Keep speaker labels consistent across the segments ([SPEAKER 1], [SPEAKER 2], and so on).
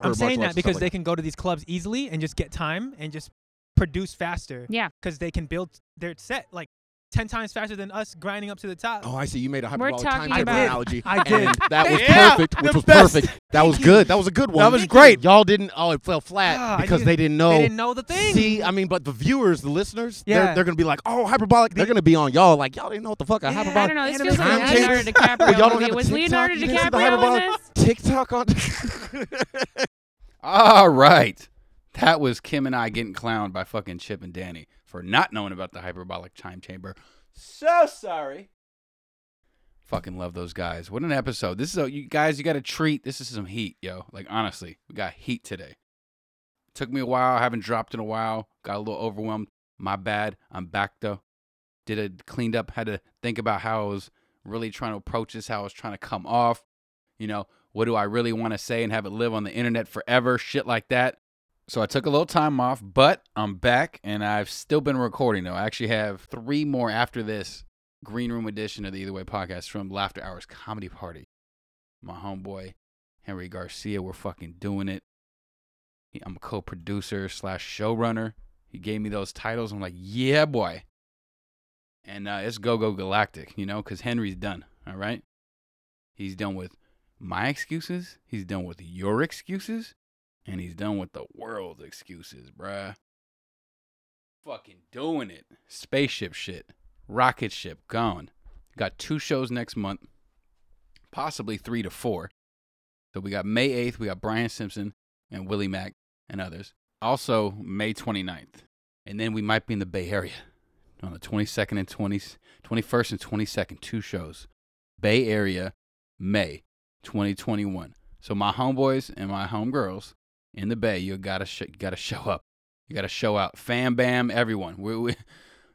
[SPEAKER 1] I'm
[SPEAKER 2] martial
[SPEAKER 1] saying
[SPEAKER 2] arts
[SPEAKER 1] that
[SPEAKER 2] and
[SPEAKER 1] because
[SPEAKER 2] stuff
[SPEAKER 1] they
[SPEAKER 2] like
[SPEAKER 1] can go to these clubs easily and just get time and just produce faster
[SPEAKER 3] Yeah.
[SPEAKER 1] because they can build their set like ten times faster than us grinding up to the top.
[SPEAKER 2] that. Oh, I see. You made a hyperbolic time
[SPEAKER 3] talking
[SPEAKER 2] travel
[SPEAKER 1] about-
[SPEAKER 2] analogy.
[SPEAKER 1] I did.
[SPEAKER 2] And that was
[SPEAKER 4] Yeah,
[SPEAKER 2] perfect, which
[SPEAKER 4] the
[SPEAKER 2] was
[SPEAKER 4] best.
[SPEAKER 2] perfect. That was good. That was a good one.
[SPEAKER 4] That was great.
[SPEAKER 2] Y'all didn't. Oh, it fell flat
[SPEAKER 1] Ah, I
[SPEAKER 2] because
[SPEAKER 1] didn't-
[SPEAKER 2] they didn't
[SPEAKER 4] Oh,
[SPEAKER 2] know.
[SPEAKER 1] They didn't know the thing.
[SPEAKER 2] See, I mean, but the viewers, the listeners,
[SPEAKER 1] Yeah.
[SPEAKER 2] they're, they're gonna be like, "Oh, hyperbolic." They're gonna be on y'all, like, "Y'all didn't know what the fuck a
[SPEAKER 1] Yeah, I
[SPEAKER 2] hyperbolic."
[SPEAKER 3] I don't know. This
[SPEAKER 1] Anime
[SPEAKER 3] feels like a
[SPEAKER 2] content?
[SPEAKER 3] Leonardo
[SPEAKER 2] Well,
[SPEAKER 3] DiCaprio
[SPEAKER 2] y'all don't
[SPEAKER 3] movie.
[SPEAKER 2] have a
[SPEAKER 3] Was
[SPEAKER 2] TikTok?
[SPEAKER 3] Leonardo
[SPEAKER 2] You didn't see the
[SPEAKER 3] DiCaprio in
[SPEAKER 2] hyperbolic?
[SPEAKER 3] this?
[SPEAKER 2] TikTok on.
[SPEAKER 4] All right. That was Kim and I getting clowned by fucking Chip and Danny for not knowing about the hyperbolic time chamber. So sorry. Fucking love those guys. What an episode. This is a, you guys, you got to treat. This is some heat, yo. Like, honestly, we got heat today. Took me a while. haven't dropped in a while. Got a little overwhelmed. My bad. I'm back, though. Did a cleaned up. Had to think about how I was really trying to approach this, how I was trying to come off. You know, what do I really want to say and have it live on the internet forever? Shit like that. So I took a little time off, but I'm back and I've still been recording though. I actually have three more after this Green Room edition of the Either Way podcast from Laughter Hours Comedy Party. My homeboy, Henry Garcia, we're fucking doing it. He- I'm a co producer slash showrunner. He gave me those titles. I'm like, yeah, boy. And uh, it's Go Go Galactic, you know, because Henry's done. All right. He's done with my excuses, he's done with your excuses, and he's done with the world's excuses, bruh. Fucking doing it. Spaceship shit. Rocket ship gone. Got two shows next month, possibly three to four. So we got May 8th, we got Brian Simpson and Willie Mack and others. Also, May 29th. And then we might be in the Bay Area on the 22nd and 20, 21st and 22nd, two shows. Bay Area, May. 2021. So my homeboys and my homegirls in the Bay, you gotta sh- you gotta show up. You gotta show out. Fam, bam, everyone. We're we,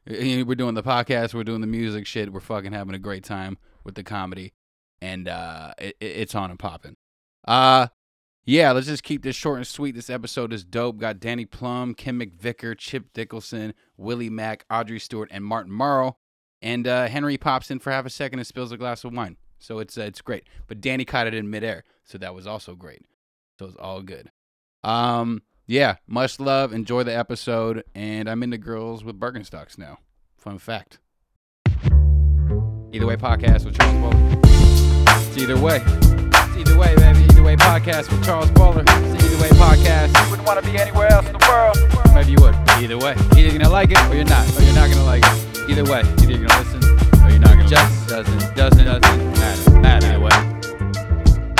[SPEAKER 4] we're doing the podcast. We're doing the music shit. We're fucking having a great time with the comedy, and uh, it, it- it's on and popping. Uh, yeah. Let's just keep this short and sweet. This episode is dope. Got Danny Plum, Kim McVicker, Chip Dickelson, Willie Mack, Audrey Stewart, and Martin Morrow. And uh, Henry pops in for half a second and spills a glass of wine. So it's uh, it's great. But Danny caught it in midair, so that was also great. So it's all good. Um, yeah, much love. Enjoy the episode. And I'm into girls with Birkenstocks now. Fun fact. Either way, podcast with Charles Bowler. It's either way. It's either way, baby. Either way, podcast with Charles Bowler. It's either way, podcast. You wouldn't want to be anywhere else in the world. Maybe you would. Either way, either you're gonna like it or you're not, or you're not gonna like it. Either way, either you're gonna listen or you're not gonna. Just doesn't doesn't doesn't matter. Matter either way.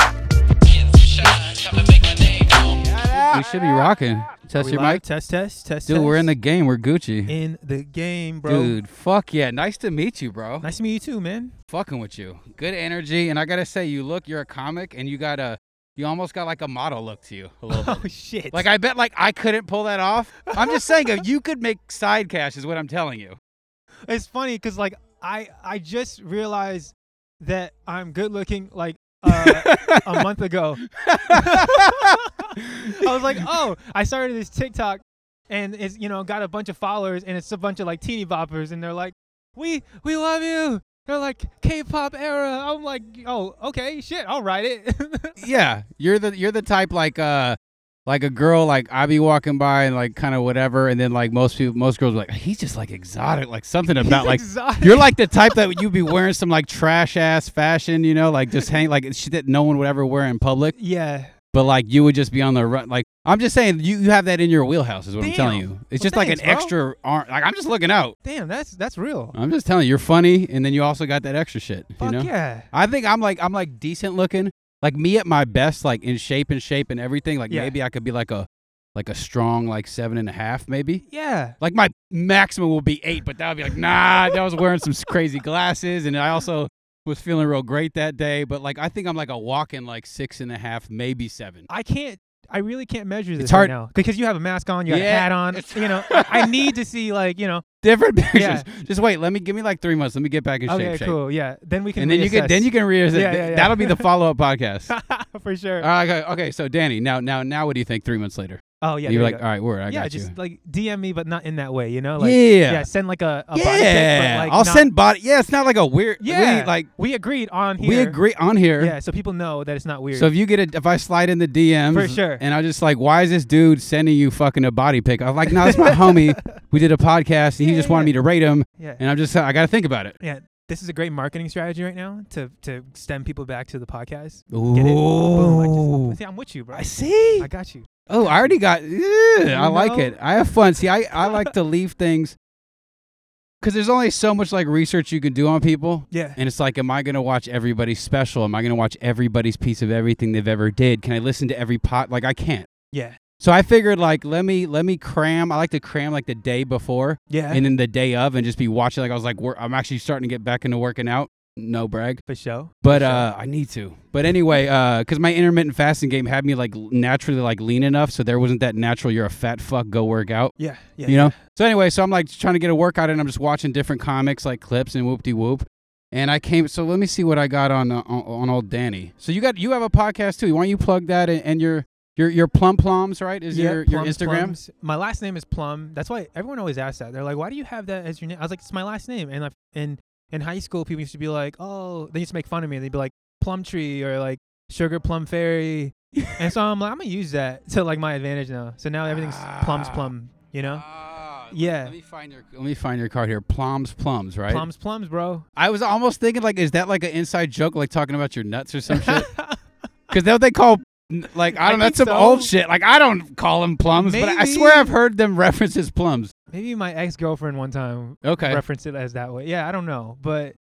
[SPEAKER 4] We should be rocking.
[SPEAKER 1] Are
[SPEAKER 4] Test
[SPEAKER 1] we
[SPEAKER 4] your
[SPEAKER 1] live?
[SPEAKER 4] mic.
[SPEAKER 1] Test test test.
[SPEAKER 4] Dude,
[SPEAKER 1] test.
[SPEAKER 4] we're in the game. We're Gucci.
[SPEAKER 1] in the game, bro.
[SPEAKER 4] Dude, fuck yeah. Nice to meet you, bro.
[SPEAKER 1] Nice to meet you too, man.
[SPEAKER 4] Fucking with you. Good energy. And I gotta say, you look, you're a comic and you got a you almost got like a model look to you a little bit.
[SPEAKER 1] Oh shit.
[SPEAKER 4] Like I bet like I couldn't pull that off. I'm just saying if you could make side cash is what I'm telling you.
[SPEAKER 1] it's funny because like I I just realized that I'm good looking like uh, a month ago. I was like, oh, I started this TikTok and it's you know got a bunch of followers and it's a bunch of like teeny boppers and they're like, we we love you. They're like K-pop era. I'm like, oh, okay, shit, I'll write it.
[SPEAKER 4] yeah, you're the you're the type like uh like a girl like I be walking by and like kind of whatever, and then like most people most girls are like he's just like exotic, like something about
[SPEAKER 1] He's
[SPEAKER 4] like
[SPEAKER 1] exotic.
[SPEAKER 4] you're like the type that you'd be wearing some like trash ass fashion, you know, like just hang like shit that no one would ever wear in public,
[SPEAKER 1] yeah.
[SPEAKER 4] but like you would just be on the run. Like I'm just saying, you, you have that in your wheelhouse, is what I'm telling
[SPEAKER 1] Damn.
[SPEAKER 4] you. It's
[SPEAKER 1] Well,
[SPEAKER 4] just like an
[SPEAKER 1] thanks, bro.
[SPEAKER 4] extra arm. Like I'm just looking out.
[SPEAKER 1] Damn, that's that's real.
[SPEAKER 4] I'm just telling you, you're funny, and then you also got that extra shit. you
[SPEAKER 1] Fuck
[SPEAKER 4] know?
[SPEAKER 1] yeah.
[SPEAKER 4] I think I'm like I'm like decent looking. Like me at my best, like in shape and shape and everything. Like
[SPEAKER 1] Yeah.
[SPEAKER 4] maybe I could be like a like a strong like seven and a half, maybe.
[SPEAKER 1] Yeah.
[SPEAKER 4] Like my maximum will be eight, but that would be like nah. that was wearing some crazy glasses, and I also was feeling real great that day. But like I think I'm like a walking like six and a half, maybe seven.
[SPEAKER 1] I can't. I really can't measure this
[SPEAKER 4] It's hard-
[SPEAKER 1] right now because you have a mask on, you have
[SPEAKER 4] Yeah,
[SPEAKER 1] a hat on.
[SPEAKER 4] it's-
[SPEAKER 1] You know, I I need to see like you know.
[SPEAKER 4] Different pictures.
[SPEAKER 1] Yeah.
[SPEAKER 4] Just wait. Let me give me like three months. Let me get back in
[SPEAKER 1] Okay,
[SPEAKER 4] shape. shape.
[SPEAKER 1] cool. Yeah, then we can.
[SPEAKER 4] And then you can then you can reassess.
[SPEAKER 1] Yeah, yeah, yeah.
[SPEAKER 4] That'll be the follow up podcast.
[SPEAKER 1] can for sure.
[SPEAKER 4] All right, okay, okay, so Danny, now now now what do you think three months later?
[SPEAKER 1] Oh yeah.
[SPEAKER 4] You're
[SPEAKER 1] there you
[SPEAKER 4] like,
[SPEAKER 1] go.
[SPEAKER 4] all right, word. I
[SPEAKER 1] yeah,
[SPEAKER 4] got
[SPEAKER 1] just
[SPEAKER 4] you.
[SPEAKER 1] like DM me, but not in that way. You know, like
[SPEAKER 4] Yeah.
[SPEAKER 1] send like a, a body pic,
[SPEAKER 4] yeah,
[SPEAKER 1] but, like,
[SPEAKER 4] I'll
[SPEAKER 1] not-
[SPEAKER 4] send body. Yeah, it's not like a weird.
[SPEAKER 1] Yeah,
[SPEAKER 4] we, like
[SPEAKER 1] we agreed on here.
[SPEAKER 4] we agree on here.
[SPEAKER 1] Yeah, so people know that it's not weird.
[SPEAKER 4] So if you get a, if I slide in the DMs,
[SPEAKER 1] For sure.
[SPEAKER 4] and I'm just like, why is this dude sending you fucking a body pic? I'm like, no, that's my homie. We did a podcast, and he
[SPEAKER 1] Yeah,
[SPEAKER 4] just
[SPEAKER 1] yeah,
[SPEAKER 4] wanted
[SPEAKER 1] yeah.
[SPEAKER 4] me to rate him,
[SPEAKER 1] yeah,
[SPEAKER 4] and I'm just, I gotta think about it.
[SPEAKER 1] yeah. This is a great marketing strategy right now to to stem people back to the podcast.
[SPEAKER 4] Ooh,
[SPEAKER 1] Get it? Boom, I just, see, I'm with you, bro.
[SPEAKER 4] I see.
[SPEAKER 1] I got you.
[SPEAKER 4] oh, I already got. Yeah, I like
[SPEAKER 1] know?
[SPEAKER 4] it. I have fun. See, I I like to leave things because there's only so much like research you can do on people.
[SPEAKER 1] Yeah.
[SPEAKER 4] And it's like, am I going to watch everybody's special? Am I going to watch everybody's piece of everything they've ever did? Can I listen to every pot? Like, I can't.
[SPEAKER 1] Yeah.
[SPEAKER 4] So I figured, like, let me let me cram. I like to cram like the day before
[SPEAKER 1] Yeah.
[SPEAKER 4] and then the day of, and just be watching. Like, I was like, wor- I'm actually starting to get back into working out. No brag,
[SPEAKER 1] for sure. For
[SPEAKER 4] but
[SPEAKER 1] sure.
[SPEAKER 4] uh, I need to. But anyway, because my intermittent fasting game had me like l- naturally like lean enough, so there wasn't that natural. You're a fat fuck, go work out
[SPEAKER 1] Yeah. Yeah.
[SPEAKER 4] you know? So anyway, so I'm like trying to get a workout in. I'm just watching different comics, like clips and whoop de whoop. And I came. So let me see what I got on uh, on on old Danny. So you got you have a podcast too. Why don't you plug that and, and your your your plum ploms right is
[SPEAKER 1] Yeah,
[SPEAKER 4] your
[SPEAKER 1] Plums,
[SPEAKER 4] your Instagram.
[SPEAKER 1] Plums. My last name is Plum. That's why everyone always asks that. They're like, "Why do you have that as your name?" I was like, "It's my last name." And like, in in high school, people used to be like, "Oh," they used to make fun of me. They'd be like, "Plum Tree" or like "Sugar Plum Fairy," and so I'm like, "I'm gonna use that to like my advantage now." So now everything's Plums
[SPEAKER 4] Ah.
[SPEAKER 1] Plum. You know,
[SPEAKER 4] yeah.
[SPEAKER 1] Yeah.
[SPEAKER 4] Ah, Let me find your let me find your card here. Plums plums right.
[SPEAKER 1] Plums Plums, bro.
[SPEAKER 4] I was almost thinking like, is that like an inside joke, like talking about your nuts or some Oh, shit? Because that what they call. Like I
[SPEAKER 1] I
[SPEAKER 4] don't know, that's some
[SPEAKER 1] think so.
[SPEAKER 4] old shit. Like I don't call them plums, but I swear
[SPEAKER 1] Maybe.
[SPEAKER 4] I've heard them reference as plums.
[SPEAKER 1] Maybe my ex girlfriend one time
[SPEAKER 4] Okay,
[SPEAKER 1] referenced it as that way. Yeah, I don't know, but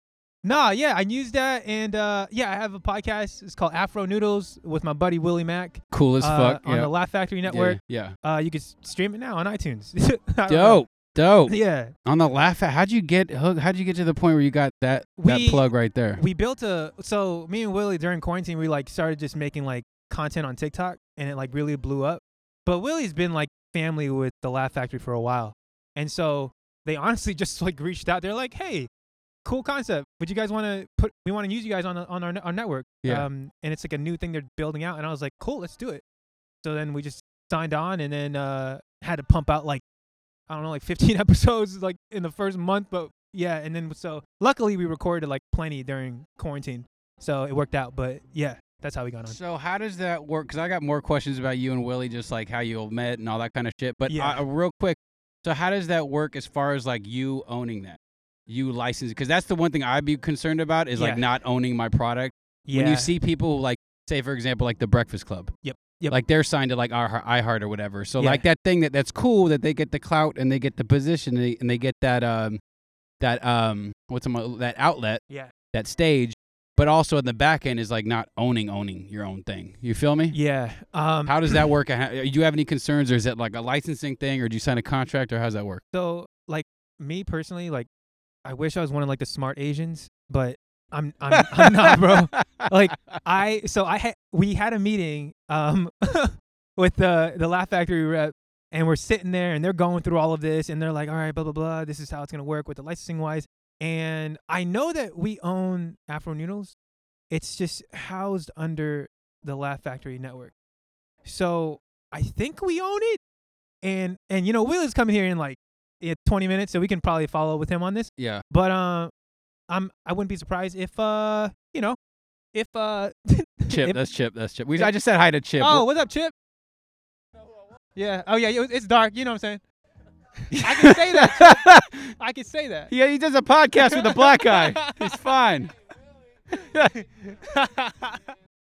[SPEAKER 1] nah, yeah, I used that, and uh, yeah, I have a podcast. It's called Afro Noodles with my buddy Willie Mack.
[SPEAKER 4] cool as
[SPEAKER 1] uh,
[SPEAKER 4] fuck.
[SPEAKER 1] on
[SPEAKER 4] yeah.
[SPEAKER 1] the Laugh Factory
[SPEAKER 4] Yeah,
[SPEAKER 1] Network.
[SPEAKER 4] Yeah.
[SPEAKER 1] Uh, you can s- stream it now on iTunes. I don't know.
[SPEAKER 4] Dope. Dope.
[SPEAKER 1] Yeah,
[SPEAKER 4] On the laugh at how'd you get hook- how'd you get to the point where you got that that
[SPEAKER 1] We-
[SPEAKER 4] plug right there?
[SPEAKER 1] we built a. So me and Willie during quarantine, we like started just making like content on TikTok, and it like really blew up. But Willie's been like family with the Laugh Factory for a while, and so they honestly just like reached out. They're like, "Hey, cool concept. Would you guys want to put? We want to use you guys on the- on our ne- our network.
[SPEAKER 4] Yeah.
[SPEAKER 1] Um, and it's like a new thing they're building out. And I was like, "Cool, let's do it." So then we just signed on, and then uh had to pump out like I don't know, like 15 episodes like in the first month. But yeah, and then so luckily we recorded like plenty during quarantine, so it worked out. But yeah, that's how we got on.
[SPEAKER 4] so how does that work? Because I got more questions about you and Willie, just like how you all met and all that kind of shit. But
[SPEAKER 1] Yeah.
[SPEAKER 4] uh, real quick, so how does that work as far as like you owning that, you license? Because that's the one thing I'd be concerned about is like
[SPEAKER 1] Yeah.
[SPEAKER 4] not owning my product.
[SPEAKER 1] Yeah.
[SPEAKER 4] When you see people who, like, say for example, like the Breakfast Club.
[SPEAKER 1] Yep, yep.
[SPEAKER 4] Like they're signed to like our- iHeart or whatever. So
[SPEAKER 1] Yeah.
[SPEAKER 4] like that thing that that's cool that they get the clout and they get the position and they, and they get that um that um what's it mo- that outlet
[SPEAKER 1] Yeah.
[SPEAKER 4] that stage. But also in the back end is like not owning owning your own thing. You feel me?
[SPEAKER 1] Yeah. Um.
[SPEAKER 4] How does that work? And how- Do you have any concerns, or is it like a licensing thing, or do you sign a contract, or how does that work?
[SPEAKER 1] So, like me personally, like I wish I was one of like the smart Asians, but I'm I'm, I'm not, bro. Like I so I had we had a meeting um with the the Laugh Factory rep, and we're sitting there and they're going through all of this and they're like, all right, blah blah blah, this is how it's gonna work with the licensing wise. And I know that we own Afro Noodles. It's just housed under the Laugh Factory network. So I think we own it. And and you know, Will is coming here in like in 20 minutes, so we can probably follow with him on this.
[SPEAKER 4] yeah.
[SPEAKER 1] But um, I'm I wouldn't be surprised if uh, you know, if uh,
[SPEAKER 4] Chip,
[SPEAKER 1] if-
[SPEAKER 4] that's Chip, that's Chip. We, I just said hi to Chip.
[SPEAKER 1] oh, what's up, Chip? Yeah. Oh yeah, it- it's dark. You know what I'm saying?
[SPEAKER 4] I
[SPEAKER 1] can say
[SPEAKER 4] that.
[SPEAKER 1] I can say that.
[SPEAKER 4] Yeah, he does a podcast with a black guy. He's fine.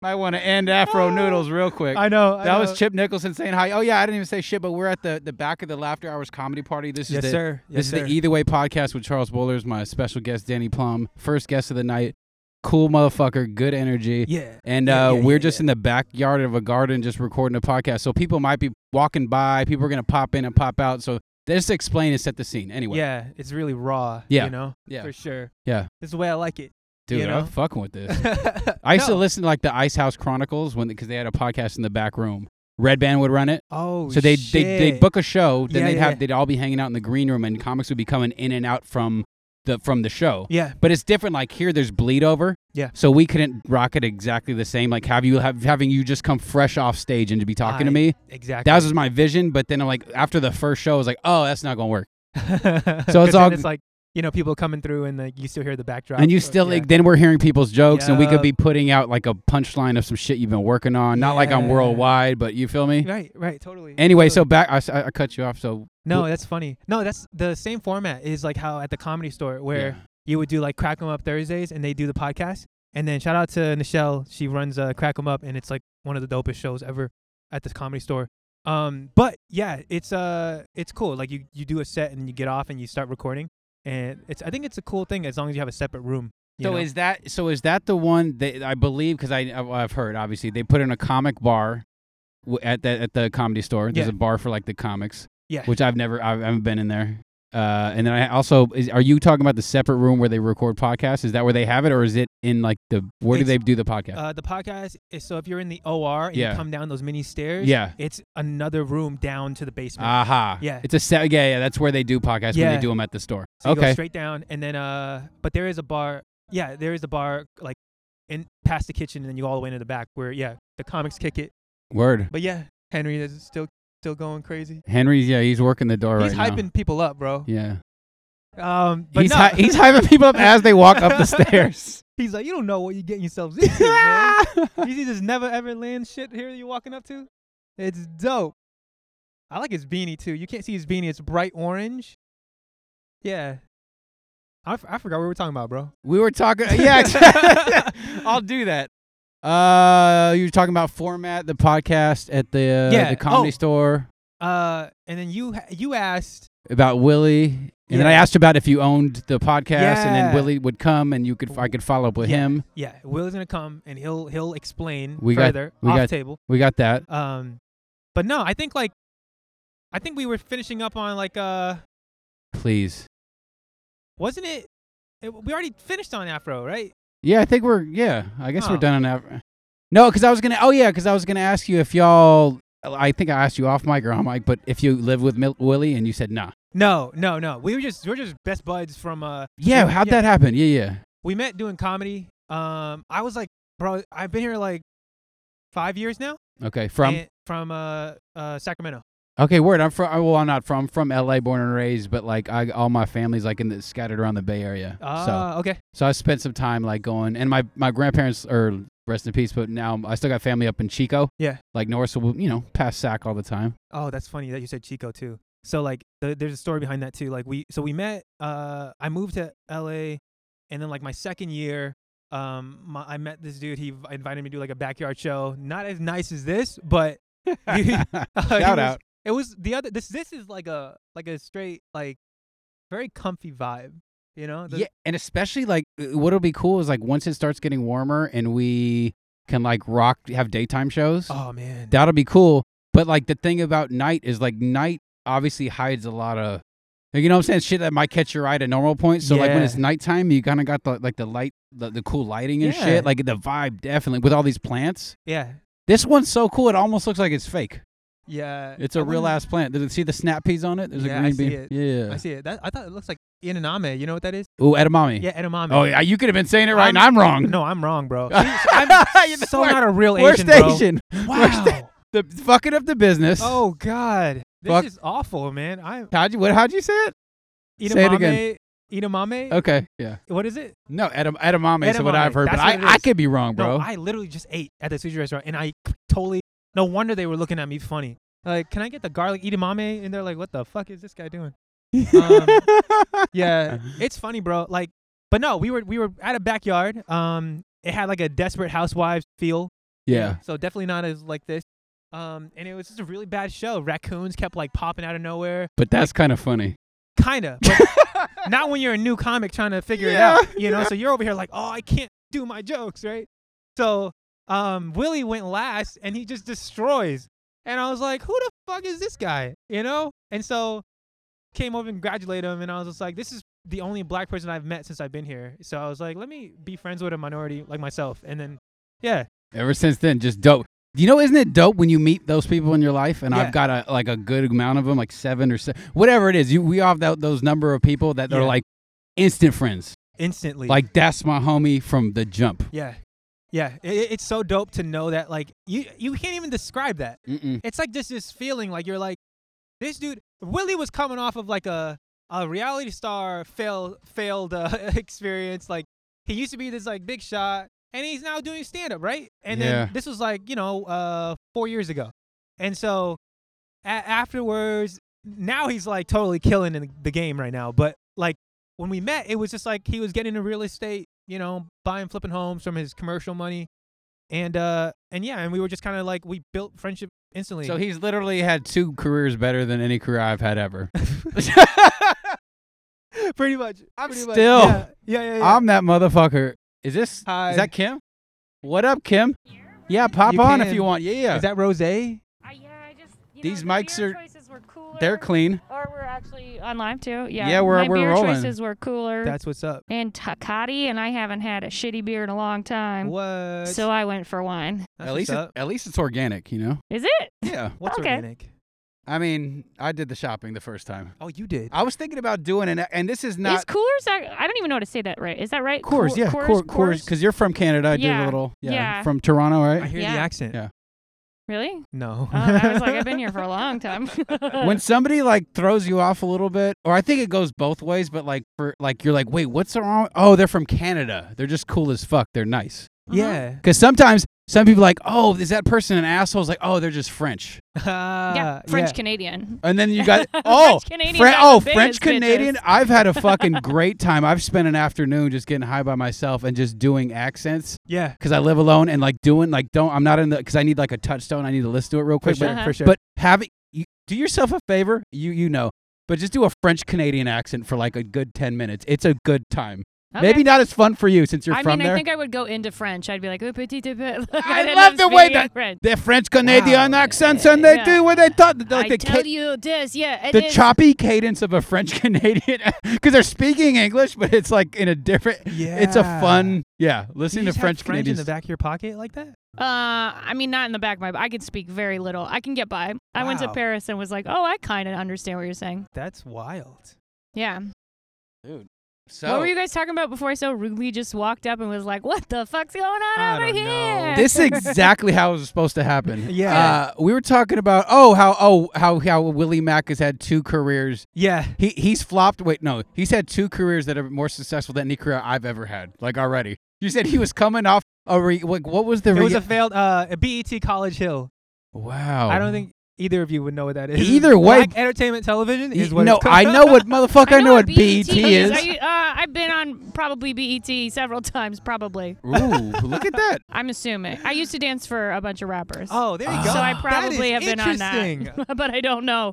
[SPEAKER 4] Might want to end Afro Noodles real quick.
[SPEAKER 1] I know. I
[SPEAKER 4] that was
[SPEAKER 1] know.
[SPEAKER 4] Chip Nicholson saying hi. Oh yeah, I didn't even say shit, but we're at the, the back of the Laughter Hours comedy party. This is
[SPEAKER 1] Yes,
[SPEAKER 4] the
[SPEAKER 1] sir. Yes,
[SPEAKER 4] this
[SPEAKER 1] sir.
[SPEAKER 4] is the Either Way podcast with Charles Bowlers, my special guest Danny Plum, first guest of the night. Cool motherfucker, good energy.
[SPEAKER 1] yeah.
[SPEAKER 4] And
[SPEAKER 1] Yeah,
[SPEAKER 4] uh,
[SPEAKER 1] yeah,
[SPEAKER 4] we're
[SPEAKER 1] yeah,
[SPEAKER 4] just
[SPEAKER 1] yeah.
[SPEAKER 4] in the backyard of a garden, just recording a podcast. So people might be walking by. People are gonna pop in and pop out. So just explain and set the scene. Anyway,
[SPEAKER 1] Yeah, it's really raw.
[SPEAKER 4] Yeah.
[SPEAKER 1] You know.
[SPEAKER 4] Yeah.
[SPEAKER 1] For sure.
[SPEAKER 4] Yeah.
[SPEAKER 1] This is the way I like it.
[SPEAKER 4] dude,
[SPEAKER 1] you
[SPEAKER 4] I'm
[SPEAKER 1] know?
[SPEAKER 4] fucking with this. I
[SPEAKER 1] I
[SPEAKER 4] used to listen to like the Ice House Chronicles when because they had a podcast in the back room. Red Band would run it,
[SPEAKER 1] Oh.
[SPEAKER 4] so they they
[SPEAKER 1] shit.
[SPEAKER 4] they book a show. Then
[SPEAKER 1] Yeah,
[SPEAKER 4] they'd
[SPEAKER 1] yeah,
[SPEAKER 4] have
[SPEAKER 1] yeah.
[SPEAKER 4] they'd all be hanging out in the green room, and comics would be coming in and out from the from the show.
[SPEAKER 1] Yeah.
[SPEAKER 4] But it's different. Like here, there's bleed over.
[SPEAKER 1] Yeah.
[SPEAKER 4] So we couldn't rock it exactly the same. Like have you have having you just come fresh off stage and to be talking to
[SPEAKER 1] I-
[SPEAKER 4] me.
[SPEAKER 1] Exactly.
[SPEAKER 4] That was just my vision. But then like after the first show, I was like, oh, that's not gonna work.
[SPEAKER 1] so
[SPEAKER 4] it's all-
[SPEAKER 1] it's like you know people coming through and like you still hear the backdrop
[SPEAKER 4] and you
[SPEAKER 1] or-
[SPEAKER 4] still
[SPEAKER 1] yeah.
[SPEAKER 4] like then we're hearing people's jokes and we
[SPEAKER 1] Yeah.
[SPEAKER 4] could be putting out like a punchline of some shit you've been working on. Not like I'm
[SPEAKER 1] Yeah.
[SPEAKER 4] worldwide, but you feel me?
[SPEAKER 1] right right totally
[SPEAKER 4] Anyway,
[SPEAKER 1] Totally.
[SPEAKER 4] so back I, s- I- I cut you off. So
[SPEAKER 1] no that's funny no that's the same format is like how at the comedy store where
[SPEAKER 5] Yeah.
[SPEAKER 1] you would do like crack 'em up Thursdays and they do the podcast and then shout out to Nichelle she runs uh, crack 'em up and it's like one of the dopest shows ever at this comedy store um but yeah it's uh it's cool like you you do a set and you get off and you start recording and it's I think it's a cool thing as long as you have a separate room you
[SPEAKER 4] so
[SPEAKER 1] know?
[SPEAKER 4] is that so is that the one that I believe because I I've I've heard obviously they put in a comic bar w- at the at the comedy store. There's
[SPEAKER 1] Yeah.
[SPEAKER 4] a bar for like the comics.
[SPEAKER 1] Yeah.
[SPEAKER 4] Which I've never I've, I haven't been in there. Uh, and then I also is, are you talking about the separate room where they record podcasts? Is that where they have it, or is it in like the where do
[SPEAKER 1] It's-
[SPEAKER 4] they do the podcast?
[SPEAKER 1] Uh, the podcast is so if you're in the OR and
[SPEAKER 4] Yeah.
[SPEAKER 1] you come down those mini stairs,
[SPEAKER 4] Yeah.
[SPEAKER 1] it's another room down to the basement.
[SPEAKER 4] Aha.
[SPEAKER 1] Yeah.
[SPEAKER 4] It's a set. Yeah, yeah. That's where they do podcasts when
[SPEAKER 1] Yeah.
[SPEAKER 4] they do them at the store.
[SPEAKER 1] so you go
[SPEAKER 4] okay.
[SPEAKER 1] straight down, and then uh, but there is a bar. Yeah, there is a bar like in past the kitchen, and then you go all the way into the back where yeah the comics kick it.
[SPEAKER 4] Word.
[SPEAKER 1] But yeah, Henry is still still going crazy.
[SPEAKER 4] Henry's. Yeah, he's working the door
[SPEAKER 1] he's
[SPEAKER 4] right
[SPEAKER 1] hyping
[SPEAKER 4] now.
[SPEAKER 1] people up, bro.
[SPEAKER 4] Yeah.
[SPEAKER 1] Um, but
[SPEAKER 4] he's
[SPEAKER 1] no,
[SPEAKER 4] hy- he's hyping people up as they walk up the stairs.
[SPEAKER 1] he's like, you don't know what you're getting yourselves into, man. you see this never ever land shit here you're walking up to? It's dope. I like his beanie too. You can't see his beanie. It's bright orange. Yeah. I, f- I forgot what we were talking about, bro.
[SPEAKER 4] we were talking. uh, Yeah. exact- I'll do that. Uh, you were talking about format the podcast at the uh,
[SPEAKER 1] Yeah.
[SPEAKER 4] the comedy
[SPEAKER 1] Oh.
[SPEAKER 4] store
[SPEAKER 1] Uh, and then you ha- you asked.
[SPEAKER 4] about Willie. And then
[SPEAKER 1] Yeah.
[SPEAKER 4] I asked about if you owned the podcast, and then
[SPEAKER 1] Yeah.
[SPEAKER 4] Willie would come, and you could I could follow up with
[SPEAKER 1] Yeah.
[SPEAKER 4] him.
[SPEAKER 1] Yeah, Will's gonna come and he'll he'll explain
[SPEAKER 4] We got-
[SPEAKER 1] further
[SPEAKER 4] we
[SPEAKER 1] off
[SPEAKER 4] got-
[SPEAKER 1] table.
[SPEAKER 4] We got that.
[SPEAKER 1] Um, but no, I think like, I think we were finishing up on like uh,
[SPEAKER 4] Please.
[SPEAKER 1] wasn't it? it we already finished on Afro, right?
[SPEAKER 4] Yeah, I think we're yeah. I guess
[SPEAKER 1] Oh.
[SPEAKER 4] we're done on that. No, because I was gonna. Oh yeah, because I was gonna ask you if y'all. I think I asked you off mic or on mic, but if you live with Mil- Willie and you said nah.
[SPEAKER 1] No, no, no. We were just we were just best buds from uh
[SPEAKER 4] Yeah, how'd that happen? Yeah, yeah.
[SPEAKER 1] we met doing comedy. Um, I was like, bro, I've been here like five years now.
[SPEAKER 4] Okay, from
[SPEAKER 1] and- from uh, uh Sacramento.
[SPEAKER 4] okay, word. I'm from. Well, I'm not from. From L.A. Born and raised, but like I, all my family's like in the, scattered around the Bay Area. so
[SPEAKER 1] Ah, okay.
[SPEAKER 4] so I spent some time like going, and my my grandparents are rest in peace, but now I still got family up in Chico.
[SPEAKER 1] Yeah.
[SPEAKER 4] like North, so we, you know, past Sac all the time.
[SPEAKER 1] Oh, that's funny that you said Chico too. So like, the, there's a story behind that too. Like we, so we met. Uh, I moved to L.A. and then like my second year, um, my, I met this dude. He v- invited me to do like a backyard show. Not as nice as this, but Uh, it
[SPEAKER 4] Shout
[SPEAKER 1] was-
[SPEAKER 4] out.
[SPEAKER 1] It was the other. This this is like a like a straight like very comfy vibe. You know. The-
[SPEAKER 4] yeah, and especially like uh, what'll be cool is like once it starts getting warmer and we can like rock have daytime shows.
[SPEAKER 1] Oh man.
[SPEAKER 4] That'll be cool. But like the thing about night is like night obviously hides a lot of like, you know what I'm saying shit that might catch your eye at a normal point. So like when it's
[SPEAKER 1] Yeah.
[SPEAKER 4] nighttime, you kind of got the like the light the, the cool lighting and
[SPEAKER 1] Yeah.
[SPEAKER 4] shit like the vibe definitely with all these plants.
[SPEAKER 1] yeah.
[SPEAKER 4] This one's so cool. It almost looks like it's fake.
[SPEAKER 1] Yeah.
[SPEAKER 4] It's a
[SPEAKER 1] Uh, I
[SPEAKER 4] real
[SPEAKER 1] wouldn't-
[SPEAKER 4] ass uh, plant. Did you see the snap peas on it? There's
[SPEAKER 1] Yeah,
[SPEAKER 4] a
[SPEAKER 1] I
[SPEAKER 4] green
[SPEAKER 1] see
[SPEAKER 4] bean.
[SPEAKER 1] it.
[SPEAKER 4] Yeah.
[SPEAKER 1] I see it. That, I thought it looks like Inaname. You know what that is?
[SPEAKER 4] Ooh, edamame.
[SPEAKER 1] Yeah, edamame.
[SPEAKER 4] Oh, yeah, you could have been saying it right,
[SPEAKER 1] I'm-
[SPEAKER 4] and I'm wrong.
[SPEAKER 1] No, I'm wrong, bro.
[SPEAKER 4] I'm
[SPEAKER 1] so not a real
[SPEAKER 4] worst
[SPEAKER 1] Asian, bro.
[SPEAKER 4] Asian. Worst
[SPEAKER 1] Wow.
[SPEAKER 4] The fucking up the business.
[SPEAKER 1] Oh God. This
[SPEAKER 4] Fuck.
[SPEAKER 1] is awful, man. I
[SPEAKER 4] how'd you what? How'd you say it? Say it again.
[SPEAKER 1] Inamame. Inamame.
[SPEAKER 4] Okay, yeah.
[SPEAKER 1] What is it?
[SPEAKER 4] No, edam- edamame is what
[SPEAKER 1] Edamame,
[SPEAKER 4] I've heard, but
[SPEAKER 1] that's
[SPEAKER 4] I,
[SPEAKER 1] what it
[SPEAKER 4] I
[SPEAKER 1] is.
[SPEAKER 4] could be wrong, bro.
[SPEAKER 1] No, I literally just ate at the sushi restaurant, and I totally. No wonder they were looking at me funny. Like, can I get the garlic edamame? And they're like, "What the fuck is this guy doing?" um, Yeah, it's funny, bro. Like, but no, we were we were at a backyard. Um, it had like a desperate housewives feel. you know,
[SPEAKER 4] yeah.
[SPEAKER 1] So definitely not as like this. Um, and it was just a really bad show. Raccoons kept like popping out of nowhere.
[SPEAKER 4] But that's kind of funny.
[SPEAKER 1] Kinda, but not when you're a new comic trying to figure
[SPEAKER 4] Yeah.
[SPEAKER 1] it out, you know. So you're over here like, oh, I can't do my jokes, right? So um, Willie went last, and he just destroys. And I was like, who the fuck is this guy, you know? And so came over and congratulated him, and I was just like, this is the only black person I've met since I've been here. So I was like, let me be friends with a minority like myself, and then yeah,
[SPEAKER 4] Ever since then, just dope. You know, isn't it dope when you meet those people in your life? And
[SPEAKER 1] Yeah.
[SPEAKER 4] I've got a like a good amount of them, like seven or se- whatever it is. You we all have tho- those number of people that are
[SPEAKER 1] Yeah.
[SPEAKER 4] like instant friends.
[SPEAKER 1] instantly.
[SPEAKER 4] Like that's my homie from the jump.
[SPEAKER 1] yeah, yeah. It, it- it's so dope to know that like you you can't even describe that.
[SPEAKER 4] Mm-mm.
[SPEAKER 1] It's like just this feeling like you're like this dude Willie was coming off of like a a reality star fail failed uh, experience. Like he used to be this like big shot, and he's now doing stand up, right? And
[SPEAKER 4] Yeah.
[SPEAKER 1] then this was like you know uh four years ago, and so a- afterwards now he's like totally killing in the game right now. But like when we met, it was just like he was getting into real estate, you know, buying flipping homes from his commercial money. And uh and yeah, and we were just kind of like we built friendship instantly.
[SPEAKER 4] So he's literally had two careers better than any career I've had ever.
[SPEAKER 1] pretty much. I'm
[SPEAKER 4] still-
[SPEAKER 1] yeah, yeah, yeah. yeah.
[SPEAKER 4] I'm that motherfucker. Is this
[SPEAKER 1] Hi.
[SPEAKER 4] is that Kim? What up, Kim? Yeah, pop
[SPEAKER 1] You
[SPEAKER 4] on if
[SPEAKER 1] can.
[SPEAKER 4] you want. Yeah, yeah.
[SPEAKER 1] Is that Rose?
[SPEAKER 3] I, yeah, I just you
[SPEAKER 4] These
[SPEAKER 3] know, the
[SPEAKER 4] mics
[SPEAKER 3] beer
[SPEAKER 4] are-
[SPEAKER 3] choices were cooler,
[SPEAKER 4] They're clean.
[SPEAKER 3] or we're actually on live too. Yeah,
[SPEAKER 4] Yeah, we're-
[SPEAKER 3] my
[SPEAKER 4] we're
[SPEAKER 3] beer
[SPEAKER 4] rolling.
[SPEAKER 3] choices were cooler
[SPEAKER 1] That's what's up.
[SPEAKER 3] and Takati, and I haven't had a shitty beer in a long time,
[SPEAKER 1] What?
[SPEAKER 3] so I went for wine.
[SPEAKER 1] That's
[SPEAKER 4] at
[SPEAKER 1] what's
[SPEAKER 4] least it,
[SPEAKER 1] up.
[SPEAKER 4] at least it's organic, you know.
[SPEAKER 3] Is it?
[SPEAKER 4] Yeah.
[SPEAKER 1] what's
[SPEAKER 3] okay.
[SPEAKER 1] organic?
[SPEAKER 4] I mean, I did the shopping the first time.
[SPEAKER 1] Oh, you did.
[SPEAKER 4] I was thinking about doing an and this is
[SPEAKER 3] Is
[SPEAKER 4] not
[SPEAKER 3] Coors? I, I don't even know how to say that right. Is that right?
[SPEAKER 4] Coors,
[SPEAKER 3] Coor-
[SPEAKER 4] yeah,
[SPEAKER 3] Coors,
[SPEAKER 4] Coors, Coors, because you're from Canada. I did
[SPEAKER 3] Yeah,
[SPEAKER 4] a little, yeah,
[SPEAKER 3] yeah.
[SPEAKER 4] from Toronto,
[SPEAKER 1] I
[SPEAKER 4] right?
[SPEAKER 1] hear the
[SPEAKER 3] Yeah.
[SPEAKER 1] accent.
[SPEAKER 4] Yeah.
[SPEAKER 3] Really?
[SPEAKER 1] No.
[SPEAKER 3] Oh, I was like, I've been here for a long time. Uh-huh.
[SPEAKER 4] when somebody like throws you off a little bit, or I think it goes both ways, but like for like you're like, wait, what's wrong? Oh, they're from Canada. They're just cool as fuck. They're nice.
[SPEAKER 3] Uh-huh.
[SPEAKER 1] Yeah.
[SPEAKER 4] Because sometimes some people are like, oh, is that person an asshole? It's like, oh, they're just French.
[SPEAKER 3] yeah,
[SPEAKER 1] Ah,
[SPEAKER 3] French
[SPEAKER 1] yeah.
[SPEAKER 3] Canadian.
[SPEAKER 4] And then uh, you got
[SPEAKER 3] French
[SPEAKER 4] oh,
[SPEAKER 3] Canadians
[SPEAKER 4] Fre-
[SPEAKER 3] are the
[SPEAKER 4] oh,
[SPEAKER 3] biggest
[SPEAKER 4] French Canadian.
[SPEAKER 3] bitches.
[SPEAKER 4] I've had a fucking great time. I've spent an afternoon just getting high by myself and just doing accents.
[SPEAKER 1] Yeah.
[SPEAKER 4] because I live alone and like doing like don't I'm not in the because I need like a touchstone. I need to listen to it real
[SPEAKER 1] For
[SPEAKER 4] quick.
[SPEAKER 1] sure.
[SPEAKER 4] But
[SPEAKER 3] Uh-huh.
[SPEAKER 1] For sure.
[SPEAKER 4] but have it, you, do yourself a favor. You you know, but just do a French Canadian accent for like a good ten minutes. It's a good time.
[SPEAKER 3] Okay.
[SPEAKER 4] Maybe not as fun for you since you're
[SPEAKER 3] I
[SPEAKER 4] from
[SPEAKER 3] mean,
[SPEAKER 4] there.
[SPEAKER 3] I think I would go into French. I'd be like, "Oh, petit, petit, petit." Like,
[SPEAKER 4] I
[SPEAKER 3] didn't
[SPEAKER 4] love
[SPEAKER 3] know
[SPEAKER 4] the way
[SPEAKER 3] speaking
[SPEAKER 4] that-
[SPEAKER 3] French.
[SPEAKER 4] They're French Canadian
[SPEAKER 1] Wow.
[SPEAKER 4] accents and they
[SPEAKER 3] Yeah.
[SPEAKER 4] do what they thought. Like
[SPEAKER 3] I
[SPEAKER 4] the
[SPEAKER 3] tell
[SPEAKER 4] ca-
[SPEAKER 3] you this, yeah, it
[SPEAKER 4] the
[SPEAKER 3] is.
[SPEAKER 4] choppy cadence of a French Canadian because they're speaking English, but it's like in a different.
[SPEAKER 1] yeah.
[SPEAKER 4] It's a fun. Yeah,
[SPEAKER 1] Do
[SPEAKER 4] listening
[SPEAKER 1] you
[SPEAKER 4] to
[SPEAKER 1] just have
[SPEAKER 4] French
[SPEAKER 1] French in
[SPEAKER 4] Canadians.
[SPEAKER 1] the back of your pocket like that?
[SPEAKER 3] Uh, I mean, not in the back of my. I can speak very little. I can get by. I went to
[SPEAKER 1] Wow.
[SPEAKER 3] Paris and was like, "Oh, I kind of understand what you're saying."
[SPEAKER 1] That's wild.
[SPEAKER 3] Yeah.
[SPEAKER 4] so
[SPEAKER 3] What were you guys talking about before I so rudely just walked up and was like, "What the fuck's going on
[SPEAKER 1] I
[SPEAKER 3] over
[SPEAKER 1] don't
[SPEAKER 3] here?"
[SPEAKER 1] know.
[SPEAKER 4] this is exactly how it was supposed to happen.
[SPEAKER 1] Yeah.
[SPEAKER 4] Uh, we were talking about oh how oh how how Willie Mack has had two careers.
[SPEAKER 1] Yeah.
[SPEAKER 4] He he's flopped. Wait, no, he's had two careers that are more successful than any career I've ever had. Like already, you said he was coming off a re, like what was the
[SPEAKER 1] It
[SPEAKER 4] re-
[SPEAKER 1] was a failed uh, a BET College Hill.
[SPEAKER 4] wow.
[SPEAKER 1] I don't think either of you would know what that is.
[SPEAKER 4] Oh. Either way-
[SPEAKER 1] Black Entertainment Television is what.
[SPEAKER 4] no,
[SPEAKER 1] it's
[SPEAKER 4] I
[SPEAKER 1] called.
[SPEAKER 4] know what motherfucker. I know what BET
[SPEAKER 3] E is.
[SPEAKER 4] is.
[SPEAKER 3] I, uh, I've been on probably BET several times, probably.
[SPEAKER 4] Ooh, look at that.
[SPEAKER 3] I'm assuming. I used to dance for a bunch of rappers.
[SPEAKER 1] Oh, there you
[SPEAKER 4] Ah.
[SPEAKER 1] go.
[SPEAKER 3] So I
[SPEAKER 1] That
[SPEAKER 3] probably
[SPEAKER 1] is
[SPEAKER 3] have been on that.
[SPEAKER 1] interesting.
[SPEAKER 3] but I don't know.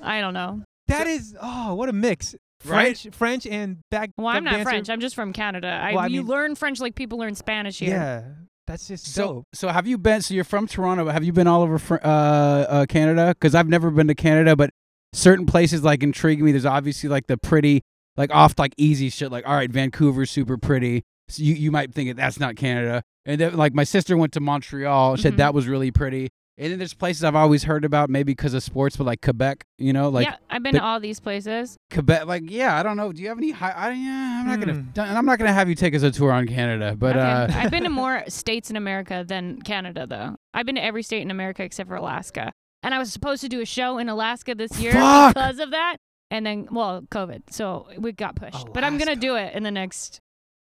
[SPEAKER 3] I don't know.
[SPEAKER 1] That is oh, what a mix.
[SPEAKER 4] Right?
[SPEAKER 1] French, French, and back.
[SPEAKER 3] Well, I'm
[SPEAKER 1] up
[SPEAKER 3] not
[SPEAKER 1] dancer.
[SPEAKER 3] French. I'm just from Canada. I,
[SPEAKER 1] Well, I
[SPEAKER 3] you
[SPEAKER 1] mean-
[SPEAKER 3] learn French like people learn Spanish here.
[SPEAKER 1] Yeah, that's just
[SPEAKER 4] So,
[SPEAKER 1] dope.
[SPEAKER 4] so have you been? So you're from Toronto, but have you been all over Fr- uh, uh, Canada? Because I've never been to Canada, but certain places like intrigue me. There's obviously like the pretty, like off like easy shit. Like all right, Vancouver's super pretty. So you you might think that that's not Canada. And then like my sister went to Montreal, said
[SPEAKER 3] Mhm.
[SPEAKER 4] that was really pretty. And then there's places I've always heard about, maybe because of sports, but like Quebec, you know, like
[SPEAKER 3] yeah, I've been
[SPEAKER 4] the-
[SPEAKER 3] to all these places.
[SPEAKER 4] Quebec, like yeah, I don't know. Do you have any high? I, yeah, I'm not gonna,
[SPEAKER 1] Hmm.
[SPEAKER 4] and I'm not gonna have you take us a tour on Canada, but
[SPEAKER 3] Okay.
[SPEAKER 4] uh,
[SPEAKER 3] I've been to more states in America than Canada, though. I've been to every state in America except for Alaska. And I was supposed to do a show in Alaska this year
[SPEAKER 4] Fuck!
[SPEAKER 3] because of that. And then, well, COVID. So we got pushed. But I'm going to
[SPEAKER 1] Alaska.
[SPEAKER 3] do it in the next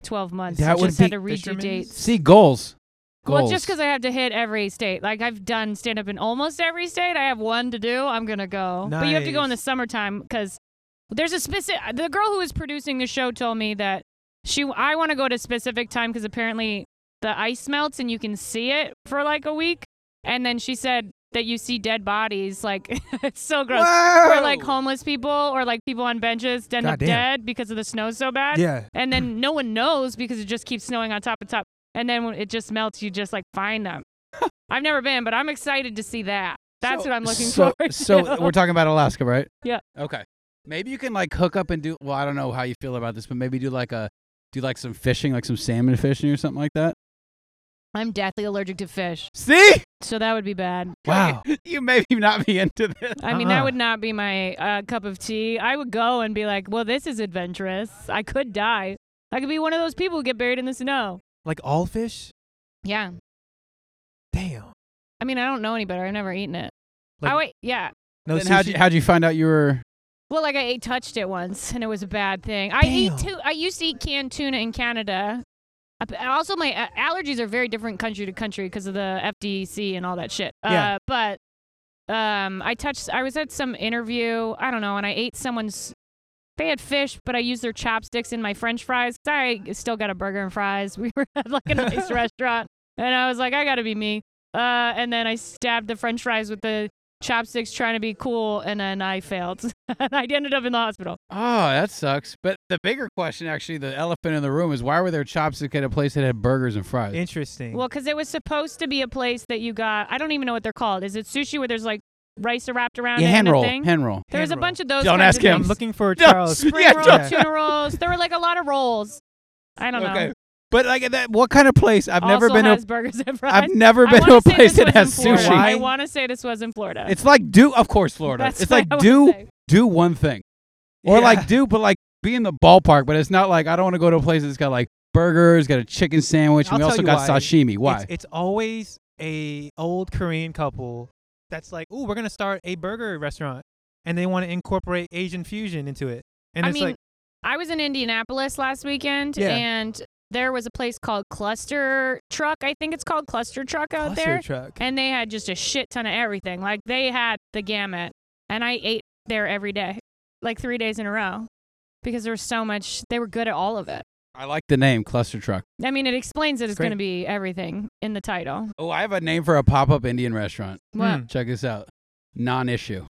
[SPEAKER 3] 12 months.
[SPEAKER 4] That
[SPEAKER 3] I
[SPEAKER 4] would
[SPEAKER 3] just
[SPEAKER 4] be-
[SPEAKER 3] had to redo
[SPEAKER 1] Fisherman's?
[SPEAKER 3] dates.
[SPEAKER 4] see goals. Goals.
[SPEAKER 3] Well, just because I have to hit every state. Like I've done stand up in almost every state. I have one to do. I'm gonna go. But you have to go in the
[SPEAKER 1] Nice.
[SPEAKER 3] summertime because there's a specific. The girl who was producing the show told me that she. I want to go to a specific time because apparently the ice melts and you can see it for like a week. And then she said that you see dead bodies. Like it's so gross. Or like homeless people or like people on benches end up
[SPEAKER 1] Goddamn.
[SPEAKER 3] dead because of the snow so bad
[SPEAKER 1] yeah,
[SPEAKER 3] and then no one knows because it just keeps snowing on top of top and then when it just melts you just like find them i've never been but i'm excited to see that that's
[SPEAKER 4] So-
[SPEAKER 3] what i'm looking
[SPEAKER 4] so,
[SPEAKER 3] forward
[SPEAKER 4] So
[SPEAKER 3] to
[SPEAKER 4] we're talking about Alaska, right?
[SPEAKER 3] Yeah.
[SPEAKER 4] Okay. Maybe you can like hook up and do. Well, I don't know how you feel about this, but maybe do like a do like some fishing, like some salmon fishing or something like that.
[SPEAKER 3] I'm deathly allergic to fish,
[SPEAKER 4] See?
[SPEAKER 3] so that would be bad.
[SPEAKER 4] Wow. you may be not be into this.
[SPEAKER 3] I mean,
[SPEAKER 1] Uh-uh.
[SPEAKER 3] that would not be my uh, cup of tea. I would go and be like, well, this is adventurous. I could die. I could be one of those people who get buried in the snow.
[SPEAKER 1] Like all fish?
[SPEAKER 3] Yeah.
[SPEAKER 1] Damn.
[SPEAKER 3] I mean, I don't know any better. I've never eaten it.
[SPEAKER 1] Like-
[SPEAKER 3] oh, wait. Yeah.
[SPEAKER 1] No
[SPEAKER 4] then how'd you, how'd you find out you were?
[SPEAKER 3] Well, like I ate, touched it once, and it was a bad thing. I
[SPEAKER 1] Damn.
[SPEAKER 3] eat too. I used to eat canned tuna in Canada. Uh, but Also, my uh, allergies are very different country to country because of the FDC and all that shit.
[SPEAKER 1] Yeah.
[SPEAKER 3] Uh, but um, I touched. I was at some interview. I don't know, and I ate someone's. They had fish, but I used their chopsticks in my French fries. I still got a burger and fries. We were at like a nice restaurant, and I was like, I gotta be me. Uh, and then I stabbed the French fries with the chopsticks, trying to be cool, and then I failed. and I ended up in the hospital.
[SPEAKER 4] Oh, that sucks. But the bigger question, actually, the elephant in the room is why were there chopsticks at a place that had burgers and fries?
[SPEAKER 1] Interesting.
[SPEAKER 3] Well, because it was supposed to be a place that you got. I don't even know what they're called. Is it sushi where there's like rice wrapped around
[SPEAKER 4] yeah,
[SPEAKER 3] it
[SPEAKER 4] hand
[SPEAKER 3] and a
[SPEAKER 4] roll,
[SPEAKER 3] thing?
[SPEAKER 4] hand roll.
[SPEAKER 3] there was a
[SPEAKER 1] Hand
[SPEAKER 3] bunch of those.
[SPEAKER 4] Don't
[SPEAKER 3] kinds
[SPEAKER 4] ask
[SPEAKER 3] of
[SPEAKER 4] him.
[SPEAKER 3] things.
[SPEAKER 1] I'm looking for
[SPEAKER 4] No,
[SPEAKER 1] Charles.
[SPEAKER 4] yeah,
[SPEAKER 3] Spring rolls,
[SPEAKER 1] don't-
[SPEAKER 3] tuna rolls. There were like a lot of rolls. I don't know.
[SPEAKER 4] But like, that, what kind of place? I've never
[SPEAKER 3] Also
[SPEAKER 4] been.
[SPEAKER 3] has
[SPEAKER 4] to,
[SPEAKER 3] burgers and fries.
[SPEAKER 4] I've never
[SPEAKER 3] I
[SPEAKER 4] been to
[SPEAKER 3] wanna
[SPEAKER 4] a
[SPEAKER 3] say
[SPEAKER 4] place
[SPEAKER 3] this
[SPEAKER 4] that
[SPEAKER 3] was in
[SPEAKER 4] has
[SPEAKER 3] Florida.
[SPEAKER 4] sushi.
[SPEAKER 1] Why?
[SPEAKER 3] I want to say this was in Florida.
[SPEAKER 4] It's like do, of course, Florida.
[SPEAKER 3] That's
[SPEAKER 4] it's
[SPEAKER 3] what
[SPEAKER 4] like
[SPEAKER 3] I wanna
[SPEAKER 4] do
[SPEAKER 3] say.
[SPEAKER 4] do one thing, or like do, but like be in the ballpark. But it's not like I don't want to go to a place that's got like burgers, got a chicken sandwich,
[SPEAKER 1] I'll
[SPEAKER 4] and we
[SPEAKER 1] tell
[SPEAKER 4] also
[SPEAKER 1] you
[SPEAKER 4] got
[SPEAKER 1] why.
[SPEAKER 4] sashimi. Why?
[SPEAKER 1] It's, it's always a old Korean couple that's like, "Ooh, we're gonna start a burger restaurant," and they want to incorporate Asian fusion into it. And
[SPEAKER 3] I
[SPEAKER 1] it's
[SPEAKER 3] mean,
[SPEAKER 1] like,
[SPEAKER 3] I was in Indianapolis last weekend,
[SPEAKER 1] Yeah.
[SPEAKER 3] and there was a place called Cluster Truck. I think it's called Cluster Truck out
[SPEAKER 1] cluster
[SPEAKER 3] there.
[SPEAKER 1] truck.
[SPEAKER 3] and they had just a shit ton of everything. Like they had the gamut, and I ate there every day, like three days in a row, because there was so much. They were good at all of it.
[SPEAKER 4] I like the name Cluster Truck.
[SPEAKER 3] I mean, it explains that it's
[SPEAKER 1] Great.
[SPEAKER 3] going to be everything in the title.
[SPEAKER 4] Oh, I have a name for a pop-up Indian restaurant.
[SPEAKER 3] Well,
[SPEAKER 1] Mm,
[SPEAKER 4] Check this out. Non-issue.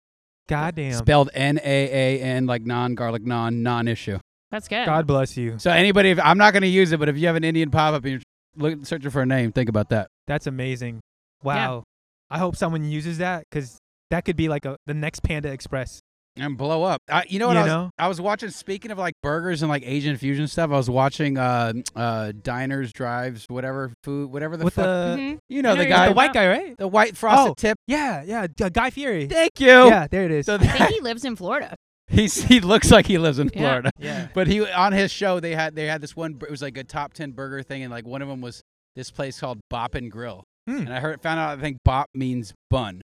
[SPEAKER 1] goddamn.
[SPEAKER 4] Spelled N A A N like non garlic non non-issue.
[SPEAKER 3] that's good.
[SPEAKER 1] God bless you.
[SPEAKER 4] So anybody, if, I'm not going to use it, but if you have an Indian pop-up and you're look, searching for a name, think about that.
[SPEAKER 1] That's amazing. Wow. I hope someone uses that because that could be like a the next Panda Express.
[SPEAKER 4] And blow up. I, you know what?
[SPEAKER 1] You
[SPEAKER 4] I, was,
[SPEAKER 1] know?
[SPEAKER 4] I was watching. Speaking of like burgers and like Asian fusion stuff, I was watching uh, uh, diners, drives, whatever food, whatever the
[SPEAKER 1] with
[SPEAKER 4] fuck.
[SPEAKER 1] the,
[SPEAKER 3] Mhm.
[SPEAKER 4] you know
[SPEAKER 3] I know
[SPEAKER 4] the
[SPEAKER 3] you're
[SPEAKER 4] guy,
[SPEAKER 1] the
[SPEAKER 3] talking
[SPEAKER 1] white guy, right?
[SPEAKER 4] the white frosted
[SPEAKER 1] Oh.
[SPEAKER 4] tip.
[SPEAKER 1] Yeah, yeah. G- Guy Fieri.
[SPEAKER 4] Thank you.
[SPEAKER 1] Yeah, there it is.
[SPEAKER 4] So
[SPEAKER 3] I think he lives in Florida.
[SPEAKER 4] he's, he looks like he lives in
[SPEAKER 3] Yeah.
[SPEAKER 4] Florida.
[SPEAKER 1] yeah.
[SPEAKER 4] But he on his show they had they had this one it was like a top ten burger thing and like one of them was this place called Bop and Grill
[SPEAKER 1] Hmm.
[SPEAKER 4] and I heard found out I think Bop means bun.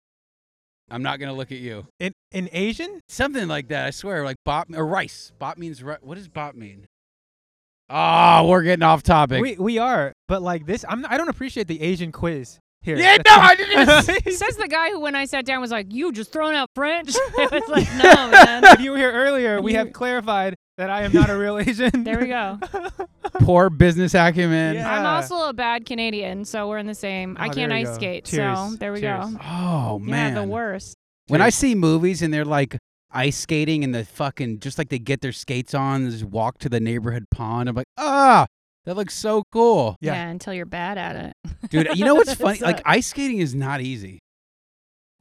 [SPEAKER 4] I'm not gonna look at you.
[SPEAKER 1] In, in Asian?
[SPEAKER 4] Something like that. I swear, like Bop or rice. Bop means ri- what does Bop mean? Oh, we're getting off topic.
[SPEAKER 1] We we are, but like this, I'm I don't appreciate the Asian quiz here.
[SPEAKER 4] yeah, no, I didn't.
[SPEAKER 3] Says the guy who, when I sat down, was like, "You just throwing out French." I was like, "No, man."
[SPEAKER 1] if you were here earlier, we have clarified that I am not a real Asian.
[SPEAKER 3] There we go.
[SPEAKER 4] Poor business acumen.
[SPEAKER 1] Yeah.
[SPEAKER 3] I'm also a bad Canadian, so we're in the same.
[SPEAKER 1] Oh,
[SPEAKER 3] I can't
[SPEAKER 1] there you
[SPEAKER 3] ice
[SPEAKER 1] go.
[SPEAKER 3] skate, so
[SPEAKER 1] Cheers.
[SPEAKER 3] there we
[SPEAKER 1] Cheers.
[SPEAKER 3] go.
[SPEAKER 4] Oh man,
[SPEAKER 3] Yeah, the worst.
[SPEAKER 4] When I see movies and they're like ice skating and the fucking just like they get their skates on and just walk to the neighborhood pond, I'm like, ah, that looks so cool,
[SPEAKER 1] Yeah.
[SPEAKER 3] yeah, until you're bad at it.
[SPEAKER 4] dude. You know what's
[SPEAKER 3] It
[SPEAKER 4] funny? Like
[SPEAKER 3] sucks.
[SPEAKER 4] ice skating is not easy.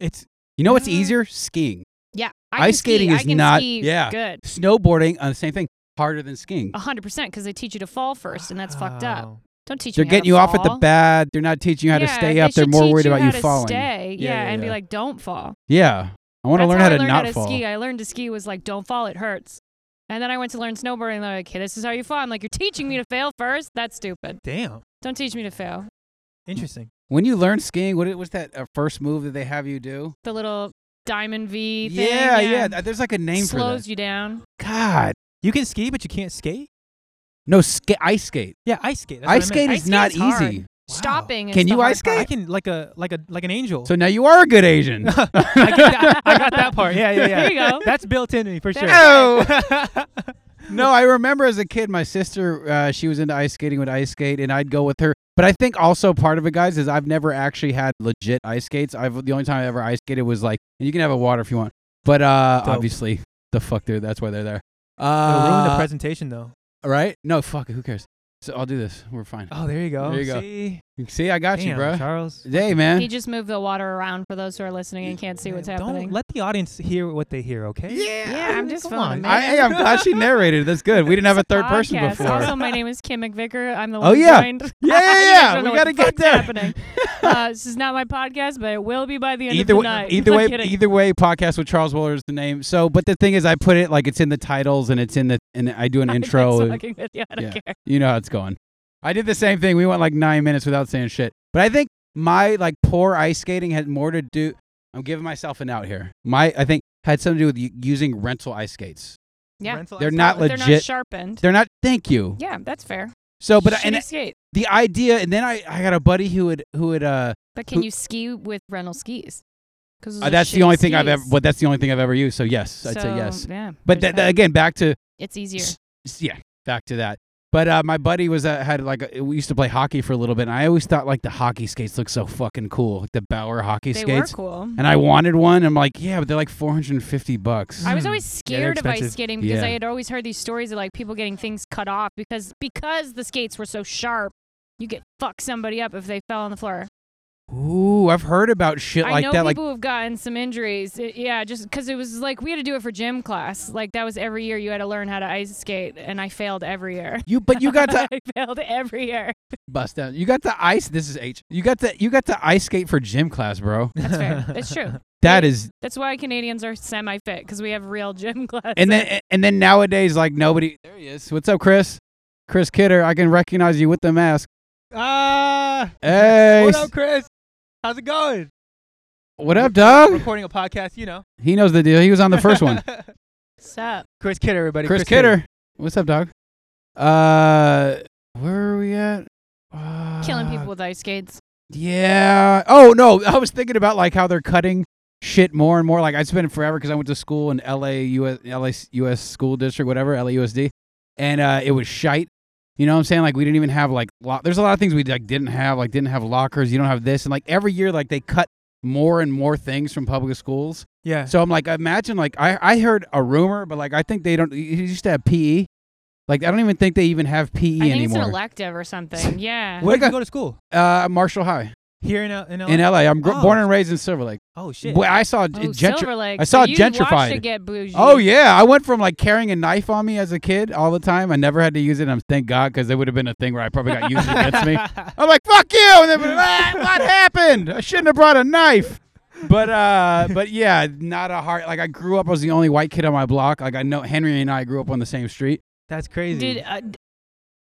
[SPEAKER 1] It's
[SPEAKER 4] You know what's
[SPEAKER 3] Uh,
[SPEAKER 4] easier? Skiing,
[SPEAKER 3] Yeah,
[SPEAKER 4] Ice
[SPEAKER 3] I can ski.
[SPEAKER 4] skating
[SPEAKER 3] I
[SPEAKER 4] is
[SPEAKER 3] can
[SPEAKER 4] not-
[SPEAKER 3] Ski
[SPEAKER 4] yeah.
[SPEAKER 3] good.
[SPEAKER 4] snowboarding, uh, same thing. Harder than skiing.
[SPEAKER 3] A hundred percent because they teach you to fall first, and that's fucked up.
[SPEAKER 1] Wow.
[SPEAKER 3] Don't teach
[SPEAKER 4] They're
[SPEAKER 3] me how
[SPEAKER 4] getting
[SPEAKER 3] to
[SPEAKER 4] you off at the
[SPEAKER 3] fall.
[SPEAKER 4] bad. They're not teaching you how to
[SPEAKER 3] Yeah,
[SPEAKER 4] stay
[SPEAKER 3] they
[SPEAKER 4] up. They're
[SPEAKER 3] should
[SPEAKER 4] more
[SPEAKER 3] teach
[SPEAKER 4] worried about
[SPEAKER 3] how
[SPEAKER 4] you
[SPEAKER 3] to
[SPEAKER 4] falling.
[SPEAKER 3] Stay,
[SPEAKER 4] Yeah,
[SPEAKER 3] yeah,
[SPEAKER 4] yeah,
[SPEAKER 3] and be
[SPEAKER 4] yeah.
[SPEAKER 3] like, don't fall.
[SPEAKER 4] Yeah, I want to
[SPEAKER 3] That's
[SPEAKER 4] learn
[SPEAKER 3] how
[SPEAKER 4] how
[SPEAKER 3] I
[SPEAKER 4] to
[SPEAKER 3] learned
[SPEAKER 4] not
[SPEAKER 3] how to
[SPEAKER 4] fall.
[SPEAKER 3] ski. I learned to ski was like, don't fall, it hurts. And then I went to learn snowboarding. and They're like, hey, this is how you fall. I'm like, you're teaching me to fail first. That's stupid.
[SPEAKER 1] Damn.
[SPEAKER 3] Don't teach me to fail.
[SPEAKER 1] Interesting.
[SPEAKER 4] When you learn skiing, what was that uh, first move that they have you do?
[SPEAKER 3] The little diamond V thing.
[SPEAKER 4] Yeah, yeah, th- There's like a name
[SPEAKER 3] slows
[SPEAKER 4] for
[SPEAKER 3] you down.
[SPEAKER 4] that. God,
[SPEAKER 1] You can ski, but you can't skate.
[SPEAKER 4] No, ska- ice skate.
[SPEAKER 1] Yeah, ice skate. That's what I
[SPEAKER 4] ice skate
[SPEAKER 1] meant.
[SPEAKER 3] Ice
[SPEAKER 4] is not
[SPEAKER 3] skate's hard.
[SPEAKER 4] easy.
[SPEAKER 3] Stopping. Is
[SPEAKER 4] Can
[SPEAKER 3] the
[SPEAKER 4] you
[SPEAKER 3] hard
[SPEAKER 4] ice
[SPEAKER 3] part.
[SPEAKER 1] I can like a like a like an angel.
[SPEAKER 4] So now you are a good Asian.
[SPEAKER 1] I, get that, I got that part. Yeah, yeah, yeah.
[SPEAKER 3] There you go.
[SPEAKER 1] That's built into me for sure.
[SPEAKER 3] That's
[SPEAKER 4] no, I remember as a kid, my sister, uh, she was into ice skating with ice skate, and I'd go with her. But I think also part of it, guys, is I've never actually had legit ice skates. I've the only time I ever ice skated was like, and you can have a water if you want, but uh,
[SPEAKER 1] Dope.
[SPEAKER 4] obviously the fuck they're that's why they're there.
[SPEAKER 1] It'll ruin the
[SPEAKER 4] Uh,
[SPEAKER 1] presentation though.
[SPEAKER 4] right? No, fuck it. Who cares? So I'll do this. We're fine.
[SPEAKER 1] Oh, there you go.
[SPEAKER 4] There you go.
[SPEAKER 1] See?
[SPEAKER 4] See, I got you,
[SPEAKER 1] Damn,
[SPEAKER 4] bro.
[SPEAKER 1] Charles.
[SPEAKER 4] Hey, man.
[SPEAKER 3] He just moved the water around for those who are listening and can't see what's
[SPEAKER 1] Don't
[SPEAKER 3] happening.
[SPEAKER 1] let the audience hear what they hear, okay?
[SPEAKER 3] yeah, I'm just
[SPEAKER 1] Come
[SPEAKER 3] filming.
[SPEAKER 1] on.
[SPEAKER 3] man.
[SPEAKER 4] I, hey, I'm glad she narrated. That's good. We didn't have a third person
[SPEAKER 3] Podcast.
[SPEAKER 4] before.
[SPEAKER 3] Also, my name is Kim McVicker. I'm the
[SPEAKER 4] Oh,
[SPEAKER 3] one who
[SPEAKER 4] yeah.
[SPEAKER 3] joined.
[SPEAKER 4] Yeah, yeah,
[SPEAKER 3] You
[SPEAKER 4] yeah.
[SPEAKER 3] guys don't
[SPEAKER 4] We
[SPEAKER 3] know
[SPEAKER 4] gotta
[SPEAKER 3] what
[SPEAKER 4] get
[SPEAKER 3] the
[SPEAKER 4] there.
[SPEAKER 3] fuck's Happening. Uh, this is not my podcast, but it will be by the end
[SPEAKER 4] either
[SPEAKER 3] of
[SPEAKER 4] way,
[SPEAKER 3] the night.
[SPEAKER 4] either
[SPEAKER 3] I'm
[SPEAKER 4] way,
[SPEAKER 3] kidding.
[SPEAKER 4] either way, podcast with Charles Willer is the name. So, but the thing is, I put it like it's in the titles and it's in the and I do an
[SPEAKER 3] I'm
[SPEAKER 4] intro.
[SPEAKER 3] just fucking with you. I don't
[SPEAKER 4] yeah.
[SPEAKER 3] care.
[SPEAKER 4] You know how it's going. I did the same thing. We went like nine minutes without saying shit. But I think my like poor ice skating had more to do. I'm giving myself an out here. My I think had something to do with u- using rental ice skates.
[SPEAKER 3] Yeah.
[SPEAKER 1] Rental
[SPEAKER 4] They're
[SPEAKER 1] ice
[SPEAKER 4] not
[SPEAKER 1] skates.
[SPEAKER 3] They're not
[SPEAKER 4] legit.
[SPEAKER 3] sharpened.
[SPEAKER 4] They're not. Thank you.
[SPEAKER 3] yeah, that's fair.
[SPEAKER 4] So, but
[SPEAKER 3] Shitty
[SPEAKER 4] and
[SPEAKER 3] skate.
[SPEAKER 4] the idea, and then I I got a buddy who would who would uh,
[SPEAKER 3] But can
[SPEAKER 4] who-
[SPEAKER 3] you ski with rental skis? Because
[SPEAKER 4] uh that's the only thing I've ever. But that's the only thing I've ever used. So yes, I'd say yes.
[SPEAKER 3] Yeah,
[SPEAKER 4] But
[SPEAKER 3] there's
[SPEAKER 4] that, that,
[SPEAKER 3] that.
[SPEAKER 4] again, back to
[SPEAKER 3] it's easier.
[SPEAKER 4] S- s- yeah, back to that. But uh, my buddy was uh, had like a, we used to play hockey for a little bit, and I always thought like the hockey skates looked so fucking cool, like the Bauer hockey
[SPEAKER 3] They
[SPEAKER 4] skates.
[SPEAKER 3] were cool.
[SPEAKER 4] And I wanted one. And I'm like, yeah, but they're like 450 bucks.
[SPEAKER 3] I was
[SPEAKER 1] Mm.
[SPEAKER 3] always
[SPEAKER 1] Yeah, they're
[SPEAKER 3] scared of ice
[SPEAKER 1] expensive.
[SPEAKER 3] skating because I
[SPEAKER 4] Yeah.
[SPEAKER 3] had always heard these stories of like people getting things cut off because because the skates were so sharp. You could fuck somebody up if they fell on the floor.
[SPEAKER 4] Ooh, I've heard about shit
[SPEAKER 3] I
[SPEAKER 4] like
[SPEAKER 3] know
[SPEAKER 4] that. Like,
[SPEAKER 3] people have gotten some injuries. It- yeah, just because it was like we had to do it for gym class. Like that was every year you had to learn how to ice skate, and I failed every year.
[SPEAKER 4] you, but you got
[SPEAKER 3] I
[SPEAKER 4] to
[SPEAKER 3] failed every year.
[SPEAKER 4] bust down. You got to ice. This is H. You got to you got to ice skate for gym class, bro.
[SPEAKER 3] That's fair. That's true.
[SPEAKER 4] That is,
[SPEAKER 3] That's why Canadians are semi-fit because we have real gym class.
[SPEAKER 4] and then and then nowadays, like nobody. There he is. What's up, Chris? Chris Kidder. I can recognize you with the mask.
[SPEAKER 1] Ah,
[SPEAKER 4] Hey,
[SPEAKER 1] what up, Chris? How's it going?
[SPEAKER 4] what up, dog?
[SPEAKER 1] Recording a podcast, you know.
[SPEAKER 4] He knows the deal. He was on the first one.
[SPEAKER 3] what's up?
[SPEAKER 1] Chris Kidder, everybody.
[SPEAKER 4] Chris, Kidder. What's up, dog? Uh, where are we at? Uh,
[SPEAKER 3] Killing people with ice skates.
[SPEAKER 4] Yeah. Oh no, I was thinking about like how they're cutting shit more and more. Like I spent forever because I went to school in L.A. U.S. L.A. U.S. school district, whatever L.A.U.S.D. and uh, it was shite. You know what I'm saying? Like we didn't even have like lo- there's a lot of things we like didn't have like didn't have lockers. You don't have this and like every year like they cut more and more things from public schools.
[SPEAKER 1] Yeah.
[SPEAKER 4] So I'm like, imagine like I, I heard a rumor, but like I think they don't. You used to have PE. Like I don't even think they even have PE
[SPEAKER 3] I think
[SPEAKER 4] anymore.
[SPEAKER 3] it's an elective or something. Yeah.
[SPEAKER 1] Where did
[SPEAKER 4] Like
[SPEAKER 1] you
[SPEAKER 4] a-
[SPEAKER 1] go to school?
[SPEAKER 4] uh, Marshall High
[SPEAKER 1] Here in L- in,
[SPEAKER 4] in
[SPEAKER 1] LA?
[SPEAKER 4] LA. I'm gr-
[SPEAKER 1] Oh.
[SPEAKER 4] born and raised in Silver Lake.
[SPEAKER 1] Oh shit.
[SPEAKER 4] Boy, I saw
[SPEAKER 3] Oh,
[SPEAKER 4] it
[SPEAKER 3] Silver Lake.
[SPEAKER 4] I saw
[SPEAKER 3] so you watched
[SPEAKER 4] gentrified.
[SPEAKER 3] it get bougie.
[SPEAKER 4] Oh yeah, I went from like carrying a knife on me as a kid all the time. I never had to use it. I'm thank God because it would have been a thing where I probably got used against me. I'm like, fuck you! And then ah, what happened? I shouldn't have brought a knife. But uh, but yeah, not a hard. Like I grew up, I was the only white kid on my block. Like I know Henry and I grew up on the same street.
[SPEAKER 1] That's crazy.
[SPEAKER 3] Did uh, d-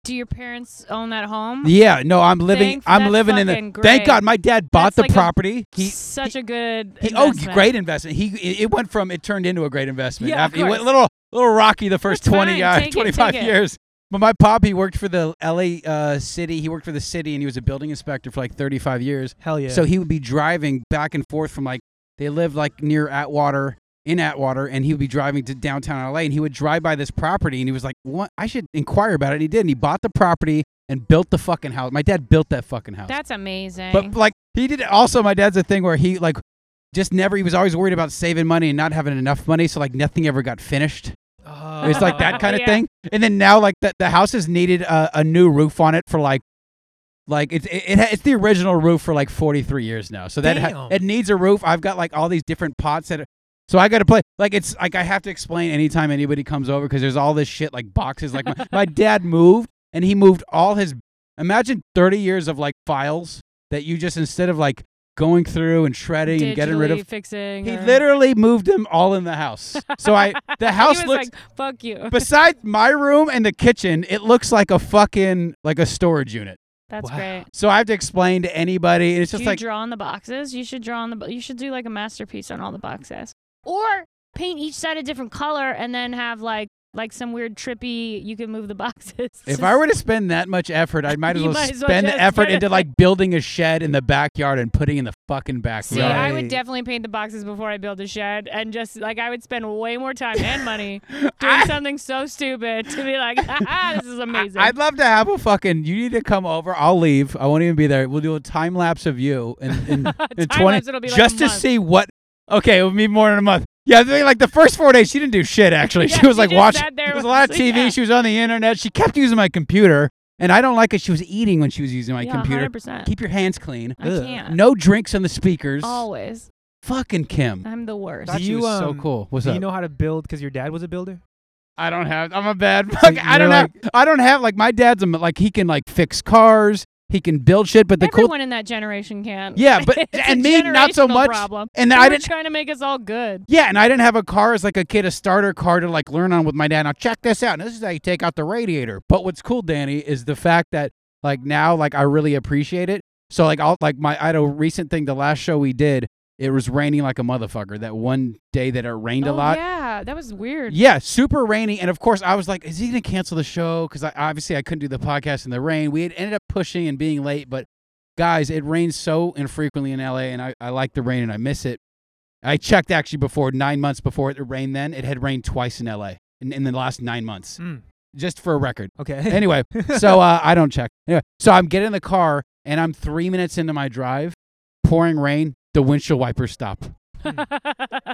[SPEAKER 3] do your parents own that home?
[SPEAKER 4] Yeah, no, I'm living.
[SPEAKER 3] Thanks,
[SPEAKER 4] I'm
[SPEAKER 3] that's
[SPEAKER 4] living in the.
[SPEAKER 3] fucking
[SPEAKER 4] Thank
[SPEAKER 3] great.
[SPEAKER 4] God, my dad
[SPEAKER 3] That's
[SPEAKER 4] bought the
[SPEAKER 3] like a-
[SPEAKER 4] property. he
[SPEAKER 3] Such
[SPEAKER 4] he,
[SPEAKER 3] a good.
[SPEAKER 4] he- oh,
[SPEAKER 3] investment.
[SPEAKER 4] great investment. He it it went from it turned into a great investment.
[SPEAKER 3] Yeah, of
[SPEAKER 4] After- it went a
[SPEAKER 3] course.
[SPEAKER 4] little little rocky the first
[SPEAKER 3] That's
[SPEAKER 4] 20
[SPEAKER 3] fine.
[SPEAKER 4] uh,
[SPEAKER 3] Take it,
[SPEAKER 4] 25
[SPEAKER 3] take it.
[SPEAKER 4] years. But my pop, he worked for the L.A. Uh, city. He worked for the city, and he was a building inspector for like 35 years.
[SPEAKER 1] Hell yeah.
[SPEAKER 4] So he would be driving back and forth from like they lived like near Atwater in Atwater, and he would be driving to downtown LA, and he would drive by this property, and he was like, "What? I should inquire about it." And he did, and he bought the property and built the fucking house. My dad built that fucking house,
[SPEAKER 3] That's amazing.
[SPEAKER 4] but like he did. Also, my dad's a thing where he like just never. He was always worried about saving money and not having enough money, so like nothing ever got finished.
[SPEAKER 1] Oh.
[SPEAKER 4] It's like that kind of
[SPEAKER 3] Yeah.
[SPEAKER 4] thing. And then now, like the, the house has needed a, a new roof on it for like, like it's it, it ha- it's the original roof for like forty three years now. So that ha-
[SPEAKER 1] Damn.
[SPEAKER 4] it needs a roof. I've got like all these different pots that. Are, so I got to play like it's like I have to explain anytime anybody comes over because there's all this shit like boxes. Like my, my dad moved and he moved all his. Imagine thirty years of like files that you just instead of like going through and shredding and getting rid
[SPEAKER 3] Digitally
[SPEAKER 4] of.
[SPEAKER 3] fixing.
[SPEAKER 4] He
[SPEAKER 3] or-
[SPEAKER 4] literally moved them all in the house. So I the
[SPEAKER 3] He
[SPEAKER 4] house
[SPEAKER 3] was
[SPEAKER 4] looks
[SPEAKER 3] like, "Fuck you."
[SPEAKER 4] besides my room and the kitchen, it looks like a fucking like a storage unit.
[SPEAKER 3] That's
[SPEAKER 1] Wow.
[SPEAKER 3] great.
[SPEAKER 4] So I have to explain to anybody, and it's
[SPEAKER 3] Do
[SPEAKER 4] just
[SPEAKER 3] you
[SPEAKER 4] like
[SPEAKER 3] draw on the boxes? You should draw on the. bo- You should do like a masterpiece on all the boxes, or paint each side a different color and then have like like some weird trippy. You can move the boxes.
[SPEAKER 4] if I were to spend that much effort, I might as
[SPEAKER 3] You
[SPEAKER 4] well
[SPEAKER 3] might as well
[SPEAKER 4] spend the
[SPEAKER 3] just
[SPEAKER 4] effort
[SPEAKER 3] get
[SPEAKER 4] into
[SPEAKER 3] it.
[SPEAKER 4] like building a shed in the backyard and putting in the fucking
[SPEAKER 3] See,
[SPEAKER 4] backyard.
[SPEAKER 3] I would
[SPEAKER 1] Right.
[SPEAKER 3] definitely paint the boxes before I build a shed, and just like I would spend way more time and money doing
[SPEAKER 4] I-
[SPEAKER 3] something so stupid to be like, "Ah, this is amazing."
[SPEAKER 4] I, would love to have a fucking. You need to come over. I'll leave. I won't even be there. We'll do a time lapse of you in, in, in
[SPEAKER 3] Time
[SPEAKER 4] twenty
[SPEAKER 3] lapse, it'll be like a
[SPEAKER 4] just to
[SPEAKER 3] month.
[SPEAKER 4] see what. Okay, it'll be more than a month. Yeah, they- like the first four days, she didn't do shit. Actually,
[SPEAKER 3] Yeah,
[SPEAKER 4] she was
[SPEAKER 3] she
[SPEAKER 4] like
[SPEAKER 3] just
[SPEAKER 4] watching.
[SPEAKER 3] sat there
[SPEAKER 4] There was a
[SPEAKER 3] with-
[SPEAKER 4] lot of TV.
[SPEAKER 3] yeah.
[SPEAKER 4] She was on the internet. She kept using my computer. And I don't like it. She was eating when she was using my
[SPEAKER 3] yeah,
[SPEAKER 4] computer.
[SPEAKER 3] 100%.
[SPEAKER 4] Keep your hands clean.
[SPEAKER 3] I
[SPEAKER 4] Ugh.
[SPEAKER 3] can't.
[SPEAKER 4] No drinks on the speakers.
[SPEAKER 3] Always.
[SPEAKER 4] Fucking Kim.
[SPEAKER 3] I'm the worst.
[SPEAKER 4] Thought
[SPEAKER 1] Do
[SPEAKER 4] she
[SPEAKER 1] you,
[SPEAKER 4] was so
[SPEAKER 1] um,
[SPEAKER 4] cool. What's
[SPEAKER 1] Do
[SPEAKER 4] up?
[SPEAKER 1] you know how to build? Because your dad was a builder.
[SPEAKER 4] I don't have. I'm a bad. Fuck, I
[SPEAKER 1] you're
[SPEAKER 4] don't have. I don't have. Like my dad's. A, m- like he can like fix cars. He can build shit. But the
[SPEAKER 3] Everyone
[SPEAKER 4] cool.
[SPEAKER 3] in that generation can.
[SPEAKER 4] Yeah, but
[SPEAKER 3] It's a
[SPEAKER 4] and me not so
[SPEAKER 3] generational
[SPEAKER 4] much.
[SPEAKER 3] Problem.
[SPEAKER 4] And
[SPEAKER 3] They
[SPEAKER 4] I
[SPEAKER 3] were
[SPEAKER 4] didn't.
[SPEAKER 3] trying to make us all good.
[SPEAKER 4] Yeah, and I didn't have a car as like a kid, a starter car to like learn on with my dad. Now check this out. And this is how you take out the radiator. But what's cool, Danny, is the fact that like now, like I really appreciate it. So like I'll like my I had a recent thing, the last show we did, it was raining like a motherfucker. That one day that it rained
[SPEAKER 3] oh,
[SPEAKER 4] a lot.
[SPEAKER 3] Yeah, that was weird.
[SPEAKER 4] Yeah, super rainy. And of course, I was like, is he going to cancel the show? Because I, obviously I couldn't do the podcast in the rain. We had ended up pushing and being late, but guys, it rains so infrequently in LA, and I, I like the rain and I miss it. I checked actually before nine months before it rained, then it had rained twice in LA in, in the last nine months,
[SPEAKER 1] Mm.
[SPEAKER 4] just for a record.
[SPEAKER 1] Okay.
[SPEAKER 4] Hmm. Anyway, so uh, I don't check. Anyway, so I'm getting in the car, and I'm three minutes into my drive, pouring rain, the windshield wipers stop.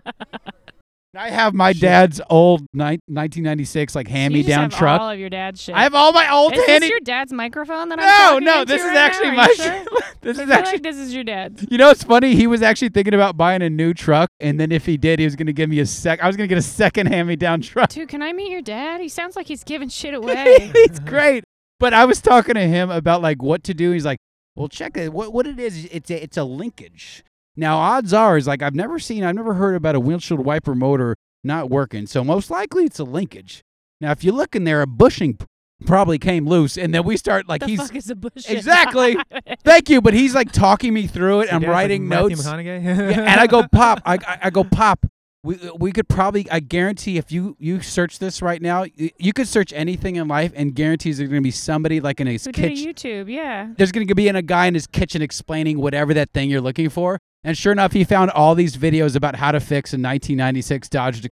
[SPEAKER 4] I have my
[SPEAKER 1] Shit.
[SPEAKER 4] dad's old ni- 1996 like hand me down
[SPEAKER 3] you just have
[SPEAKER 4] truck.
[SPEAKER 3] All of your dad's shit.
[SPEAKER 4] I have all my old
[SPEAKER 3] Is this
[SPEAKER 4] handy.
[SPEAKER 3] your dad's microphone that I'm
[SPEAKER 4] No,
[SPEAKER 3] talking
[SPEAKER 4] no,
[SPEAKER 3] into
[SPEAKER 4] this is
[SPEAKER 3] right
[SPEAKER 4] actually
[SPEAKER 3] now? Are
[SPEAKER 4] my.
[SPEAKER 3] you sure?
[SPEAKER 4] this is
[SPEAKER 3] I feel
[SPEAKER 4] actually.
[SPEAKER 3] like this is your dad's.
[SPEAKER 4] You know, it's funny. He was actually thinking about buying a new truck, and then if he did, he was going to give me a sec. I was going to get a second hand me down truck.
[SPEAKER 3] Dude, can I meet your dad? He sounds like he's giving shit away.
[SPEAKER 4] it's great. But I was talking to him about like what to do. He's like, "Well, check it. What what it is? It's a, it's a linkage. Now, odds are is like I've never seen, I've never heard about a windshield wiper motor not working. So most likely it's a linkage. Now, if you look in there, a bushing p- probably came loose, and then we start like
[SPEAKER 3] the
[SPEAKER 4] he's
[SPEAKER 3] fuck is a bush?
[SPEAKER 4] Exactly. thank you, but he's like talking me through it.
[SPEAKER 1] Your
[SPEAKER 4] I'm
[SPEAKER 1] dad's like
[SPEAKER 4] writing
[SPEAKER 1] Matthew
[SPEAKER 4] notes.
[SPEAKER 1] McConaughey.
[SPEAKER 4] Yeah, and I go pop. I, I I go pop. We we could probably I guarantee if you you search this right now, you, you could search anything in life and guarantees there's gonna be somebody like in his
[SPEAKER 3] Who did a
[SPEAKER 4] kitchen.
[SPEAKER 3] YouTube? Yeah.
[SPEAKER 4] There's gonna be in a guy in his kitchen explaining whatever that thing you're looking for. And sure enough, he found all these videos about how to fix a 1996 Dodge Dac-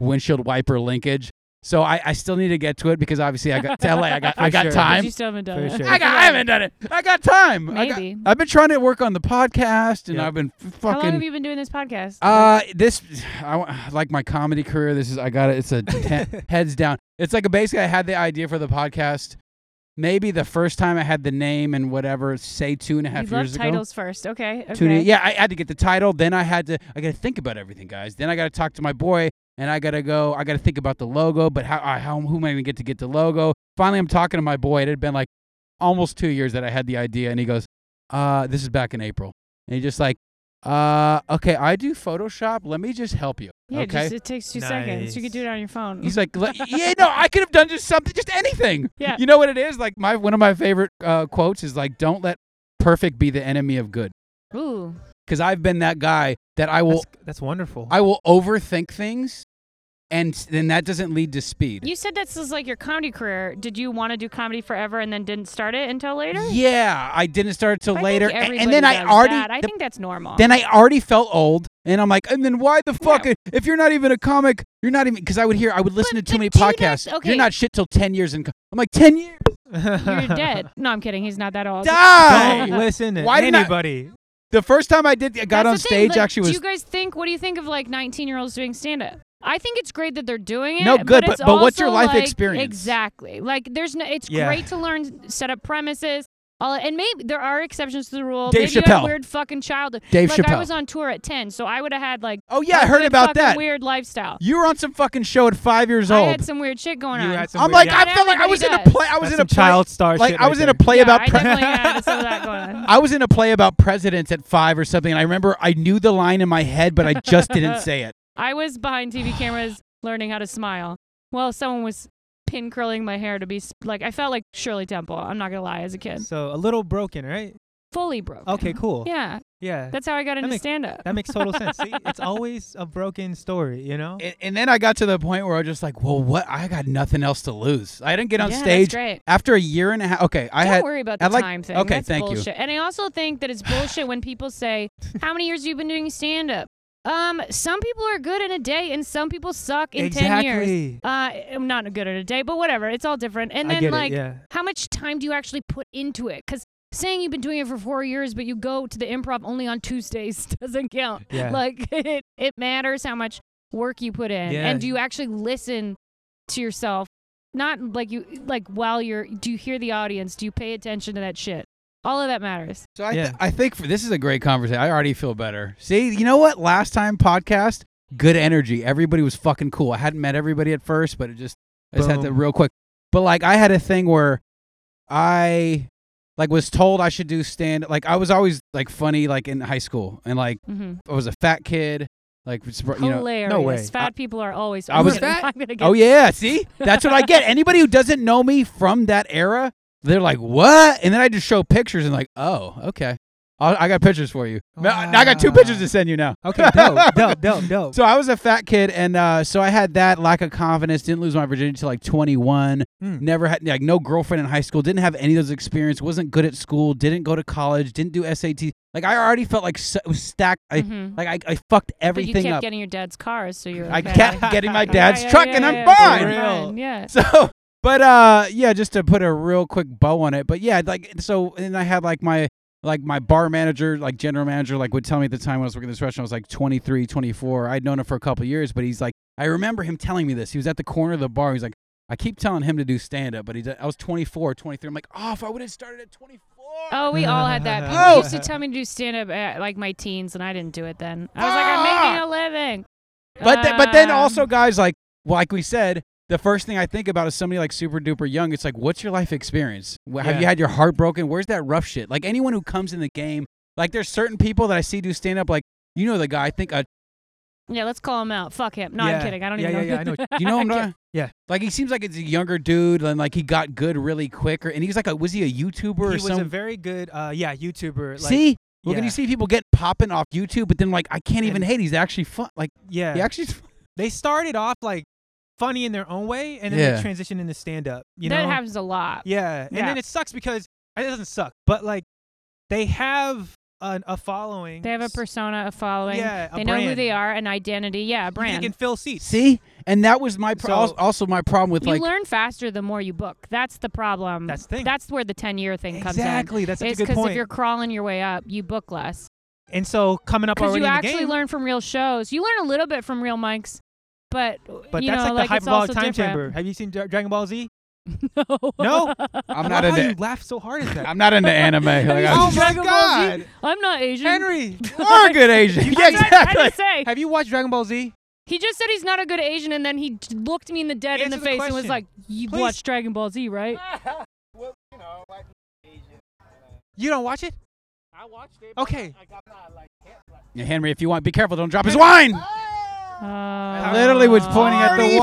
[SPEAKER 4] windshield wiper linkage. So I, I still need to get to it because obviously I got to LA. I got I
[SPEAKER 1] For
[SPEAKER 4] got
[SPEAKER 1] sure.
[SPEAKER 3] But
[SPEAKER 4] time.
[SPEAKER 3] you still haven't done
[SPEAKER 1] For
[SPEAKER 3] it.
[SPEAKER 1] sure.
[SPEAKER 4] I got I haven't done it. I got time. I got-
[SPEAKER 3] Maybe.
[SPEAKER 4] I've been trying to work on the podcast and
[SPEAKER 1] Yep.
[SPEAKER 4] I've been f- fucking.
[SPEAKER 3] How long have you been doing this podcast?
[SPEAKER 4] Uh, this I wa- like my comedy career. This is I got it. It's a ten, heads down. It's like a basically I had the idea for the podcast. Maybe the first time I had the name and whatever, say two and a half
[SPEAKER 3] you love
[SPEAKER 4] years
[SPEAKER 3] titles first. Okay. okay.
[SPEAKER 4] ago. Two and a- yeah, I had to get the title. Then I had to. I got to think about everything, guys. Then I got to talk to my boy, and I got to go. I got to think about the logo. But how, I- how who am I going to get to get the logo? Finally, I'm talking to my boy. It had been like almost two years that I had the idea, and he goes, "Uh, this is back in April," and he just like. Uh, okay, I do Photoshop. Let me just help you.
[SPEAKER 3] Yeah,
[SPEAKER 4] okay.
[SPEAKER 3] just, it takes two seconds. You could do it on your phone.
[SPEAKER 4] He's like, "Let- yeah, no, I could have done just something, just anything.
[SPEAKER 3] Yeah.
[SPEAKER 4] You know what it is? Like my one of my favorite uh, quotes is like, "Don't let perfect be the enemy of good,"
[SPEAKER 3] Ooh.
[SPEAKER 4] because I've been that guy that I will
[SPEAKER 1] that's, that's wonderful.
[SPEAKER 4] I will overthink things, and s- then that doesn't lead to speed.
[SPEAKER 3] You said this is like your comedy career. Did you want to do comedy forever and then didn't start it until later?
[SPEAKER 4] Yeah, I didn't start till
[SPEAKER 3] I
[SPEAKER 4] later,
[SPEAKER 3] think
[SPEAKER 4] a- and,
[SPEAKER 3] everybody
[SPEAKER 4] then I
[SPEAKER 3] does
[SPEAKER 4] already
[SPEAKER 3] that. I
[SPEAKER 4] the-
[SPEAKER 3] think that's normal.
[SPEAKER 4] then I already felt old, and I'm like, and then why the fuck? If you're not even a comic, you're not even because I would hear I would listen
[SPEAKER 3] But-
[SPEAKER 4] to
[SPEAKER 3] but
[SPEAKER 4] too many
[SPEAKER 3] do you not-
[SPEAKER 4] podcasts. You're
[SPEAKER 3] okay. Oh,
[SPEAKER 4] not shit till ten years in. co- I'm like ten years.
[SPEAKER 3] You're dead. No, I'm kidding. He's not that old.
[SPEAKER 4] Die.
[SPEAKER 1] Don't listen to
[SPEAKER 4] Why didn't I-
[SPEAKER 1] anybody.
[SPEAKER 4] The first time I did I got
[SPEAKER 3] That's
[SPEAKER 4] on
[SPEAKER 3] the thing,
[SPEAKER 4] stage
[SPEAKER 3] like,
[SPEAKER 4] actually
[SPEAKER 3] Do
[SPEAKER 4] was
[SPEAKER 3] you guys think? What do you think of like 19 year olds doing stand up? I think it's great that they're doing it.
[SPEAKER 4] No, good,
[SPEAKER 3] But, it's
[SPEAKER 4] but- but what's your
[SPEAKER 3] also,
[SPEAKER 4] life
[SPEAKER 3] like-
[SPEAKER 4] experience?
[SPEAKER 3] Exactly. Like there's no. It's
[SPEAKER 1] Yeah.
[SPEAKER 3] great to learn set up premises. All, and maybe there are exceptions to the rule.
[SPEAKER 4] Dave
[SPEAKER 3] maybe you had
[SPEAKER 4] Chappelle.
[SPEAKER 3] a weird fucking childhood.
[SPEAKER 4] Dave
[SPEAKER 3] like
[SPEAKER 4] Chappelle.
[SPEAKER 3] I was on tour at 10, so I would have had like.
[SPEAKER 4] oh yeah, I
[SPEAKER 3] a
[SPEAKER 4] heard
[SPEAKER 3] good
[SPEAKER 4] about
[SPEAKER 3] fucking
[SPEAKER 4] that.
[SPEAKER 3] Weird lifestyle.
[SPEAKER 4] You were on some fucking show at five years
[SPEAKER 3] I
[SPEAKER 4] old.
[SPEAKER 3] had some weird shit going
[SPEAKER 1] You
[SPEAKER 3] on. Oh,
[SPEAKER 1] had some
[SPEAKER 4] I'm
[SPEAKER 1] weird-
[SPEAKER 4] like
[SPEAKER 1] yeah,
[SPEAKER 4] I felt like I was in a
[SPEAKER 3] everybody
[SPEAKER 4] play. I
[SPEAKER 1] That's
[SPEAKER 4] was in
[SPEAKER 1] some
[SPEAKER 4] a play,
[SPEAKER 1] child star
[SPEAKER 4] Like
[SPEAKER 1] shit
[SPEAKER 4] I
[SPEAKER 1] right
[SPEAKER 4] was in a
[SPEAKER 1] there.
[SPEAKER 4] play
[SPEAKER 3] yeah,
[SPEAKER 4] about.
[SPEAKER 3] I
[SPEAKER 4] pre-
[SPEAKER 3] definitely had some of that going on.
[SPEAKER 4] I was in a play about presidents at five or something, and I remember I knew the line in my head, but I just didn't say it.
[SPEAKER 3] I was behind TV cameras learning how to smile. Well, someone was pin curling my hair to be s- like I felt like Shirley Temple. I'm not gonna lie, as a kid,
[SPEAKER 1] So a little broken, right?
[SPEAKER 3] fully broke.
[SPEAKER 1] Okay, cool.
[SPEAKER 3] Yeah,
[SPEAKER 1] Yeah.
[SPEAKER 3] that's how I got into
[SPEAKER 1] makes-
[SPEAKER 3] stand up.
[SPEAKER 1] That makes total sense. See, it's always a broken story, you know?
[SPEAKER 4] And, and then I got to the point where I was just like, well, what? I got nothing else to lose. I didn't get on
[SPEAKER 3] yeah, That's
[SPEAKER 4] stage
[SPEAKER 3] great.
[SPEAKER 4] after a year and a half. Okay, I
[SPEAKER 3] Don't
[SPEAKER 4] had.
[SPEAKER 3] worry about
[SPEAKER 4] I
[SPEAKER 3] the
[SPEAKER 4] like-
[SPEAKER 3] time thing.
[SPEAKER 4] okay,
[SPEAKER 3] That's
[SPEAKER 4] thank you.
[SPEAKER 3] bullshit. And I also think that it's bullshit when people say, "How many years have you been doing stand up?" Um, some people are good in a day, and some people suck in
[SPEAKER 1] exactly.
[SPEAKER 3] ten years. Uh, I'm not good in a day, but whatever. It's all different. And
[SPEAKER 1] I
[SPEAKER 3] then
[SPEAKER 1] get
[SPEAKER 3] like
[SPEAKER 1] it. Yeah.
[SPEAKER 3] how much time do you actually put into it? Because saying you've been doing it for four years, but you go to the improv only on Tuesdays doesn't count.
[SPEAKER 1] Yeah.
[SPEAKER 3] Like it, it matters how much work you put in,
[SPEAKER 1] Yeah.
[SPEAKER 3] and do you actually listen to yourself not like you like while you're do you hear the audience? Do you pay attention to that shit? All of that matters.
[SPEAKER 4] So I, th-
[SPEAKER 1] Yeah.
[SPEAKER 4] I think for, this is a great conversation. I already feel better. See, you know what? Last time podcast, good energy. Everybody was fucking cool. I hadn't met everybody at first, but it just I just had to
[SPEAKER 1] Boom.
[SPEAKER 4] real quick. But like I had a thing where I like was told I should do stand. Like I was always like funny like in high school, and like
[SPEAKER 3] Mm-hmm.
[SPEAKER 4] I was a fat kid. Like it's- you know,
[SPEAKER 3] Hilarious.
[SPEAKER 4] no way.
[SPEAKER 3] Fat people are always.
[SPEAKER 4] I was
[SPEAKER 3] I'm gonna-
[SPEAKER 4] fat?
[SPEAKER 3] I'm gonna get-
[SPEAKER 4] Oh yeah, see? That's what I get. Anybody who doesn't know me from that era, they're like, "What?" And then I just show pictures and like, "Oh, okay." I'll, I got pictures for you. Ma- I got two
[SPEAKER 1] Wow.
[SPEAKER 4] pictures to send you now.
[SPEAKER 1] Okay, dope, dope, dope, dope.
[SPEAKER 4] So I was a fat kid, and uh, so I had that lack of confidence. Didn't lose my virginity till like 21.
[SPEAKER 1] Mm.
[SPEAKER 4] Never had like no girlfriend in high school. Didn't have any of those experience. Wasn't good at school. Didn't go to college. Didn't do SAT. Like I already felt like so, stacked. I
[SPEAKER 3] Mhm.
[SPEAKER 4] like I, I fucked
[SPEAKER 3] But you
[SPEAKER 4] everything
[SPEAKER 3] kept
[SPEAKER 4] up.
[SPEAKER 3] getting your dad's cars, so you're.
[SPEAKER 4] I
[SPEAKER 3] okay.
[SPEAKER 4] kept getting my
[SPEAKER 3] Yeah,
[SPEAKER 4] dad's
[SPEAKER 3] yeah,
[SPEAKER 4] truck,
[SPEAKER 3] yeah,
[SPEAKER 4] and I'm
[SPEAKER 3] yeah,
[SPEAKER 4] fine.
[SPEAKER 3] so you're
[SPEAKER 1] Real.
[SPEAKER 3] fine, Yeah.
[SPEAKER 4] So, but uh, yeah, just to put a real quick bow on it. But yeah, like so, and I had like my like my bar manager, like general manager, like would tell me at the time when I was working at this restaurant, I was like 23, 24. I'd known him for a couple years, but he's like, I remember him telling me this. He was at the corner of the bar. He's like, I keep telling him to do stand up, but he, d- I was 24, 23. I'm like, oh, if I would have started at 24.
[SPEAKER 3] Oh, we all had that. People
[SPEAKER 4] Oh.
[SPEAKER 3] used to tell me to do stand up at like my teens, and I didn't do it then. I was like, I'm making a living.
[SPEAKER 4] But th- but then
[SPEAKER 3] Um,
[SPEAKER 4] also, guys, like like we said, the first thing I think about is somebody like super duper young. It's like, what's your life experience? Wh- Have
[SPEAKER 1] Yeah.
[SPEAKER 4] you had your heart broken? Where's that rough shit? Like anyone who comes in the game, like there's certain people that I see do stand up. Like you know the guy, I think uh,
[SPEAKER 3] Yeah, let's call him out. Fuck him. No,
[SPEAKER 1] yeah.
[SPEAKER 3] I'm kidding. I don't
[SPEAKER 1] yeah,
[SPEAKER 3] even
[SPEAKER 1] yeah,
[SPEAKER 3] know.
[SPEAKER 1] Yeah, I know.
[SPEAKER 4] do you know him, Nora?
[SPEAKER 1] Yeah.
[SPEAKER 4] Like he seems like it's a younger dude, and like he got good really quick. Or, and he's like, a, was he a YouTuber
[SPEAKER 1] He
[SPEAKER 4] or
[SPEAKER 1] was a
[SPEAKER 4] something?
[SPEAKER 1] very good, uh, yeah, YouTuber. Like,
[SPEAKER 4] see, well,
[SPEAKER 1] yeah.
[SPEAKER 4] when you see people get popping off YouTube, but then like I can't even
[SPEAKER 1] And-
[SPEAKER 4] hate. He's actually fun. Like
[SPEAKER 1] yeah,
[SPEAKER 4] he actually.
[SPEAKER 1] they started off like funny in their own way, and then
[SPEAKER 4] Yeah.
[SPEAKER 1] they transitioned into stand up. You
[SPEAKER 3] that
[SPEAKER 1] know,
[SPEAKER 3] happens a lot.
[SPEAKER 1] yeah, and
[SPEAKER 3] Yeah.
[SPEAKER 1] then it sucks because it doesn't suck, but like they have an, a following.
[SPEAKER 3] They have a
[SPEAKER 1] s-
[SPEAKER 3] persona, a following.
[SPEAKER 1] Yeah, a
[SPEAKER 3] they know who
[SPEAKER 1] brand.
[SPEAKER 3] they are, an identity. Yeah, a
[SPEAKER 1] You think
[SPEAKER 3] brand.
[SPEAKER 1] They
[SPEAKER 3] You,
[SPEAKER 1] can fill seats.
[SPEAKER 4] See, and that was my pro-
[SPEAKER 1] So-
[SPEAKER 4] also my problem with like
[SPEAKER 3] learn faster the more you book. That's the problem.
[SPEAKER 1] That's the thing.
[SPEAKER 3] That's where the 10 year thing comes in.
[SPEAKER 1] exactly. That's such
[SPEAKER 3] It's
[SPEAKER 1] a good
[SPEAKER 3] because if
[SPEAKER 1] point.
[SPEAKER 3] you're crawling your way up, you book less.
[SPEAKER 1] And so coming up
[SPEAKER 3] Because
[SPEAKER 1] already
[SPEAKER 3] you
[SPEAKER 1] in the
[SPEAKER 3] actually
[SPEAKER 1] game,
[SPEAKER 3] learn from real shows. You leon a little bit from real mics, but
[SPEAKER 1] but
[SPEAKER 3] you
[SPEAKER 1] that's
[SPEAKER 3] know,
[SPEAKER 1] like the
[SPEAKER 3] it's
[SPEAKER 1] hyperbolic
[SPEAKER 3] also
[SPEAKER 1] time chamber.
[SPEAKER 3] different.
[SPEAKER 1] Have you seen Dra- Dragon Ball Z?
[SPEAKER 3] no,
[SPEAKER 1] No?
[SPEAKER 4] I'm
[SPEAKER 1] I
[SPEAKER 4] not
[SPEAKER 1] love how
[SPEAKER 4] into
[SPEAKER 1] you laugh so hard at that.
[SPEAKER 4] I'm not into anime. Like, I'm-
[SPEAKER 3] Oh my God. I'm not Asian.
[SPEAKER 1] Henry,
[SPEAKER 4] Or a good Asian.
[SPEAKER 3] I
[SPEAKER 4] yeah,
[SPEAKER 3] said- I
[SPEAKER 4] exactly.
[SPEAKER 3] didn't say.
[SPEAKER 1] have you watched Dragon Ball Z?
[SPEAKER 3] He just said he's not a good Asian, and then he d- looked me in the dead in
[SPEAKER 1] Answer
[SPEAKER 3] the
[SPEAKER 1] the
[SPEAKER 3] face and was
[SPEAKER 1] question.
[SPEAKER 3] like, "You
[SPEAKER 1] Please.
[SPEAKER 3] watched Dragon Ball Z, right?"
[SPEAKER 1] You don't watch it? I watched it. Okay.
[SPEAKER 4] Yeah, Henry, if you want, be careful. Don't drop his wine.
[SPEAKER 3] Uh,
[SPEAKER 4] I literally was pointing at the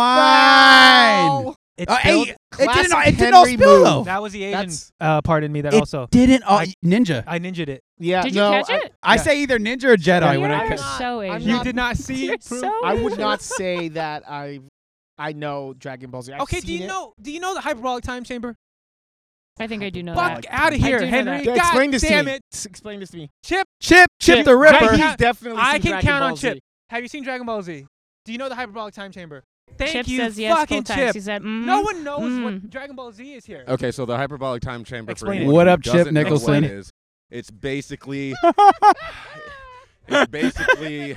[SPEAKER 4] wine.
[SPEAKER 1] It's
[SPEAKER 4] Uh, hey,
[SPEAKER 1] built-
[SPEAKER 4] it didn't, all- it
[SPEAKER 5] classic
[SPEAKER 4] didn't all
[SPEAKER 5] Henry
[SPEAKER 4] spill,
[SPEAKER 5] move.
[SPEAKER 4] though.
[SPEAKER 1] that was the Asian
[SPEAKER 5] That's-
[SPEAKER 1] uh, part in me that
[SPEAKER 4] It
[SPEAKER 1] also
[SPEAKER 4] didn't all.
[SPEAKER 1] I-
[SPEAKER 4] ninja.
[SPEAKER 1] I ninja'd it.
[SPEAKER 5] Yeah,
[SPEAKER 3] Did you
[SPEAKER 5] Uh, no,
[SPEAKER 3] catch
[SPEAKER 5] I,
[SPEAKER 3] it?
[SPEAKER 4] I
[SPEAKER 5] yeah.
[SPEAKER 4] say either ninja or Jedi
[SPEAKER 5] Yeah,
[SPEAKER 4] when I
[SPEAKER 5] I I'm
[SPEAKER 3] You're
[SPEAKER 4] catch.
[SPEAKER 5] not-
[SPEAKER 3] so
[SPEAKER 5] I'm
[SPEAKER 3] Asian.
[SPEAKER 1] You
[SPEAKER 5] not-
[SPEAKER 1] did not see.
[SPEAKER 3] You're
[SPEAKER 1] it, proof?
[SPEAKER 3] so
[SPEAKER 5] I would not say that I I know Dragon Ball Z. I've
[SPEAKER 1] okay, do
[SPEAKER 5] seen
[SPEAKER 1] you
[SPEAKER 5] it.
[SPEAKER 1] know? Do you know the hyperbolic time chamber?
[SPEAKER 3] I think I do know
[SPEAKER 1] Fuck
[SPEAKER 3] that.
[SPEAKER 1] out of
[SPEAKER 3] I
[SPEAKER 1] here,
[SPEAKER 3] do know
[SPEAKER 1] Henry.
[SPEAKER 5] Yeah,
[SPEAKER 1] God
[SPEAKER 5] explain this
[SPEAKER 1] damn
[SPEAKER 5] to me.
[SPEAKER 1] it,
[SPEAKER 5] S- Explain this to me.
[SPEAKER 1] Chip.
[SPEAKER 4] Chip, Chip,
[SPEAKER 1] Chip,
[SPEAKER 4] the Ripper.
[SPEAKER 1] Right,
[SPEAKER 5] He's definitely.
[SPEAKER 1] I
[SPEAKER 5] seen
[SPEAKER 1] can
[SPEAKER 5] Dragon
[SPEAKER 1] count on
[SPEAKER 5] Ball Z.
[SPEAKER 1] Chip. Have you seen Dragon Ball Z? Do you know the hyperbolic time chamber? Thank
[SPEAKER 3] Chip
[SPEAKER 1] you,
[SPEAKER 3] says yes
[SPEAKER 1] fucking
[SPEAKER 3] full times.
[SPEAKER 1] Chip.
[SPEAKER 3] He said, mm,
[SPEAKER 1] No one knows
[SPEAKER 3] Mm.
[SPEAKER 1] what Dragon Ball Z is here.
[SPEAKER 2] Okay, so the hyperbolic time chamber.
[SPEAKER 1] Explain it.
[SPEAKER 2] anyone
[SPEAKER 4] What
[SPEAKER 2] who
[SPEAKER 4] up, Chip
[SPEAKER 2] doesn't know what
[SPEAKER 4] Nicholson?
[SPEAKER 2] it is, it's basically. it's basically.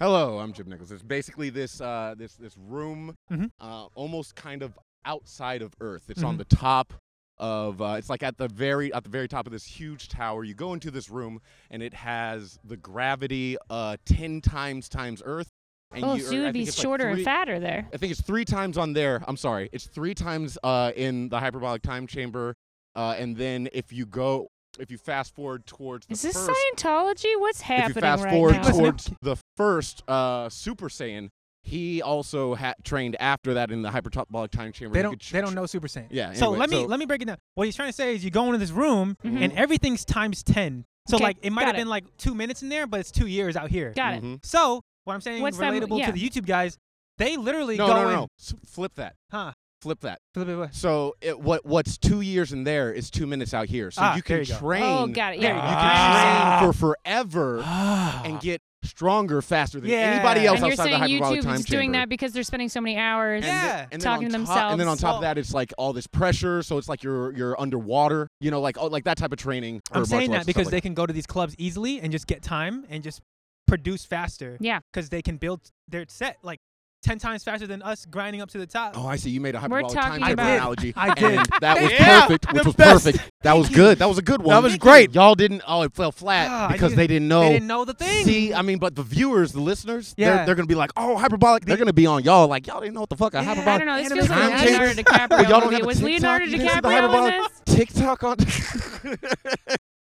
[SPEAKER 2] Hello, I'm Chip Nicholson. It's basically this uh, this this room,
[SPEAKER 1] Mhm.
[SPEAKER 2] uh, almost kind of outside of Earth. It's on
[SPEAKER 1] Mhm.
[SPEAKER 2] the top of. Uh, it's like at the very at the very top of this huge tower. You go into this room, and it has the gravity uh, ten times times Earth. And
[SPEAKER 3] Oh,
[SPEAKER 2] you,
[SPEAKER 3] so
[SPEAKER 2] or
[SPEAKER 3] you
[SPEAKER 2] I
[SPEAKER 3] would be
[SPEAKER 2] think it's like
[SPEAKER 3] shorter and
[SPEAKER 2] three-
[SPEAKER 3] fatter there.
[SPEAKER 2] I think it's three times on there. I'm sorry. It's three times uh, in the hyperbolic time chamber. Uh, and then if you go, if you fast forward towards the
[SPEAKER 3] Is this
[SPEAKER 2] first,
[SPEAKER 3] Scientology? What's
[SPEAKER 2] if you
[SPEAKER 3] happening
[SPEAKER 2] fast
[SPEAKER 3] right
[SPEAKER 2] forward
[SPEAKER 3] now?
[SPEAKER 2] towards the first uh, Super Saiyan, he also ha- trained after that in the hyperbolic time chamber.
[SPEAKER 1] They
[SPEAKER 2] He
[SPEAKER 1] don't.
[SPEAKER 2] could ch-
[SPEAKER 1] They don't know Super Saiyan.
[SPEAKER 2] Yeah,
[SPEAKER 1] so
[SPEAKER 2] anyway,
[SPEAKER 1] let me
[SPEAKER 2] so- Mm-hmm.
[SPEAKER 1] let me break it down. What he's trying to say is you go into this room
[SPEAKER 3] Mhm.
[SPEAKER 1] and everything's times ten. So
[SPEAKER 3] Okay,
[SPEAKER 1] like it might
[SPEAKER 3] got
[SPEAKER 1] have
[SPEAKER 3] it.
[SPEAKER 1] been like two minutes in there, but it's two years out here.
[SPEAKER 3] Got it.
[SPEAKER 2] Mhm.
[SPEAKER 1] So what I'm saying
[SPEAKER 3] What's
[SPEAKER 1] is
[SPEAKER 3] that mo-
[SPEAKER 1] relatable
[SPEAKER 3] yeah.
[SPEAKER 1] to the YouTube guys. They literally
[SPEAKER 2] No,
[SPEAKER 1] go
[SPEAKER 2] no, no,
[SPEAKER 1] in.
[SPEAKER 2] no. S- flip that.
[SPEAKER 1] Huh.
[SPEAKER 2] Flip that.
[SPEAKER 1] Flip it, what?
[SPEAKER 2] So it, what what's two years in there is two minutes out here. So
[SPEAKER 1] Ah,
[SPEAKER 2] you
[SPEAKER 1] there
[SPEAKER 2] can
[SPEAKER 1] you go.
[SPEAKER 2] train.
[SPEAKER 3] Oh, got it.
[SPEAKER 2] You
[SPEAKER 3] Yeah.
[SPEAKER 2] can
[SPEAKER 4] Ah.
[SPEAKER 2] train for forever.
[SPEAKER 1] Ah.
[SPEAKER 2] and get stronger faster than
[SPEAKER 1] Yeah.
[SPEAKER 2] anybody else
[SPEAKER 3] Uh-huh. And you're
[SPEAKER 2] outside the
[SPEAKER 3] saying
[SPEAKER 2] hyperbolic
[SPEAKER 3] YouTube
[SPEAKER 2] time
[SPEAKER 3] is
[SPEAKER 2] chamber.
[SPEAKER 3] doing that because they're spending so many hours.
[SPEAKER 1] Yeah.
[SPEAKER 2] and
[SPEAKER 3] talking
[SPEAKER 2] then
[SPEAKER 3] to
[SPEAKER 2] on top- and then on
[SPEAKER 3] themselves.
[SPEAKER 2] top of that, it's like all this pressure. So it's like you're you're underwater, you know, like oh, like that type of training.
[SPEAKER 1] I'm
[SPEAKER 2] or martial
[SPEAKER 1] saying that
[SPEAKER 2] arts and stuff
[SPEAKER 1] because they
[SPEAKER 2] like
[SPEAKER 1] can go to these clubs easily and just get time and just produce faster
[SPEAKER 3] Yeah.
[SPEAKER 1] because they can build their set. Like ten times faster than us grinding up to the top.
[SPEAKER 6] Oh, I see. You made a hyperbolic
[SPEAKER 3] talking
[SPEAKER 6] time chamber
[SPEAKER 3] about-
[SPEAKER 6] analogy.
[SPEAKER 1] I did.
[SPEAKER 6] And that was
[SPEAKER 5] Yeah,
[SPEAKER 6] perfect, which
[SPEAKER 5] the
[SPEAKER 6] was
[SPEAKER 5] best.
[SPEAKER 6] perfect. That was good. That was a good one.
[SPEAKER 2] That was
[SPEAKER 1] Thank
[SPEAKER 2] great. Y'all didn't. Oh, it fell flat
[SPEAKER 1] Ah, I
[SPEAKER 2] because
[SPEAKER 1] didn't-
[SPEAKER 2] they didn't
[SPEAKER 1] They
[SPEAKER 2] know.
[SPEAKER 1] didn't know the thing.
[SPEAKER 2] Oh. See, I mean, but the viewers, the listeners,
[SPEAKER 1] Yeah.
[SPEAKER 2] they're, they're gonna be like, oh, hyperbolic. They're gonna be on y'all like, y'all didn't know what the fuck a
[SPEAKER 1] Yeah.
[SPEAKER 3] I
[SPEAKER 2] hyperbolic.
[SPEAKER 3] don't know. This
[SPEAKER 1] Anime
[SPEAKER 3] feels like
[SPEAKER 2] time
[SPEAKER 3] a Leonardo
[SPEAKER 2] chambers?
[SPEAKER 3] DiCaprio
[SPEAKER 2] Well, y'all don't
[SPEAKER 3] movie.
[SPEAKER 2] have a
[SPEAKER 3] Was
[SPEAKER 2] TikTok?
[SPEAKER 3] Leonardo
[SPEAKER 2] You didn't see the
[SPEAKER 3] DiCaprio in
[SPEAKER 2] hyperbolic-
[SPEAKER 3] this?
[SPEAKER 2] TikTok on.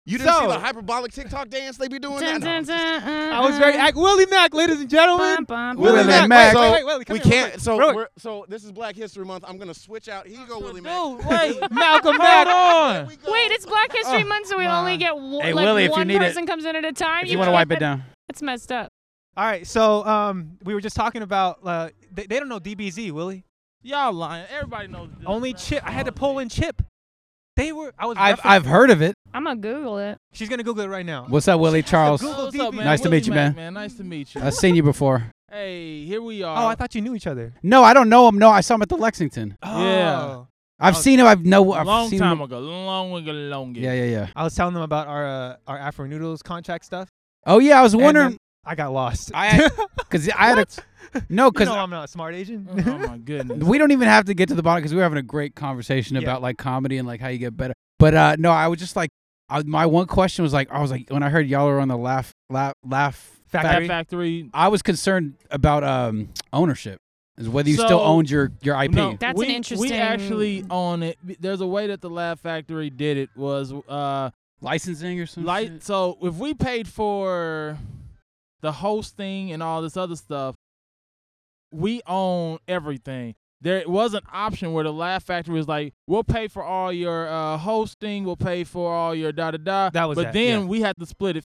[SPEAKER 2] you didn't see
[SPEAKER 1] So-
[SPEAKER 2] the hyperbolic TikTok dance they be doing? that?
[SPEAKER 3] Dun,
[SPEAKER 2] No,
[SPEAKER 3] dun,
[SPEAKER 2] I'm just-
[SPEAKER 3] dun, uh,
[SPEAKER 1] I was very
[SPEAKER 3] uh,
[SPEAKER 1] ac- Willie Mack, ladies and gentlemen.
[SPEAKER 3] bum, bum,
[SPEAKER 2] Willie
[SPEAKER 3] bum.
[SPEAKER 2] Mac.
[SPEAKER 1] Wait,
[SPEAKER 2] So,
[SPEAKER 1] wait, wait, Willie, come
[SPEAKER 2] we
[SPEAKER 1] here real
[SPEAKER 2] can't.
[SPEAKER 1] quick.
[SPEAKER 2] So
[SPEAKER 1] Real-
[SPEAKER 2] we're so this is Black History Month. I'm gonna switch out. Here you go, Willie Mack.
[SPEAKER 1] Dude, wait, Malcolm Mack.
[SPEAKER 2] Here we go.
[SPEAKER 3] Wait, it's Black
[SPEAKER 2] Oh.
[SPEAKER 3] History Month, so we
[SPEAKER 1] my.
[SPEAKER 3] only get one,
[SPEAKER 4] Hey,
[SPEAKER 3] like
[SPEAKER 4] Willie, if you
[SPEAKER 3] one
[SPEAKER 4] need it-
[SPEAKER 3] person comes in at a time.
[SPEAKER 4] If you
[SPEAKER 3] want
[SPEAKER 4] want to wipe it down.
[SPEAKER 3] That's messed up.
[SPEAKER 1] All right, so um, we were just talking about uh, they, they don't know DBZ, Willie.
[SPEAKER 7] Y'all lying. Everybody knows. this.
[SPEAKER 1] Only Chip. I had to pull in Chip. They were. I was.
[SPEAKER 4] I've
[SPEAKER 1] referencing-
[SPEAKER 4] I've heard of it.
[SPEAKER 3] I'm gonna Google it.
[SPEAKER 1] She's gonna Google it right now.
[SPEAKER 4] What's up, Willie Charles?
[SPEAKER 1] Google
[SPEAKER 7] What's up,
[SPEAKER 1] DB.
[SPEAKER 7] man?
[SPEAKER 4] Nice to
[SPEAKER 7] Willie
[SPEAKER 4] meet you,
[SPEAKER 7] Mack,
[SPEAKER 4] man. Uh,
[SPEAKER 7] Nice to meet you.
[SPEAKER 4] I've seen you before.
[SPEAKER 7] Hey, here we are.
[SPEAKER 1] Oh, I thought you knew each other.
[SPEAKER 4] No, I don't know him. No, I saw him at the Lexington.
[SPEAKER 7] Yeah.
[SPEAKER 1] Oh.
[SPEAKER 4] I've
[SPEAKER 1] Oh.
[SPEAKER 4] seen him. I've no. I've
[SPEAKER 7] long
[SPEAKER 4] seen
[SPEAKER 7] time
[SPEAKER 4] Him.
[SPEAKER 7] ago. Long ago. Long ago.
[SPEAKER 4] Yeah, yeah, yeah.
[SPEAKER 1] I was telling them about our uh, our Afro Noodles contract stuff.
[SPEAKER 4] Oh yeah, I was
[SPEAKER 1] and
[SPEAKER 4] wondering
[SPEAKER 1] then I got lost.
[SPEAKER 4] I- because I had a no
[SPEAKER 1] you
[SPEAKER 4] because
[SPEAKER 1] know I'm not a smart Asian.
[SPEAKER 7] Oh my goodness.
[SPEAKER 4] we don't even have to get to the bottom because we were having a great conversation
[SPEAKER 1] Yeah.
[SPEAKER 4] about like comedy and like how you get better. But uh no, I was just like, I, my one question was like, I was like, when I heard y'all were on the laugh, laugh, laugh
[SPEAKER 1] Factory.
[SPEAKER 7] Fat Factory.
[SPEAKER 4] I was concerned about um ownership, is whether you still
[SPEAKER 7] So-
[SPEAKER 4] owned your your IP.
[SPEAKER 7] No,
[SPEAKER 3] That's an
[SPEAKER 7] we,
[SPEAKER 3] interesting-
[SPEAKER 7] We actually own it. There's a way that the Laugh Factory did it was uh
[SPEAKER 4] Licensing or something.
[SPEAKER 7] Light. So if we paid for the hosting and all this other stuff, we own everything. There was an option where the Laugh Factory was like, "We'll pay for all your uh, hosting. We'll pay for all your da da da."
[SPEAKER 1] That was
[SPEAKER 7] But
[SPEAKER 1] that,
[SPEAKER 7] then
[SPEAKER 1] yeah.
[SPEAKER 7] we had to split it 50-50.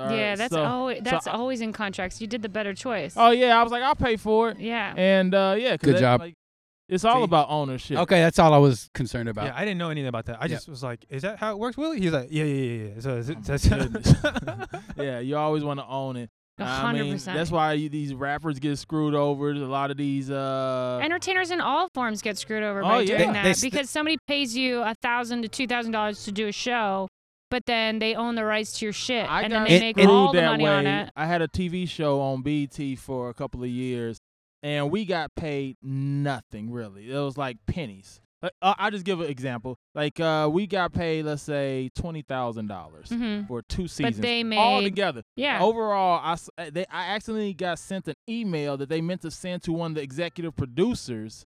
[SPEAKER 7] all right?
[SPEAKER 3] yeah, that's
[SPEAKER 7] So-
[SPEAKER 3] always that's
[SPEAKER 7] I-
[SPEAKER 3] always in contracts. You did the better choice.
[SPEAKER 7] Oh yeah, I was like, "I'll pay for it,"
[SPEAKER 3] yeah.
[SPEAKER 7] and uh, yeah, 'cause
[SPEAKER 4] Good
[SPEAKER 7] that,
[SPEAKER 4] job.
[SPEAKER 7] Like, it's all
[SPEAKER 1] See?
[SPEAKER 7] about ownership.
[SPEAKER 4] Okay, that's all I was concerned about.
[SPEAKER 1] Yeah, I didn't know anything about that. I
[SPEAKER 4] Yeah.
[SPEAKER 1] just was like, "Is that how it works, Willie?" He's like, "Yeah, yeah, yeah." yeah. So, is it,
[SPEAKER 7] my
[SPEAKER 1] that's-
[SPEAKER 7] Yeah, you always want to own it.
[SPEAKER 3] A
[SPEAKER 7] I
[SPEAKER 3] hundred
[SPEAKER 7] mean,
[SPEAKER 3] percent.
[SPEAKER 7] that's why you, these rappers get screwed over. A lot of these. Uh,
[SPEAKER 3] Entertainers in all forms get screwed over
[SPEAKER 7] Oh,
[SPEAKER 3] by
[SPEAKER 7] yeah.
[SPEAKER 3] doing
[SPEAKER 4] They-
[SPEAKER 3] that
[SPEAKER 4] they s-
[SPEAKER 3] because somebody pays you a thousand to two thousand dollars to do a show, but then they own the rights to your shit,
[SPEAKER 7] I
[SPEAKER 3] and then
[SPEAKER 7] got
[SPEAKER 3] they
[SPEAKER 4] It-
[SPEAKER 3] make
[SPEAKER 4] it-
[SPEAKER 3] all
[SPEAKER 7] screwed
[SPEAKER 3] the
[SPEAKER 7] that
[SPEAKER 3] money
[SPEAKER 7] way.
[SPEAKER 3] on it.
[SPEAKER 7] I had a TV show on BT for a couple of years, and we got paid nothing really. It was like pennies. Like, uh, I'll just give an example. Like uh, we got paid, let's say twenty thousand dollars
[SPEAKER 3] hmm
[SPEAKER 7] for two
[SPEAKER 3] But
[SPEAKER 7] seasons.
[SPEAKER 3] they
[SPEAKER 7] all oh,
[SPEAKER 3] made
[SPEAKER 7] together.
[SPEAKER 3] yeah.
[SPEAKER 7] Overall, I, s- uh, they, I accidentally got sent an email that they meant to send to one of the executive producers,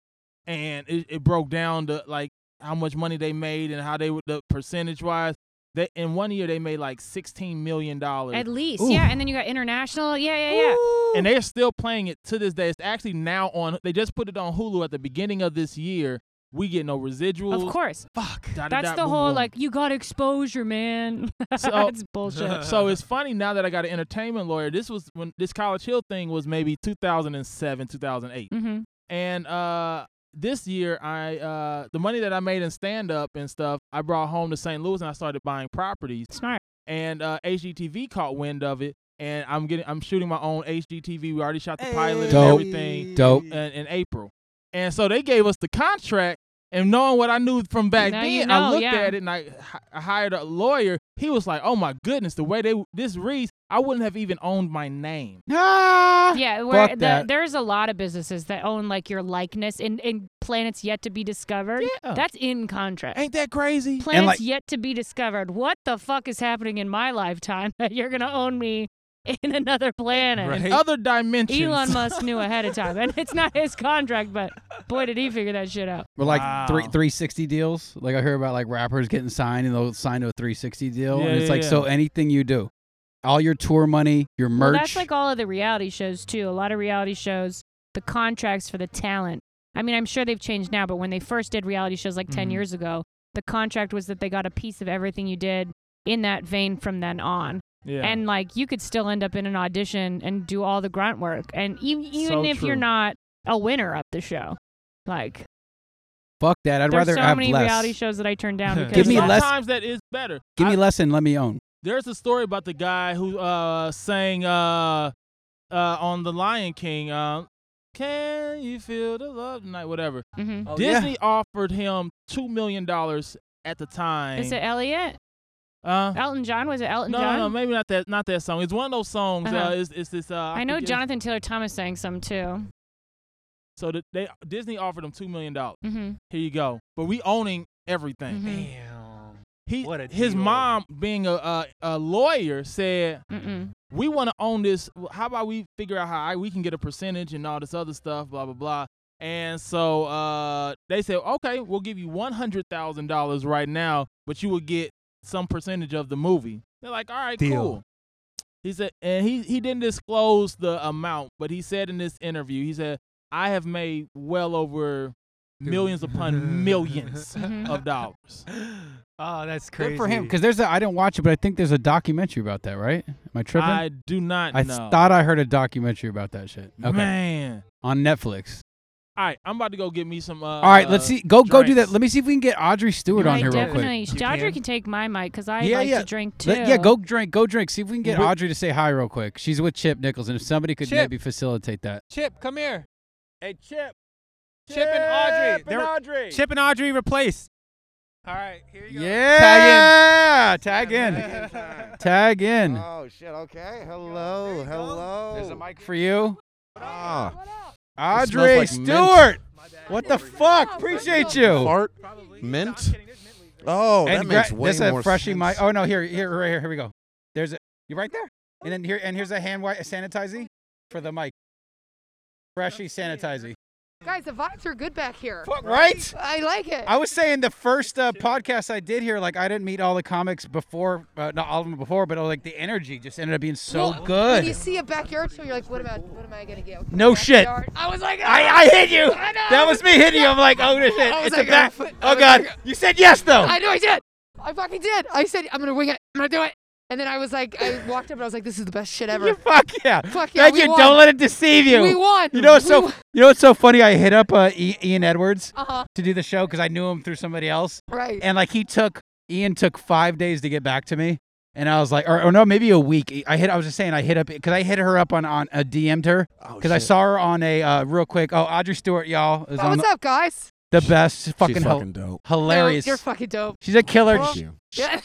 [SPEAKER 7] and it, it broke down to like how much money they made and how they would the percentage wise. They in one year they made like sixteen million dollars,
[SPEAKER 3] at least
[SPEAKER 4] Ooh.
[SPEAKER 3] yeah, and then you got international yeah yeah yeah.
[SPEAKER 7] and they're still playing it to this day. It's actually now on. They just put it on Hulu at the beginning of this year. We get no residuals.
[SPEAKER 3] Of course,
[SPEAKER 1] Fuck.
[SPEAKER 7] da, da,
[SPEAKER 3] that's
[SPEAKER 7] da,
[SPEAKER 3] the
[SPEAKER 7] boom,
[SPEAKER 3] whole
[SPEAKER 7] boom.
[SPEAKER 3] like you got exposure, man.
[SPEAKER 7] So-
[SPEAKER 3] it's bullshit.
[SPEAKER 7] so it's funny now that I got an entertainment lawyer. This was when this College Hill thing was maybe 2007, 2008.
[SPEAKER 3] hmm
[SPEAKER 7] And uh this year I uh the money that I made in stand up and stuff, I brought home to St. Louis and I started buying properties
[SPEAKER 3] Smart.
[SPEAKER 7] and uh HGTV caught wind of it and I'm getting I'm shooting my own HGTV. We already shot the pilot
[SPEAKER 4] Dope.
[SPEAKER 7] and everything
[SPEAKER 4] Dope.
[SPEAKER 7] in, in April. And so they gave us the contract and knowing what I knew from back
[SPEAKER 3] Now
[SPEAKER 7] then,
[SPEAKER 3] you
[SPEAKER 7] I
[SPEAKER 3] know,
[SPEAKER 7] looked
[SPEAKER 3] yeah.
[SPEAKER 7] at it and I, hi- I hired a lawyer. He was like, "Oh my goodness, the way they this reads, I wouldn't have even owned my name."
[SPEAKER 4] Ah!
[SPEAKER 3] Yeah, where
[SPEAKER 4] Fuck
[SPEAKER 3] the,
[SPEAKER 4] that.
[SPEAKER 3] there's a lot of businesses that own like your likeness in, in planets yet to be discovered.
[SPEAKER 7] Yeah.
[SPEAKER 3] That's in contract.
[SPEAKER 7] Ain't that crazy?
[SPEAKER 3] planets
[SPEAKER 4] like-
[SPEAKER 3] yet to be discovered. What the fuck is happening in my lifetime that you're gonna own me in another planet?
[SPEAKER 1] Right.
[SPEAKER 7] In other dimensions.
[SPEAKER 3] Elon Musk knew ahead of time, and it's not his contract, but boy, did he figure that shit out.
[SPEAKER 4] We're like three
[SPEAKER 7] Wow.
[SPEAKER 4] 360 deals. Like I hear about like rappers getting signed and they'll sign to a 360 deal.
[SPEAKER 7] Yeah,
[SPEAKER 4] and it's
[SPEAKER 7] yeah,
[SPEAKER 4] like
[SPEAKER 7] yeah.
[SPEAKER 4] so anything you do, all your tour money, your merch.
[SPEAKER 3] Well, that's like all of the reality shows too. A lot of reality shows, the contracts for the talent. I mean, I'm sure they've changed now, but when they first did reality shows like 10
[SPEAKER 4] Mm-hmm.
[SPEAKER 1] Mhm.
[SPEAKER 3] years ago, the contract was that they got a piece of everything you did in that vein from then on.
[SPEAKER 7] Yeah.
[SPEAKER 3] and like you could still end up in an audition and do all the grunt work and e- even
[SPEAKER 7] So
[SPEAKER 3] if
[SPEAKER 7] true.
[SPEAKER 3] you're not a winner of the show like
[SPEAKER 4] Fuck that. I'd
[SPEAKER 3] there's
[SPEAKER 4] rather
[SPEAKER 3] so
[SPEAKER 4] have
[SPEAKER 3] many
[SPEAKER 4] less.
[SPEAKER 3] reality shows that i turned down
[SPEAKER 1] Give
[SPEAKER 3] because
[SPEAKER 4] me
[SPEAKER 3] like,
[SPEAKER 4] less-
[SPEAKER 7] Sometimes that is better.
[SPEAKER 4] Give
[SPEAKER 7] I-
[SPEAKER 4] me less and let me own.
[SPEAKER 7] There's a story about the guy who uh sang uh uh on The Lion King. Um, can you feel the love tonight? Whatever.
[SPEAKER 3] Mhm.
[SPEAKER 7] Disney offered him two million dollars at the time.
[SPEAKER 3] is it elliot
[SPEAKER 7] Uh,
[SPEAKER 3] elton john was it elton
[SPEAKER 7] no,
[SPEAKER 3] john
[SPEAKER 7] no, maybe not that. Not that song. It's one of those songs. uh
[SPEAKER 3] Uh-huh.
[SPEAKER 7] it's, it's this. Uh,
[SPEAKER 3] i know
[SPEAKER 7] think it's-
[SPEAKER 3] jonathan taylor thomas sang some too
[SPEAKER 7] So that they Disney offered him two million dollars.
[SPEAKER 3] Mm-hmm.
[SPEAKER 7] Here you go. But we owning everything.
[SPEAKER 4] Hmm.
[SPEAKER 3] Mhm.
[SPEAKER 1] Damn.
[SPEAKER 7] He
[SPEAKER 1] What a
[SPEAKER 7] his
[SPEAKER 1] deal.
[SPEAKER 7] mom being a, a a lawyer said
[SPEAKER 3] Mm-mm.
[SPEAKER 7] we want to own this. How about we figure out how I, we can get a percentage and all this other stuff, blah blah blah. And so uh, they said, okay, we'll give you one hundred thousand dollars right now, but you will get some percentage of the movie. They're like, all right,
[SPEAKER 1] Deal.
[SPEAKER 7] cool. He said, and he he didn't disclose the amount, but he said in this interview, he said, I have made well over millions upon millions
[SPEAKER 3] Mhm.
[SPEAKER 7] of dollars.
[SPEAKER 1] Oh, that's crazy.
[SPEAKER 4] Good for him because there's a I didn't watch it, but I think there's a documentary about that, right? Am I tripping?
[SPEAKER 7] I do not
[SPEAKER 4] I
[SPEAKER 7] know.
[SPEAKER 4] thought I heard a documentary about that shit. Okay,
[SPEAKER 7] Man.
[SPEAKER 4] on Netflix.
[SPEAKER 7] All right, I'm about to go get me some. Uh,
[SPEAKER 4] All right, let's
[SPEAKER 7] uh,
[SPEAKER 4] see. Go go do that.
[SPEAKER 7] drinks.
[SPEAKER 4] Let me see if we can get Audrey Stewart
[SPEAKER 3] No,
[SPEAKER 4] on
[SPEAKER 3] I
[SPEAKER 4] here real
[SPEAKER 3] definitely.
[SPEAKER 4] quick.
[SPEAKER 3] should-
[SPEAKER 1] You
[SPEAKER 3] Audrey
[SPEAKER 1] can?
[SPEAKER 3] can take my mic because I
[SPEAKER 4] Yeah,
[SPEAKER 3] like
[SPEAKER 4] yeah.
[SPEAKER 3] to drink too.
[SPEAKER 4] Let- yeah, go drink. Go drink. See if we can get
[SPEAKER 1] Wh-
[SPEAKER 4] Audrey to say hi real quick. She's with Chip Nichols, and if somebody could
[SPEAKER 1] Chip.
[SPEAKER 4] maybe facilitate that.
[SPEAKER 1] Chip, come here.
[SPEAKER 7] Hey, Chip.
[SPEAKER 1] Chip and Audrey.
[SPEAKER 7] Chip and
[SPEAKER 1] They're-
[SPEAKER 7] Audrey.
[SPEAKER 1] Chip and Audrey replaced. All right, here you go.
[SPEAKER 4] Yeah, tag in.
[SPEAKER 1] Yeah.
[SPEAKER 4] Tag in.
[SPEAKER 2] Oh shit! Okay. Hello. Hello.
[SPEAKER 5] There's a mic for
[SPEAKER 4] For you,
[SPEAKER 2] Ah.
[SPEAKER 6] It smells
[SPEAKER 4] Audrey
[SPEAKER 6] like mint.
[SPEAKER 4] Stewart.
[SPEAKER 1] My bad.
[SPEAKER 4] What the fuck? Appreciate you.
[SPEAKER 2] Fart.
[SPEAKER 1] Probably.
[SPEAKER 2] Mint?
[SPEAKER 1] No, I'm kidding. There's mint leaves there.
[SPEAKER 2] Oh, that
[SPEAKER 4] And
[SPEAKER 2] makes
[SPEAKER 4] gra-
[SPEAKER 2] way
[SPEAKER 4] this
[SPEAKER 2] more
[SPEAKER 4] a freshie
[SPEAKER 2] sense.
[SPEAKER 4] mic. Oh no, here, here, right here, here we go. There's a you right there, and then here, and here's a hand wi- sanitizer for the mic. Freshie sanitizer.
[SPEAKER 8] Guys, the vibes are good back here.
[SPEAKER 4] Fuck, Right?
[SPEAKER 8] I like it.
[SPEAKER 4] I was saying the first uh, podcast I did here, like I didn't meet all the comics before, uh, not all of them before, but like the energy just ended up being so
[SPEAKER 8] Well, When you
[SPEAKER 4] good.
[SPEAKER 8] see a backyard show, you're like, what about what am I gonna get?
[SPEAKER 4] No shit.
[SPEAKER 8] Backyard. I was like,
[SPEAKER 4] I, I hit you.
[SPEAKER 8] I know.
[SPEAKER 4] That was me hitting you. I'm like, oh shit,
[SPEAKER 8] I was
[SPEAKER 4] it's
[SPEAKER 8] like,
[SPEAKER 4] a back.
[SPEAKER 8] I was
[SPEAKER 4] Oh
[SPEAKER 8] like-
[SPEAKER 4] god, you said yes though.
[SPEAKER 8] I know I did. I fucking did. I said I'm gonna wing it. I'm gonna do it. And then I was like, I walked up and I was like, this is the best shit ever.
[SPEAKER 4] You fuck yeah.
[SPEAKER 8] Fuck yeah,
[SPEAKER 4] Thank
[SPEAKER 8] we
[SPEAKER 4] you.
[SPEAKER 8] won.
[SPEAKER 4] Don't let it deceive you.
[SPEAKER 8] We won.
[SPEAKER 4] You know what's
[SPEAKER 8] We
[SPEAKER 4] so
[SPEAKER 8] won.
[SPEAKER 4] you know what's so funny? I hit up uh, I- Ian Edwards
[SPEAKER 8] Uh-huh.
[SPEAKER 4] to do the show because I knew him through somebody else,
[SPEAKER 8] Right.
[SPEAKER 4] and like he took Ian took five days to get back to me, and I was like, or, or no, maybe a week. I hit. I was just saying I hit up because I hit her up on on a DM'd her
[SPEAKER 2] Oh,
[SPEAKER 4] because I
[SPEAKER 2] shit.
[SPEAKER 4] saw her on a uh, real quick. Oh, Audrey Stewart, y'all is
[SPEAKER 8] Oh,
[SPEAKER 4] on
[SPEAKER 8] what's
[SPEAKER 4] the,
[SPEAKER 8] up, guys?
[SPEAKER 4] the best. Fucking,
[SPEAKER 2] She's
[SPEAKER 4] hel-
[SPEAKER 2] fucking dope.
[SPEAKER 4] hilarious.
[SPEAKER 8] No, you're fucking dope.
[SPEAKER 4] She's a killer.
[SPEAKER 8] Well,
[SPEAKER 4] Ch-
[SPEAKER 2] you.
[SPEAKER 8] Yeah.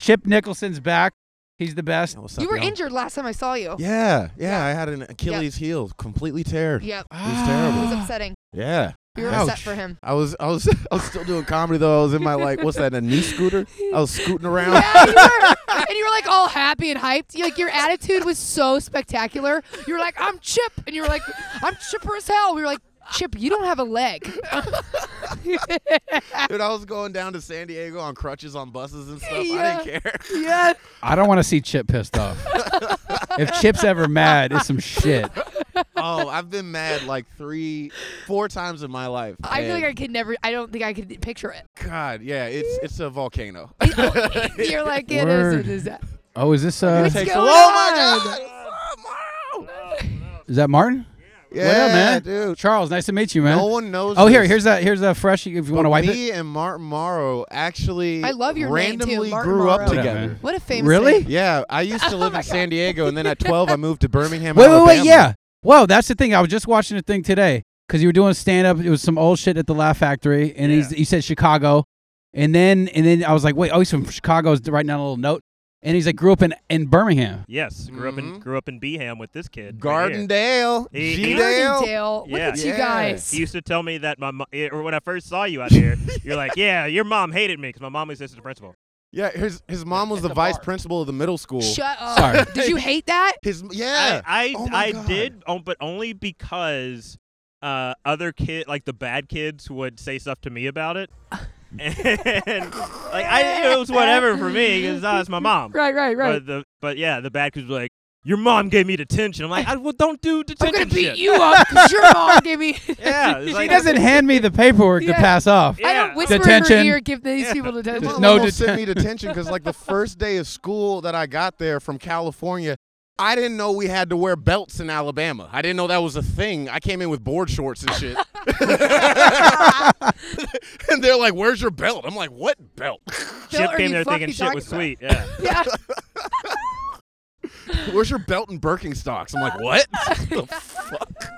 [SPEAKER 4] Chip Nicholson's back. He's the best.
[SPEAKER 2] Yeah, what's
[SPEAKER 8] you
[SPEAKER 2] up,
[SPEAKER 8] were
[SPEAKER 2] y'all?
[SPEAKER 8] injured last time I saw you.
[SPEAKER 2] Yeah, yeah, I had an Achilles heel completely teared. Yeah.
[SPEAKER 8] Yep.
[SPEAKER 2] It was terrible.
[SPEAKER 8] It was upsetting. You were upset for him.
[SPEAKER 2] I was, I was, I was still doing comedy though. I was in my like, what's that, a knee scooter? I was scooting around.
[SPEAKER 8] Yeah, you were, and you were like all happy and hyped. You- Like your attitude was so spectacular. You were like, "I'm Chip," and you were like, "I'm chipper as hell." We were like, "Chip, you don't have a leg."
[SPEAKER 2] Dude, I was going down to San Diego on crutches on buses and stuff.
[SPEAKER 8] Yeah.
[SPEAKER 2] I didn't care.
[SPEAKER 8] yeah,
[SPEAKER 4] I don't want to see Chip pissed off. if Chip's ever mad, it's some shit.
[SPEAKER 2] oh, I've been mad like three, four times in my life.
[SPEAKER 8] I feel
[SPEAKER 2] and
[SPEAKER 8] like I could never. I don't think I could picture it.
[SPEAKER 2] God, yeah, it's it's a volcano.
[SPEAKER 8] You're like, "Yeah, no,
[SPEAKER 4] Word.
[SPEAKER 8] it is that."
[SPEAKER 4] Oh, is this uh?
[SPEAKER 8] What's
[SPEAKER 2] Takes a-
[SPEAKER 8] going
[SPEAKER 2] oh
[SPEAKER 8] on?
[SPEAKER 2] my God! Wow.
[SPEAKER 4] Is that Martin?
[SPEAKER 2] Yeah,
[SPEAKER 4] What up, man?
[SPEAKER 2] dude.
[SPEAKER 4] Charles, nice to meet you, man.
[SPEAKER 2] No one knows.
[SPEAKER 4] oh, here,
[SPEAKER 2] this.
[SPEAKER 4] here's a here's a fresh. If you want to
[SPEAKER 2] But
[SPEAKER 4] wipe it,
[SPEAKER 2] me and Martin Morrow actually
[SPEAKER 8] I love your name, too,
[SPEAKER 2] randomly
[SPEAKER 8] Martin
[SPEAKER 2] grew
[SPEAKER 8] Morrow. Oh
[SPEAKER 2] up
[SPEAKER 8] What
[SPEAKER 4] up,
[SPEAKER 2] together.
[SPEAKER 4] man?
[SPEAKER 8] What a famous
[SPEAKER 4] really?
[SPEAKER 8] name.
[SPEAKER 2] Yeah, I used to live in San Diego, and then at 12, I moved to Birmingham.
[SPEAKER 4] Wait, wait,
[SPEAKER 2] Alabama.
[SPEAKER 4] wait. Yeah. Whoa, that's the thing. I was just watching a thing today because you were doing stand up. It was some old shit at the Laugh Factory, and he's, he said Chicago, and then and then I was like, wait, oh, he's from Chicago. Is writing down a little note, and he's like, grew up in in Birmingham.
[SPEAKER 9] Yes, grew up
[SPEAKER 8] Mm-hmm.
[SPEAKER 2] Mhm.
[SPEAKER 9] in grew up in Beeham with this kid. right here.
[SPEAKER 2] Gardendale,
[SPEAKER 9] He-
[SPEAKER 2] G
[SPEAKER 9] he-
[SPEAKER 2] Dale.
[SPEAKER 8] Dale. Look
[SPEAKER 9] Yeah.
[SPEAKER 8] at you
[SPEAKER 2] Yeah.
[SPEAKER 9] He
[SPEAKER 8] guys.
[SPEAKER 9] used to tell me that my mo- eh, or when I first saw you out here, you're like, yeah, your mom hated me because my mom was assistant principal.
[SPEAKER 2] Yeah, his his mom was the, vice principal of the middle school.
[SPEAKER 8] Shut up.
[SPEAKER 4] Sorry.
[SPEAKER 8] Did you hate that?
[SPEAKER 2] his yeah,
[SPEAKER 9] I I,
[SPEAKER 2] Oh my
[SPEAKER 9] I
[SPEAKER 2] God.
[SPEAKER 9] did, oh, but only because uh, other kid like the bad kids would say stuff to me about it, and like I it was whatever for me because was my mom.
[SPEAKER 8] Right, right, right.
[SPEAKER 9] But the but yeah, the bad kids were like, your mom gave me detention. I'm like, I, well, don't do
[SPEAKER 8] I'm
[SPEAKER 9] detention
[SPEAKER 8] gonna beat
[SPEAKER 9] shit."
[SPEAKER 8] you up because your mom gave me.
[SPEAKER 9] Yeah, it's
[SPEAKER 4] He
[SPEAKER 9] like-
[SPEAKER 4] doesn't hand me the paperwork to
[SPEAKER 8] Yeah.
[SPEAKER 4] pass off.
[SPEAKER 8] I don't
[SPEAKER 9] Yeah.
[SPEAKER 8] whisper
[SPEAKER 4] Detention.
[SPEAKER 8] in her ear. Give these
[SPEAKER 9] Yeah.
[SPEAKER 8] people detention.
[SPEAKER 2] His
[SPEAKER 4] There's
[SPEAKER 2] mom
[SPEAKER 4] no
[SPEAKER 2] almost
[SPEAKER 4] deten-
[SPEAKER 2] sent me detention because like the first day of school that I got there from California, I didn't know we had to wear belts in Alabama. I didn't know that was a thing. I came in with board shorts and shit. and they're like, "Where's your belt?" I'm like, "What belt?
[SPEAKER 8] Bill,
[SPEAKER 9] Chip
[SPEAKER 8] are
[SPEAKER 9] came
[SPEAKER 8] you
[SPEAKER 9] there thinking
[SPEAKER 8] fucking
[SPEAKER 9] shit was
[SPEAKER 8] talking
[SPEAKER 9] sweet. Yeah.
[SPEAKER 8] Yeah.
[SPEAKER 2] Where's your belt and Birkenstocks?" I'm like, "What the fuck?"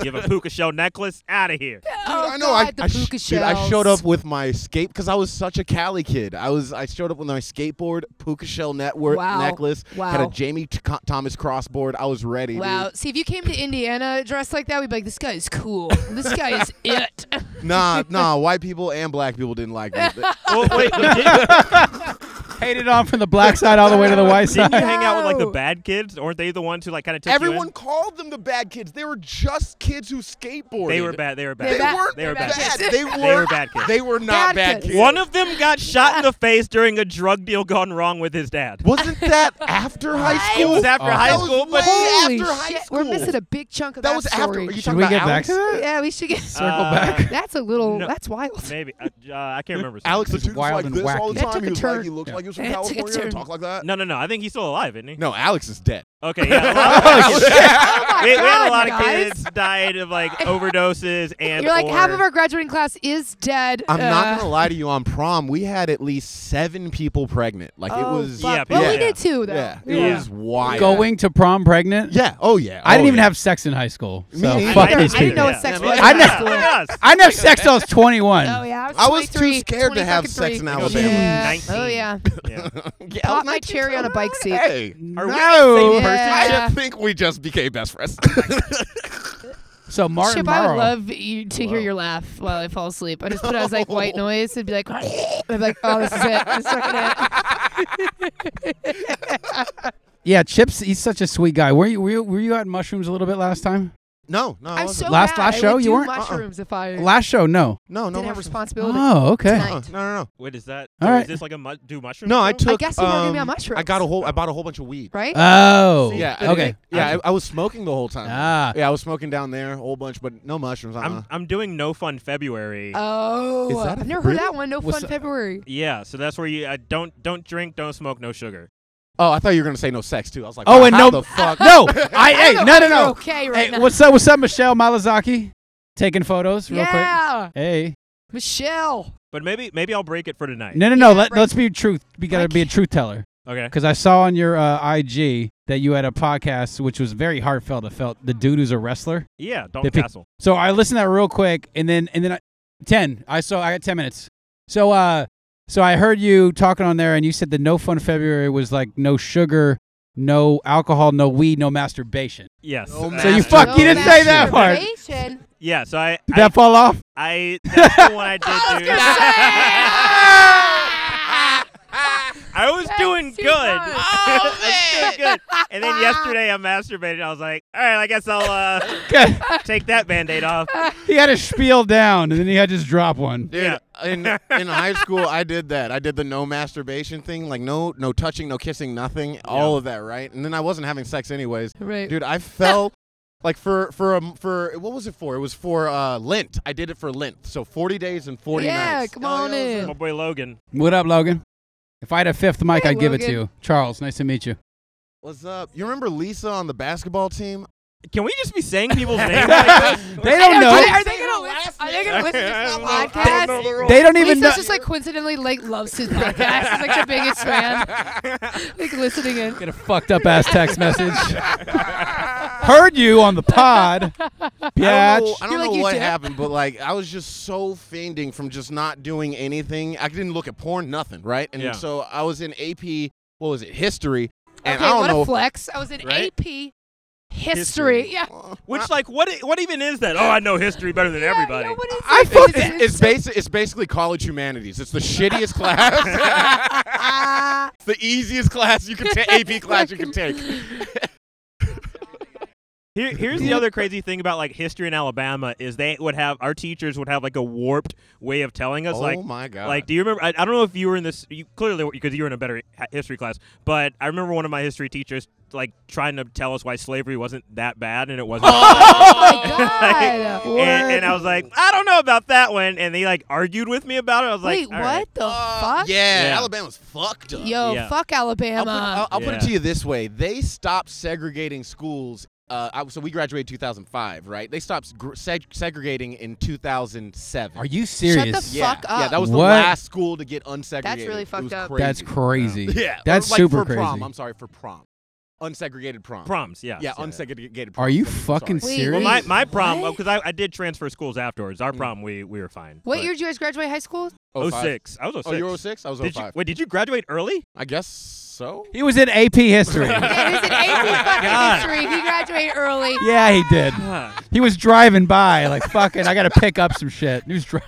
[SPEAKER 9] Give a puka shell necklace out of here.
[SPEAKER 8] oh,
[SPEAKER 2] I know. I,
[SPEAKER 8] God, the
[SPEAKER 2] I, sh-
[SPEAKER 8] puka
[SPEAKER 2] dude, I showed
[SPEAKER 8] shells.
[SPEAKER 2] up with my skate because I was such a Cali kid. I was. I showed up with my skateboard, puka shell network
[SPEAKER 8] Wow.
[SPEAKER 2] necklace. Had
[SPEAKER 8] Wow.
[SPEAKER 2] a Jamie T- Co- Thomas crossboard. I was ready.
[SPEAKER 8] Wow. See, if you came to Indiana dressed like that, we'd be like, this guy is cool. This guy is it.
[SPEAKER 2] dude. Nah, nah. White people and black people didn't like me.
[SPEAKER 9] Oh, wait, did, did
[SPEAKER 4] Hated on from the black side all the way to the white
[SPEAKER 9] you
[SPEAKER 4] side.
[SPEAKER 9] hang out with like the
[SPEAKER 8] No.
[SPEAKER 9] bad kids? Aren't they the ones who like kind of took
[SPEAKER 2] Everyone
[SPEAKER 9] You
[SPEAKER 2] called them the bad kids. They were just kids who skateboarded.
[SPEAKER 9] in? They were bad. They were bad.
[SPEAKER 8] They're
[SPEAKER 2] They
[SPEAKER 8] bad-
[SPEAKER 2] weren't
[SPEAKER 9] they were
[SPEAKER 2] bad.
[SPEAKER 9] bad
[SPEAKER 8] kids.
[SPEAKER 2] They
[SPEAKER 9] They
[SPEAKER 2] were.
[SPEAKER 9] were bad kids.
[SPEAKER 2] They were not
[SPEAKER 8] Bad
[SPEAKER 2] bad
[SPEAKER 8] kids.
[SPEAKER 2] kids.
[SPEAKER 9] One of them got shot in the face during a drug deal gone wrong with his dad.
[SPEAKER 2] Wasn't that after high
[SPEAKER 9] It
[SPEAKER 2] school?
[SPEAKER 9] was after
[SPEAKER 4] That
[SPEAKER 9] high
[SPEAKER 2] that was
[SPEAKER 9] school, but
[SPEAKER 2] way
[SPEAKER 8] Holy
[SPEAKER 2] after high
[SPEAKER 8] shit.
[SPEAKER 2] school.
[SPEAKER 8] We're missing a big chunk of that,
[SPEAKER 2] that was after. Are
[SPEAKER 8] story.
[SPEAKER 2] you
[SPEAKER 4] Should
[SPEAKER 2] talking
[SPEAKER 4] we
[SPEAKER 2] about
[SPEAKER 4] get
[SPEAKER 2] Alex?
[SPEAKER 4] back to that?
[SPEAKER 8] yeah, we should get.
[SPEAKER 4] Circle
[SPEAKER 9] Uh,
[SPEAKER 4] back.
[SPEAKER 8] That's a little.
[SPEAKER 9] no.
[SPEAKER 8] That's wild.
[SPEAKER 9] maybe uh, uh, I can't remember. his
[SPEAKER 2] Alex
[SPEAKER 9] name.
[SPEAKER 2] the dude's
[SPEAKER 4] wild
[SPEAKER 2] like
[SPEAKER 4] and
[SPEAKER 2] this all
[SPEAKER 4] wacky.
[SPEAKER 2] the
[SPEAKER 8] That took
[SPEAKER 2] time.
[SPEAKER 8] a
[SPEAKER 2] He, was
[SPEAKER 8] turn.
[SPEAKER 2] like, he looked
[SPEAKER 4] Yeah.
[SPEAKER 2] like he was from
[SPEAKER 8] That took a
[SPEAKER 2] California.
[SPEAKER 8] turn.
[SPEAKER 2] and Talk like that.
[SPEAKER 9] No, no, no. I think he's still alive, isn't he?
[SPEAKER 2] No, Alex is dead.
[SPEAKER 9] Okay, yeah. a lot
[SPEAKER 8] Oh
[SPEAKER 9] of-
[SPEAKER 8] my
[SPEAKER 9] we, we had
[SPEAKER 8] God,
[SPEAKER 9] a lot of
[SPEAKER 8] guys.
[SPEAKER 9] kids died of like overdoses and
[SPEAKER 8] You're like
[SPEAKER 9] or-
[SPEAKER 8] half of our graduating class is dead.
[SPEAKER 2] I'm not
[SPEAKER 8] Uh,
[SPEAKER 2] gonna lie to you. On prom, we had at least seven people pregnant. Like it
[SPEAKER 8] oh,
[SPEAKER 2] was.
[SPEAKER 8] fuck.
[SPEAKER 9] Yeah,
[SPEAKER 8] well, we
[SPEAKER 2] yeah.
[SPEAKER 8] did too, though.
[SPEAKER 2] Yeah, it
[SPEAKER 9] Yeah.
[SPEAKER 2] was wild.
[SPEAKER 4] Going to prom pregnant.
[SPEAKER 2] Yeah. Oh yeah.
[SPEAKER 4] I didn't
[SPEAKER 2] oh,
[SPEAKER 4] even
[SPEAKER 2] yeah.
[SPEAKER 4] have sex in high school.
[SPEAKER 2] Me
[SPEAKER 4] So
[SPEAKER 2] neither.
[SPEAKER 4] fuck
[SPEAKER 9] I
[SPEAKER 4] these
[SPEAKER 8] didn't
[SPEAKER 4] people.
[SPEAKER 8] know what sex
[SPEAKER 9] Yeah,
[SPEAKER 8] was.
[SPEAKER 9] yeah,
[SPEAKER 4] in high
[SPEAKER 9] yeah,
[SPEAKER 8] school.
[SPEAKER 9] yes.
[SPEAKER 4] I didn't have sex till I was 21.
[SPEAKER 8] Oh yeah, I was,
[SPEAKER 2] I was too
[SPEAKER 8] 23,
[SPEAKER 2] scared to have
[SPEAKER 8] 20
[SPEAKER 2] sex in
[SPEAKER 8] fucking
[SPEAKER 2] Alabama.
[SPEAKER 8] Yeah.
[SPEAKER 9] Jeez.
[SPEAKER 8] Oh yeah.
[SPEAKER 9] Yeah.
[SPEAKER 2] Yeah, I was
[SPEAKER 8] Pop my
[SPEAKER 2] 19.
[SPEAKER 8] cherry on a bike seat.
[SPEAKER 2] Hey,
[SPEAKER 9] Are
[SPEAKER 4] No.
[SPEAKER 9] we the same
[SPEAKER 8] Yeah.
[SPEAKER 9] person?
[SPEAKER 2] I think we just became best friends.
[SPEAKER 4] So Martin
[SPEAKER 8] Chip, I
[SPEAKER 4] Morrow.
[SPEAKER 8] would love you to hear your laugh while I fall asleep. I just put on like white noise and be like, I'm like, oh, this is it. This is fucking it.
[SPEAKER 4] yeah, Chip's he's such a sweet guy. Were you were you, were you at mushrooms a little bit last time?
[SPEAKER 2] no, no, I
[SPEAKER 8] I'm
[SPEAKER 2] wasn't.
[SPEAKER 8] so
[SPEAKER 4] Last-
[SPEAKER 8] mad.
[SPEAKER 4] last
[SPEAKER 8] I
[SPEAKER 4] show?
[SPEAKER 8] would
[SPEAKER 4] You
[SPEAKER 8] do
[SPEAKER 4] weren't?
[SPEAKER 8] mushrooms if I
[SPEAKER 4] Last show, no.
[SPEAKER 2] no, no,
[SPEAKER 8] didn't have
[SPEAKER 2] mushrooms.
[SPEAKER 8] responsibility.
[SPEAKER 4] Oh, okay.
[SPEAKER 8] Tonight.
[SPEAKER 2] Uh-uh. No, no, no.
[SPEAKER 9] Wait, is that?
[SPEAKER 4] All
[SPEAKER 9] so
[SPEAKER 4] right.
[SPEAKER 9] Is this like a mu- do mushroom?
[SPEAKER 2] No, I
[SPEAKER 9] show?
[SPEAKER 2] took.
[SPEAKER 8] guess you weren't gonna be on
[SPEAKER 2] um,
[SPEAKER 8] mushrooms.
[SPEAKER 2] I got a whole. I bought a whole bunch of weed.
[SPEAKER 8] right?
[SPEAKER 4] Oh.
[SPEAKER 2] Yeah. I-
[SPEAKER 4] Okay.
[SPEAKER 2] Yeah, I, I was smoking the whole time.
[SPEAKER 4] Ah.
[SPEAKER 2] Yeah, I was smoking down there a whole bunch, but no mushrooms. Uh-uh.
[SPEAKER 9] I'm I'm doing no fun February.
[SPEAKER 8] oh,
[SPEAKER 2] Is that a-
[SPEAKER 8] I've never
[SPEAKER 2] really?
[SPEAKER 8] heard that one. No
[SPEAKER 4] What's
[SPEAKER 8] fun
[SPEAKER 4] that?
[SPEAKER 8] February.
[SPEAKER 9] yeah, so that's where you uh, don't don't drink, don't smoke, no sugar.
[SPEAKER 2] Oh, I thought you were gonna say no sex too. I was like,
[SPEAKER 4] Oh,
[SPEAKER 2] wow,
[SPEAKER 4] and
[SPEAKER 2] how
[SPEAKER 4] no
[SPEAKER 2] the fuck.
[SPEAKER 4] No. I hey,
[SPEAKER 8] I don't know
[SPEAKER 4] no
[SPEAKER 8] if
[SPEAKER 4] no
[SPEAKER 8] you're
[SPEAKER 4] no.
[SPEAKER 8] Okay, right
[SPEAKER 4] Hey,
[SPEAKER 8] now.
[SPEAKER 4] what's up what's up Michelle Malazaki? Taking photos real quick.
[SPEAKER 8] yeah,
[SPEAKER 4] Hey.
[SPEAKER 8] Michelle.
[SPEAKER 9] But maybe maybe I'll break it for tonight.
[SPEAKER 4] No no no,
[SPEAKER 8] Yeah,
[SPEAKER 4] let,
[SPEAKER 8] right.
[SPEAKER 4] let's be truth. We got to
[SPEAKER 8] I
[SPEAKER 4] be a truth teller.
[SPEAKER 9] Okay.
[SPEAKER 4] Because I saw on your uh, IG that you had a podcast which was very heartfelt. It felt the dude who's a wrestler. The
[SPEAKER 9] Yeah, Dalton
[SPEAKER 4] pe-
[SPEAKER 9] Castle.
[SPEAKER 4] So I listened to that real quick, and then and then I, ten. I saw I got ten minutes. So uh, so I heard you talking on there, and you said the no fun February was like no sugar, no alcohol, no weed, no masturbation.
[SPEAKER 9] Yes.
[SPEAKER 2] No
[SPEAKER 9] uh,
[SPEAKER 2] So you
[SPEAKER 9] yeah.
[SPEAKER 4] fuck- you didn't say that part.
[SPEAKER 8] masturbation.
[SPEAKER 9] Yeah, so I
[SPEAKER 4] Did
[SPEAKER 9] I,
[SPEAKER 4] that fall off?
[SPEAKER 9] I that's the one I did do. I was
[SPEAKER 8] That's
[SPEAKER 9] doing
[SPEAKER 8] too
[SPEAKER 9] good.
[SPEAKER 8] much.
[SPEAKER 9] I was doing good. And then yesterday I masturbated. I was like, all right, I guess I'll uh,
[SPEAKER 4] Okay.
[SPEAKER 9] take that band-aid off.
[SPEAKER 4] he had a spiel down, and then he had to just drop one.
[SPEAKER 2] Dude,
[SPEAKER 9] Yeah.
[SPEAKER 2] in in high school, I did that. I did the no masturbation thing, like no no touching, no kissing, nothing, all of that, right? And then I wasn't having sex anyways.
[SPEAKER 8] Right.
[SPEAKER 2] Dude, I fell like for for um, for what was it for? It was for uh Lent. I did it for Lent. So 40 days and 40
[SPEAKER 8] yeah,
[SPEAKER 2] nights.
[SPEAKER 8] come on in.
[SPEAKER 9] My boy Logan.
[SPEAKER 4] What up, Logan? If I had a fifth mic,
[SPEAKER 8] Hey,
[SPEAKER 4] I'd give it to
[SPEAKER 8] Logan.
[SPEAKER 4] you. Charles, nice to meet you.
[SPEAKER 2] What's up? You remember Lisa on the basketball team?
[SPEAKER 9] Can we just be saying people's names like this?
[SPEAKER 4] They don't know.
[SPEAKER 8] Are they gonna listen? Are they gonna listen to this
[SPEAKER 9] I don't know
[SPEAKER 8] podcast?
[SPEAKER 9] the rules.
[SPEAKER 4] They don't even
[SPEAKER 8] Lisa's
[SPEAKER 4] know.
[SPEAKER 8] just like coincidentally like loves his podcast. He's like the biggest fan. Like listening in.
[SPEAKER 4] Get a fucked up ass text message. Heard you on the pod.
[SPEAKER 2] I don't
[SPEAKER 4] Biatch.
[SPEAKER 2] know, I don't
[SPEAKER 8] You're like,
[SPEAKER 2] know
[SPEAKER 8] you
[SPEAKER 2] what
[SPEAKER 8] did?
[SPEAKER 2] happened, but like I was just so fainting from just not doing anything. I didn't look at porn, nothing, right? And
[SPEAKER 9] Yeah.
[SPEAKER 2] so I was in AP, what was it, history? And
[SPEAKER 8] okay,
[SPEAKER 2] I don't
[SPEAKER 8] what
[SPEAKER 2] know.
[SPEAKER 8] a flex. I was in
[SPEAKER 9] Right?
[SPEAKER 8] AP history. Yeah.
[SPEAKER 9] Which, like, what i- what even is that? Oh, I know history better than everybody.
[SPEAKER 8] Yeah, what is
[SPEAKER 4] I
[SPEAKER 8] it?
[SPEAKER 4] fuck-
[SPEAKER 8] This is-
[SPEAKER 2] it's basic. It's basically college humanities. It's the shittiest class. it's the easiest class you can take. AP class you can take.
[SPEAKER 9] Here, here's the other crazy thing about like history in Alabama is they would have our teachers would have like a warped way of telling us
[SPEAKER 2] oh
[SPEAKER 9] like
[SPEAKER 2] my god!
[SPEAKER 9] like do you remember I, I don't know if you were in this you clearly because you were in a better hi- history class but I remember one of my history teachers like trying to tell us why slavery wasn't that bad and it
[SPEAKER 8] Oh
[SPEAKER 9] wasn't
[SPEAKER 8] my god.
[SPEAKER 9] and, and I was like I don't know about that one and they like argued with me about it I was like
[SPEAKER 8] Wait,
[SPEAKER 9] "All
[SPEAKER 8] what
[SPEAKER 9] right."
[SPEAKER 8] the fuck?
[SPEAKER 2] Uh, yeah,
[SPEAKER 9] Yeah.
[SPEAKER 2] Alabama's fucked up.
[SPEAKER 8] Yo,
[SPEAKER 9] Yeah.
[SPEAKER 8] fuck
[SPEAKER 2] I'll, put, I'll,
[SPEAKER 8] Alabama.
[SPEAKER 2] I'll put it
[SPEAKER 9] Yeah.
[SPEAKER 2] to you this way: they stopped segregating schools. Uh, I, so we graduated 2005, right? They stopped gr- seg- segregating in 2007.
[SPEAKER 4] Are you serious?
[SPEAKER 8] Shut the
[SPEAKER 2] yeah,
[SPEAKER 8] fuck
[SPEAKER 2] yeah,
[SPEAKER 8] up.
[SPEAKER 2] that was the
[SPEAKER 4] What?
[SPEAKER 2] last school to get unsegregated.
[SPEAKER 8] really
[SPEAKER 2] It was
[SPEAKER 8] fucked up.
[SPEAKER 2] Crazy.
[SPEAKER 4] That's crazy.
[SPEAKER 2] Yeah,
[SPEAKER 4] That's
[SPEAKER 2] like
[SPEAKER 4] super
[SPEAKER 2] for
[SPEAKER 4] crazy.
[SPEAKER 2] Prom. I'm sorry for prom. unsegregated prom.
[SPEAKER 9] Proms, yes.
[SPEAKER 2] Yeah, unsegregated prom.
[SPEAKER 4] Are you
[SPEAKER 2] Sorry.
[SPEAKER 4] fucking
[SPEAKER 8] Wait.
[SPEAKER 4] serious?
[SPEAKER 9] Well, my, my
[SPEAKER 8] What? Mm.
[SPEAKER 9] prom, because I, I did transfer schools afterwards. Our prom, we, we were fine.
[SPEAKER 8] What
[SPEAKER 2] But-
[SPEAKER 8] year did you guys graduate high school?
[SPEAKER 9] Oh
[SPEAKER 2] 05.
[SPEAKER 9] six. I was oh six.
[SPEAKER 2] Oh, you're 06? I was
[SPEAKER 9] Did you,
[SPEAKER 2] 05.
[SPEAKER 9] wait, did you graduate early?
[SPEAKER 2] I guess so.
[SPEAKER 4] he was in AP history.
[SPEAKER 8] Yeah, he's in
[SPEAKER 2] Oh
[SPEAKER 8] AP fucking
[SPEAKER 9] God.
[SPEAKER 8] history. He graduated early.
[SPEAKER 4] yeah, he did.
[SPEAKER 9] Ah,
[SPEAKER 4] He was driving by like fucking. I gotta pick up some shit. He was dri-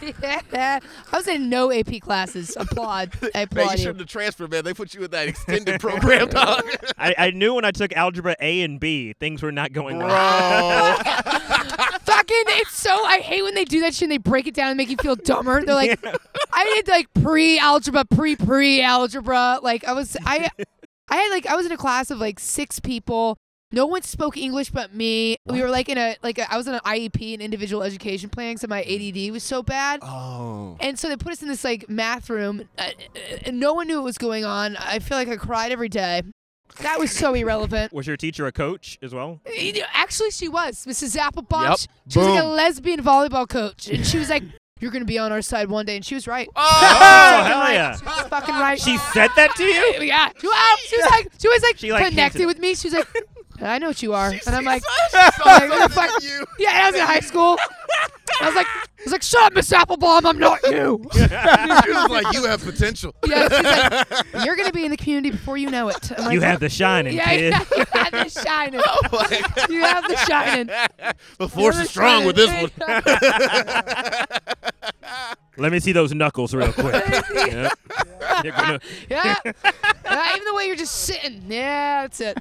[SPEAKER 8] I was in no AP classes. Applaud. I
[SPEAKER 2] Man, you
[SPEAKER 8] applaud you.
[SPEAKER 2] shouldn't have transferred, man. They put you in that extended program, dog.
[SPEAKER 9] I, I knew when I took algebra A and B, things were not going well.
[SPEAKER 2] Bro.
[SPEAKER 8] Fucking, it's so. I hate when they do that shit and they break it down and make you feel dumber. They're like, I did like pre algebra, pre pre algebra. Like I was, I, I had like I was in a class of like six people. No one spoke English but me. We were like in a like a, I was in an IEP, an individual education plan, so my ADD was so bad.
[SPEAKER 2] oh.
[SPEAKER 8] And so they put us in this like math room, uh, uh, and no one knew what was going on. I feel like I cried every day. That was so irrelevant.
[SPEAKER 9] Was your teacher a coach as well?
[SPEAKER 8] You know, Actually, she was Mrs. Applebaum.
[SPEAKER 2] Yep.
[SPEAKER 8] She, she was like a
[SPEAKER 2] Boom.
[SPEAKER 8] lesbian volleyball coach, and she was like, "You're gonna be on our side one day," and she was right.
[SPEAKER 9] Oh,
[SPEAKER 8] Fucking
[SPEAKER 9] hell
[SPEAKER 8] right.
[SPEAKER 9] yeah.
[SPEAKER 8] She was fucking right.
[SPEAKER 9] She said that to you?
[SPEAKER 8] yeah. She was, she was like, she was like,
[SPEAKER 9] She, like, hinted.
[SPEAKER 8] connected with me. She was like, I know what you are, and I'm like,
[SPEAKER 2] Sorry,
[SPEAKER 8] what the
[SPEAKER 2] sorry,
[SPEAKER 8] fuck?
[SPEAKER 2] you.
[SPEAKER 8] yeah. And I was in high school. I was like, I was like, shut up, Miss Applebaum. I'm not you.
[SPEAKER 2] She was like, you have potential.
[SPEAKER 8] Yeah, she's like, you're gonna be in the community before you know it. I'm
[SPEAKER 9] You
[SPEAKER 8] like,
[SPEAKER 9] have the shining,
[SPEAKER 8] yeah,
[SPEAKER 9] kid. Oh
[SPEAKER 8] yeah, you have the shining. you have the shining.
[SPEAKER 2] The force
[SPEAKER 8] You're
[SPEAKER 2] is strong with this one.
[SPEAKER 8] shining.
[SPEAKER 9] Let me see those knuckles real quick. Yeah. You're gonna-
[SPEAKER 8] yeah. Yeah, even the way you're just sitting. Yeah, that's it.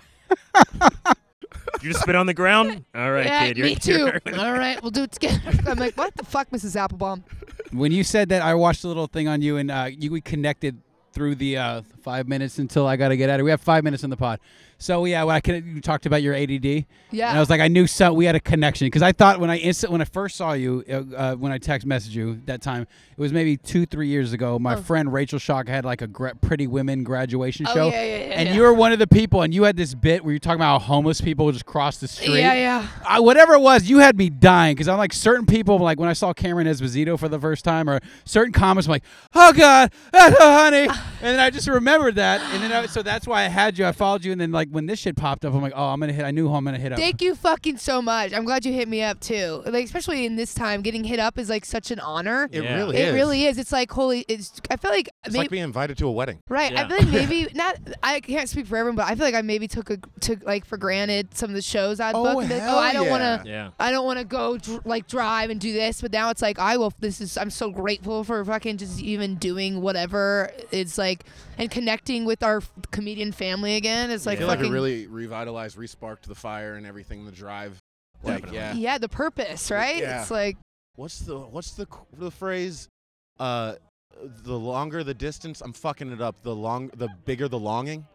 [SPEAKER 9] you just spit on the ground? All right,
[SPEAKER 8] yeah,
[SPEAKER 9] kid. You're,
[SPEAKER 8] me too.
[SPEAKER 9] you're-
[SPEAKER 8] All right, we'll do it together. I'm like, what the fuck, Mrs. Applebaum?
[SPEAKER 4] when you said that, I watched a little thing on you, and uh, you we connected through the uh, five minutes until I gotta get out of. here. We have five minutes in the pod, so yeah, when I con- you talked about your ADD.
[SPEAKER 8] Yeah.
[SPEAKER 4] And I was like, I knew so we had a connection because I thought when I instant when I first saw you, uh, uh, when I text messaged you that time, it was maybe two three years ago. My friend Rachel Shock had like a gra- Pretty Women graduation
[SPEAKER 8] Oh,
[SPEAKER 4] show,
[SPEAKER 8] yeah, yeah, yeah,
[SPEAKER 4] and
[SPEAKER 8] yeah.
[SPEAKER 4] you were one of the people, and you had this bit where you're talking about how homeless people just cross the street.
[SPEAKER 8] Yeah, yeah.
[SPEAKER 4] I, whatever it was, you had me dying because I'm like certain people. Like when I saw Cameron Esposito for the first time, or certain comments, I'm like, "Oh God, that's a honey," and then I just remembered that, and then I, so that's why I had you. I followed you, and then like when this shit popped up, I'm like, "Oh, I'm gonna hit." I knew who I'm gonna hit up.
[SPEAKER 8] Thank you fucking so much. I'm glad you hit me up too. Like, especially in this time, getting hit up is like such an honor.
[SPEAKER 2] It
[SPEAKER 9] Yeah.
[SPEAKER 2] really
[SPEAKER 8] It
[SPEAKER 2] is.
[SPEAKER 8] really is. It's like holy. It's. I feel like
[SPEAKER 2] It's
[SPEAKER 8] maybe
[SPEAKER 2] like being invited to a wedding.
[SPEAKER 8] Right.
[SPEAKER 9] Yeah.
[SPEAKER 8] I feel like maybe not. I can't speak for everyone, but I feel like I maybe took a took like for granted some of the shows I'd
[SPEAKER 2] Oh,
[SPEAKER 8] booked. and be like,
[SPEAKER 2] hell
[SPEAKER 8] oh, I don't
[SPEAKER 2] yeah.
[SPEAKER 8] want to.
[SPEAKER 9] Yeah.
[SPEAKER 8] I don't want to go dr- like drive and do this, but now it's like I will. This is I'm so grateful for fucking just even doing whatever. It's like and connecting with our f- comedian family again. It's
[SPEAKER 2] I
[SPEAKER 8] like
[SPEAKER 2] feel like
[SPEAKER 8] fucking
[SPEAKER 2] it really revitalized, resparked the fire and everything, the drive. Like, yeah.
[SPEAKER 8] yeah, the purpose, right?
[SPEAKER 2] Yeah.
[SPEAKER 8] It's like
[SPEAKER 2] What's the what's the qu- the phrase? Uh, the longer the distance, I'm fucking it up. The long, the bigger the longing.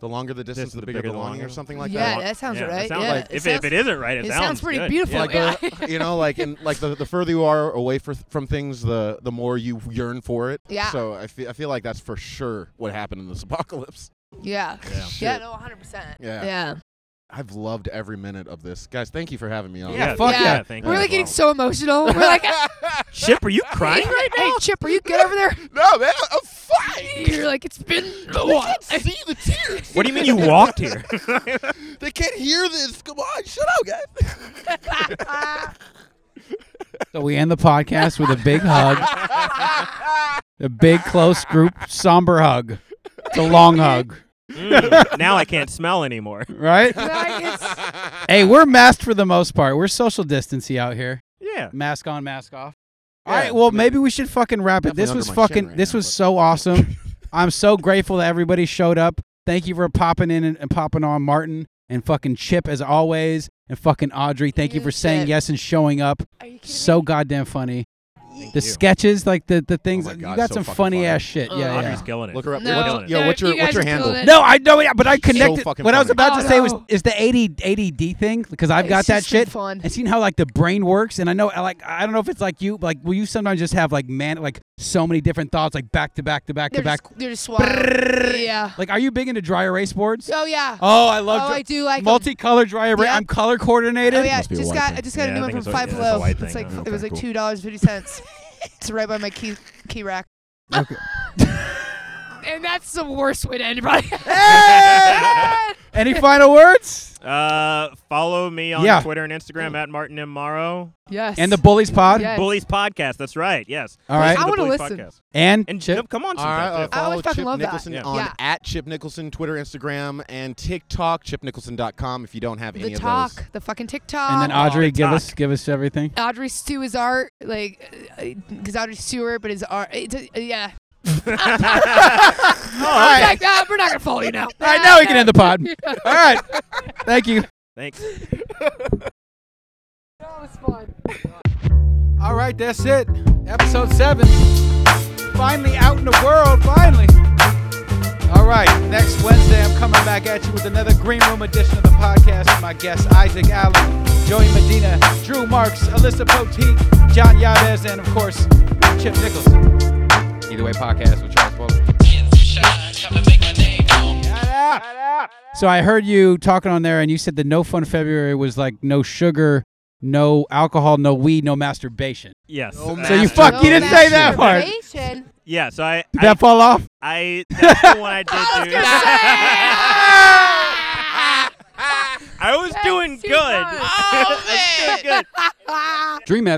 [SPEAKER 2] The longer the distance, the, bigger, the longing, or
[SPEAKER 9] longing.
[SPEAKER 2] something like
[SPEAKER 8] yeah,
[SPEAKER 2] that.
[SPEAKER 8] that sounds
[SPEAKER 9] Yeah, that
[SPEAKER 8] right.
[SPEAKER 9] sounds
[SPEAKER 8] yeah,
[SPEAKER 9] like-
[SPEAKER 8] it
[SPEAKER 9] if,
[SPEAKER 8] sounds,
[SPEAKER 9] if it isn't right, it,
[SPEAKER 8] it sounds pretty
[SPEAKER 9] good.
[SPEAKER 8] beautiful.
[SPEAKER 2] Like
[SPEAKER 8] yeah.
[SPEAKER 2] the, you know, like and like the, the further you are away for, from things, the the more you yearn for it.
[SPEAKER 8] Yeah.
[SPEAKER 2] So I feel I feel like that's for sure what happened in this apocalypse.
[SPEAKER 8] yeah.
[SPEAKER 2] Yeah.
[SPEAKER 8] Yeah, no, 100. percent
[SPEAKER 2] Yeah.
[SPEAKER 8] Yeah.
[SPEAKER 2] I've loved every minute of this, guys. Thank you for having me on.
[SPEAKER 9] Yeah,
[SPEAKER 4] fuck
[SPEAKER 8] yeah.
[SPEAKER 9] yeah, thank
[SPEAKER 8] We're
[SPEAKER 9] you.
[SPEAKER 8] like getting so emotional. We're like,
[SPEAKER 9] Chip, are you crying?
[SPEAKER 8] Hey, Chip, are you good over there?
[SPEAKER 2] No, man, I'm fine.
[SPEAKER 8] You're like, it's been a while.
[SPEAKER 2] Oh, See the tears.
[SPEAKER 9] what do you mean you walked here?
[SPEAKER 2] They can't hear this. Come on, shut up, guys.
[SPEAKER 4] So we end the podcast with a big hug, a big close group somber hug. It's a long hug,
[SPEAKER 9] Mm, now I can't smell anymore.
[SPEAKER 4] right?
[SPEAKER 8] Like, it's-
[SPEAKER 4] Hey, we're masked for the most part. We're social distancing out here.
[SPEAKER 9] Yeah.
[SPEAKER 4] Mask on, mask off.
[SPEAKER 2] Yeah,
[SPEAKER 4] All right. Well,
[SPEAKER 2] maybe.
[SPEAKER 4] maybe we should fucking wrap it.
[SPEAKER 2] Definitely
[SPEAKER 4] This
[SPEAKER 2] under
[SPEAKER 4] was
[SPEAKER 2] my chin
[SPEAKER 4] fucking.
[SPEAKER 2] right
[SPEAKER 4] this
[SPEAKER 2] now,
[SPEAKER 4] was
[SPEAKER 2] but-
[SPEAKER 4] so awesome. I'm so grateful that everybody showed up. Thank you for popping in and, and popping on, Martin, and fucking Chip as always, and fucking Audrey. Thank you
[SPEAKER 8] You
[SPEAKER 4] for saying
[SPEAKER 8] shit.
[SPEAKER 4] yes and showing up.
[SPEAKER 8] Are you kidding
[SPEAKER 4] So
[SPEAKER 8] me?
[SPEAKER 4] goddamn funny.
[SPEAKER 9] Thank
[SPEAKER 4] The
[SPEAKER 9] you.
[SPEAKER 4] sketches, like the the things.
[SPEAKER 2] Oh my
[SPEAKER 4] you
[SPEAKER 2] God,
[SPEAKER 4] got
[SPEAKER 2] so
[SPEAKER 4] some
[SPEAKER 2] fucking
[SPEAKER 4] funny
[SPEAKER 2] funny.
[SPEAKER 4] ass shit.
[SPEAKER 8] Uh,
[SPEAKER 4] yeah,
[SPEAKER 9] Audrey's
[SPEAKER 4] yeah.
[SPEAKER 9] killing it.
[SPEAKER 2] Look her up.
[SPEAKER 8] No,
[SPEAKER 2] What's- yo, what's
[SPEAKER 8] you
[SPEAKER 2] your what's
[SPEAKER 8] guys
[SPEAKER 2] your
[SPEAKER 8] are
[SPEAKER 2] handle?
[SPEAKER 8] killing it.
[SPEAKER 4] No, I know, yeah, but I
[SPEAKER 2] She's so
[SPEAKER 4] connected.
[SPEAKER 2] fucking
[SPEAKER 4] what I was
[SPEAKER 2] funny.
[SPEAKER 4] about to say was,
[SPEAKER 8] Oh, no.
[SPEAKER 4] is the 80 ADD thing because I've
[SPEAKER 8] It's
[SPEAKER 4] got that
[SPEAKER 8] just been
[SPEAKER 4] shit.
[SPEAKER 8] Fun.
[SPEAKER 4] and seeing how like the brain works and i know I like i don't know if it's like you like will you sometimes just have like man like so many different thoughts like back to back to back
[SPEAKER 8] They're
[SPEAKER 4] to back
[SPEAKER 8] just, they're just wild. Yeah.
[SPEAKER 4] like are you big into dry erase boards
[SPEAKER 8] Oh yeah.
[SPEAKER 4] oh i
[SPEAKER 8] Oh,
[SPEAKER 4] love
[SPEAKER 8] I do like 'em.
[SPEAKER 4] multicolor dry erase
[SPEAKER 8] Yeah.
[SPEAKER 4] i'm color coordinated
[SPEAKER 8] Oh yeah.
[SPEAKER 2] Must be a
[SPEAKER 8] Just
[SPEAKER 2] white
[SPEAKER 8] got
[SPEAKER 2] thing.
[SPEAKER 8] I just got
[SPEAKER 9] Yeah, I
[SPEAKER 8] a new
[SPEAKER 9] think
[SPEAKER 8] one
[SPEAKER 9] it's
[SPEAKER 8] from
[SPEAKER 9] a-
[SPEAKER 8] Five
[SPEAKER 9] yeah, it's a
[SPEAKER 8] Below.
[SPEAKER 9] white
[SPEAKER 8] It's,
[SPEAKER 9] thing.
[SPEAKER 8] like
[SPEAKER 9] Okay,
[SPEAKER 8] it was like
[SPEAKER 2] cool.
[SPEAKER 8] two dollars fifty cents. it's right by my key key rack.
[SPEAKER 4] Okay.
[SPEAKER 8] and that's the worst way to end anybody.
[SPEAKER 4] Any final words?
[SPEAKER 9] Uh, follow me on
[SPEAKER 4] Yeah.
[SPEAKER 9] Twitter and Instagram at Martin M. Morrow.
[SPEAKER 8] yes.
[SPEAKER 4] And the Bullies Pod.
[SPEAKER 8] Yes.
[SPEAKER 9] Bullies Podcast. That's right. Yes.
[SPEAKER 4] All right.
[SPEAKER 9] Listen to
[SPEAKER 8] I
[SPEAKER 9] the
[SPEAKER 8] wanna
[SPEAKER 9] Bullies
[SPEAKER 8] listen.
[SPEAKER 9] Podcast.
[SPEAKER 4] And,
[SPEAKER 9] And
[SPEAKER 4] Chip.
[SPEAKER 9] Jim, come on.
[SPEAKER 2] All right,
[SPEAKER 9] sometime,
[SPEAKER 2] uh,
[SPEAKER 9] too.
[SPEAKER 8] I
[SPEAKER 2] follow
[SPEAKER 8] would fucking
[SPEAKER 2] Chip
[SPEAKER 8] love that.
[SPEAKER 2] Nicholson
[SPEAKER 9] Yeah.
[SPEAKER 2] on
[SPEAKER 8] Yeah.
[SPEAKER 2] at Chip Nicholson, Twitter, Instagram, and TikTok, chipnicholson.com if you don't have any
[SPEAKER 8] the
[SPEAKER 2] of
[SPEAKER 8] talk,
[SPEAKER 2] those.
[SPEAKER 8] the fucking TikTok.
[SPEAKER 4] and then
[SPEAKER 8] Oh,
[SPEAKER 4] Audrey, give
[SPEAKER 9] TikTok.
[SPEAKER 4] us give us everything.
[SPEAKER 8] Audrey Stew is art, like, because Audrey Stewart, but is art. It's, uh, yeah.
[SPEAKER 9] right.
[SPEAKER 8] Like, ah, we're not gonna follow you now.
[SPEAKER 4] All right, now we can end the pod. All right. Thank you.
[SPEAKER 9] Thanks.
[SPEAKER 4] All right, that's it. Episode seven. Finally out in the world, finally.
[SPEAKER 10] All right, next Wednesday I'm coming back at you with another Green Room edition of the podcast with my guests Isaac Allen, Joey Medina, Drew Marks, Alyssa Poteet, John Yabez, and of course, Chip Nicholson.
[SPEAKER 5] Either way, podcast with Charles Butler.
[SPEAKER 4] So I heard you talking on there, and you said the No Fun February was like no sugar, no alcohol, no weed, no masturbation.
[SPEAKER 9] Yes.
[SPEAKER 2] No
[SPEAKER 9] Uh,
[SPEAKER 4] So you fuck, you didn't say that part. Did
[SPEAKER 8] Masturbation.
[SPEAKER 9] yeah. So I. I,
[SPEAKER 4] that fall off?
[SPEAKER 9] I that's the one I did. do. I was doing
[SPEAKER 8] too
[SPEAKER 9] good.
[SPEAKER 8] much.
[SPEAKER 1] Oh,
[SPEAKER 9] I was doing good.
[SPEAKER 8] Oh,
[SPEAKER 4] Dream addict.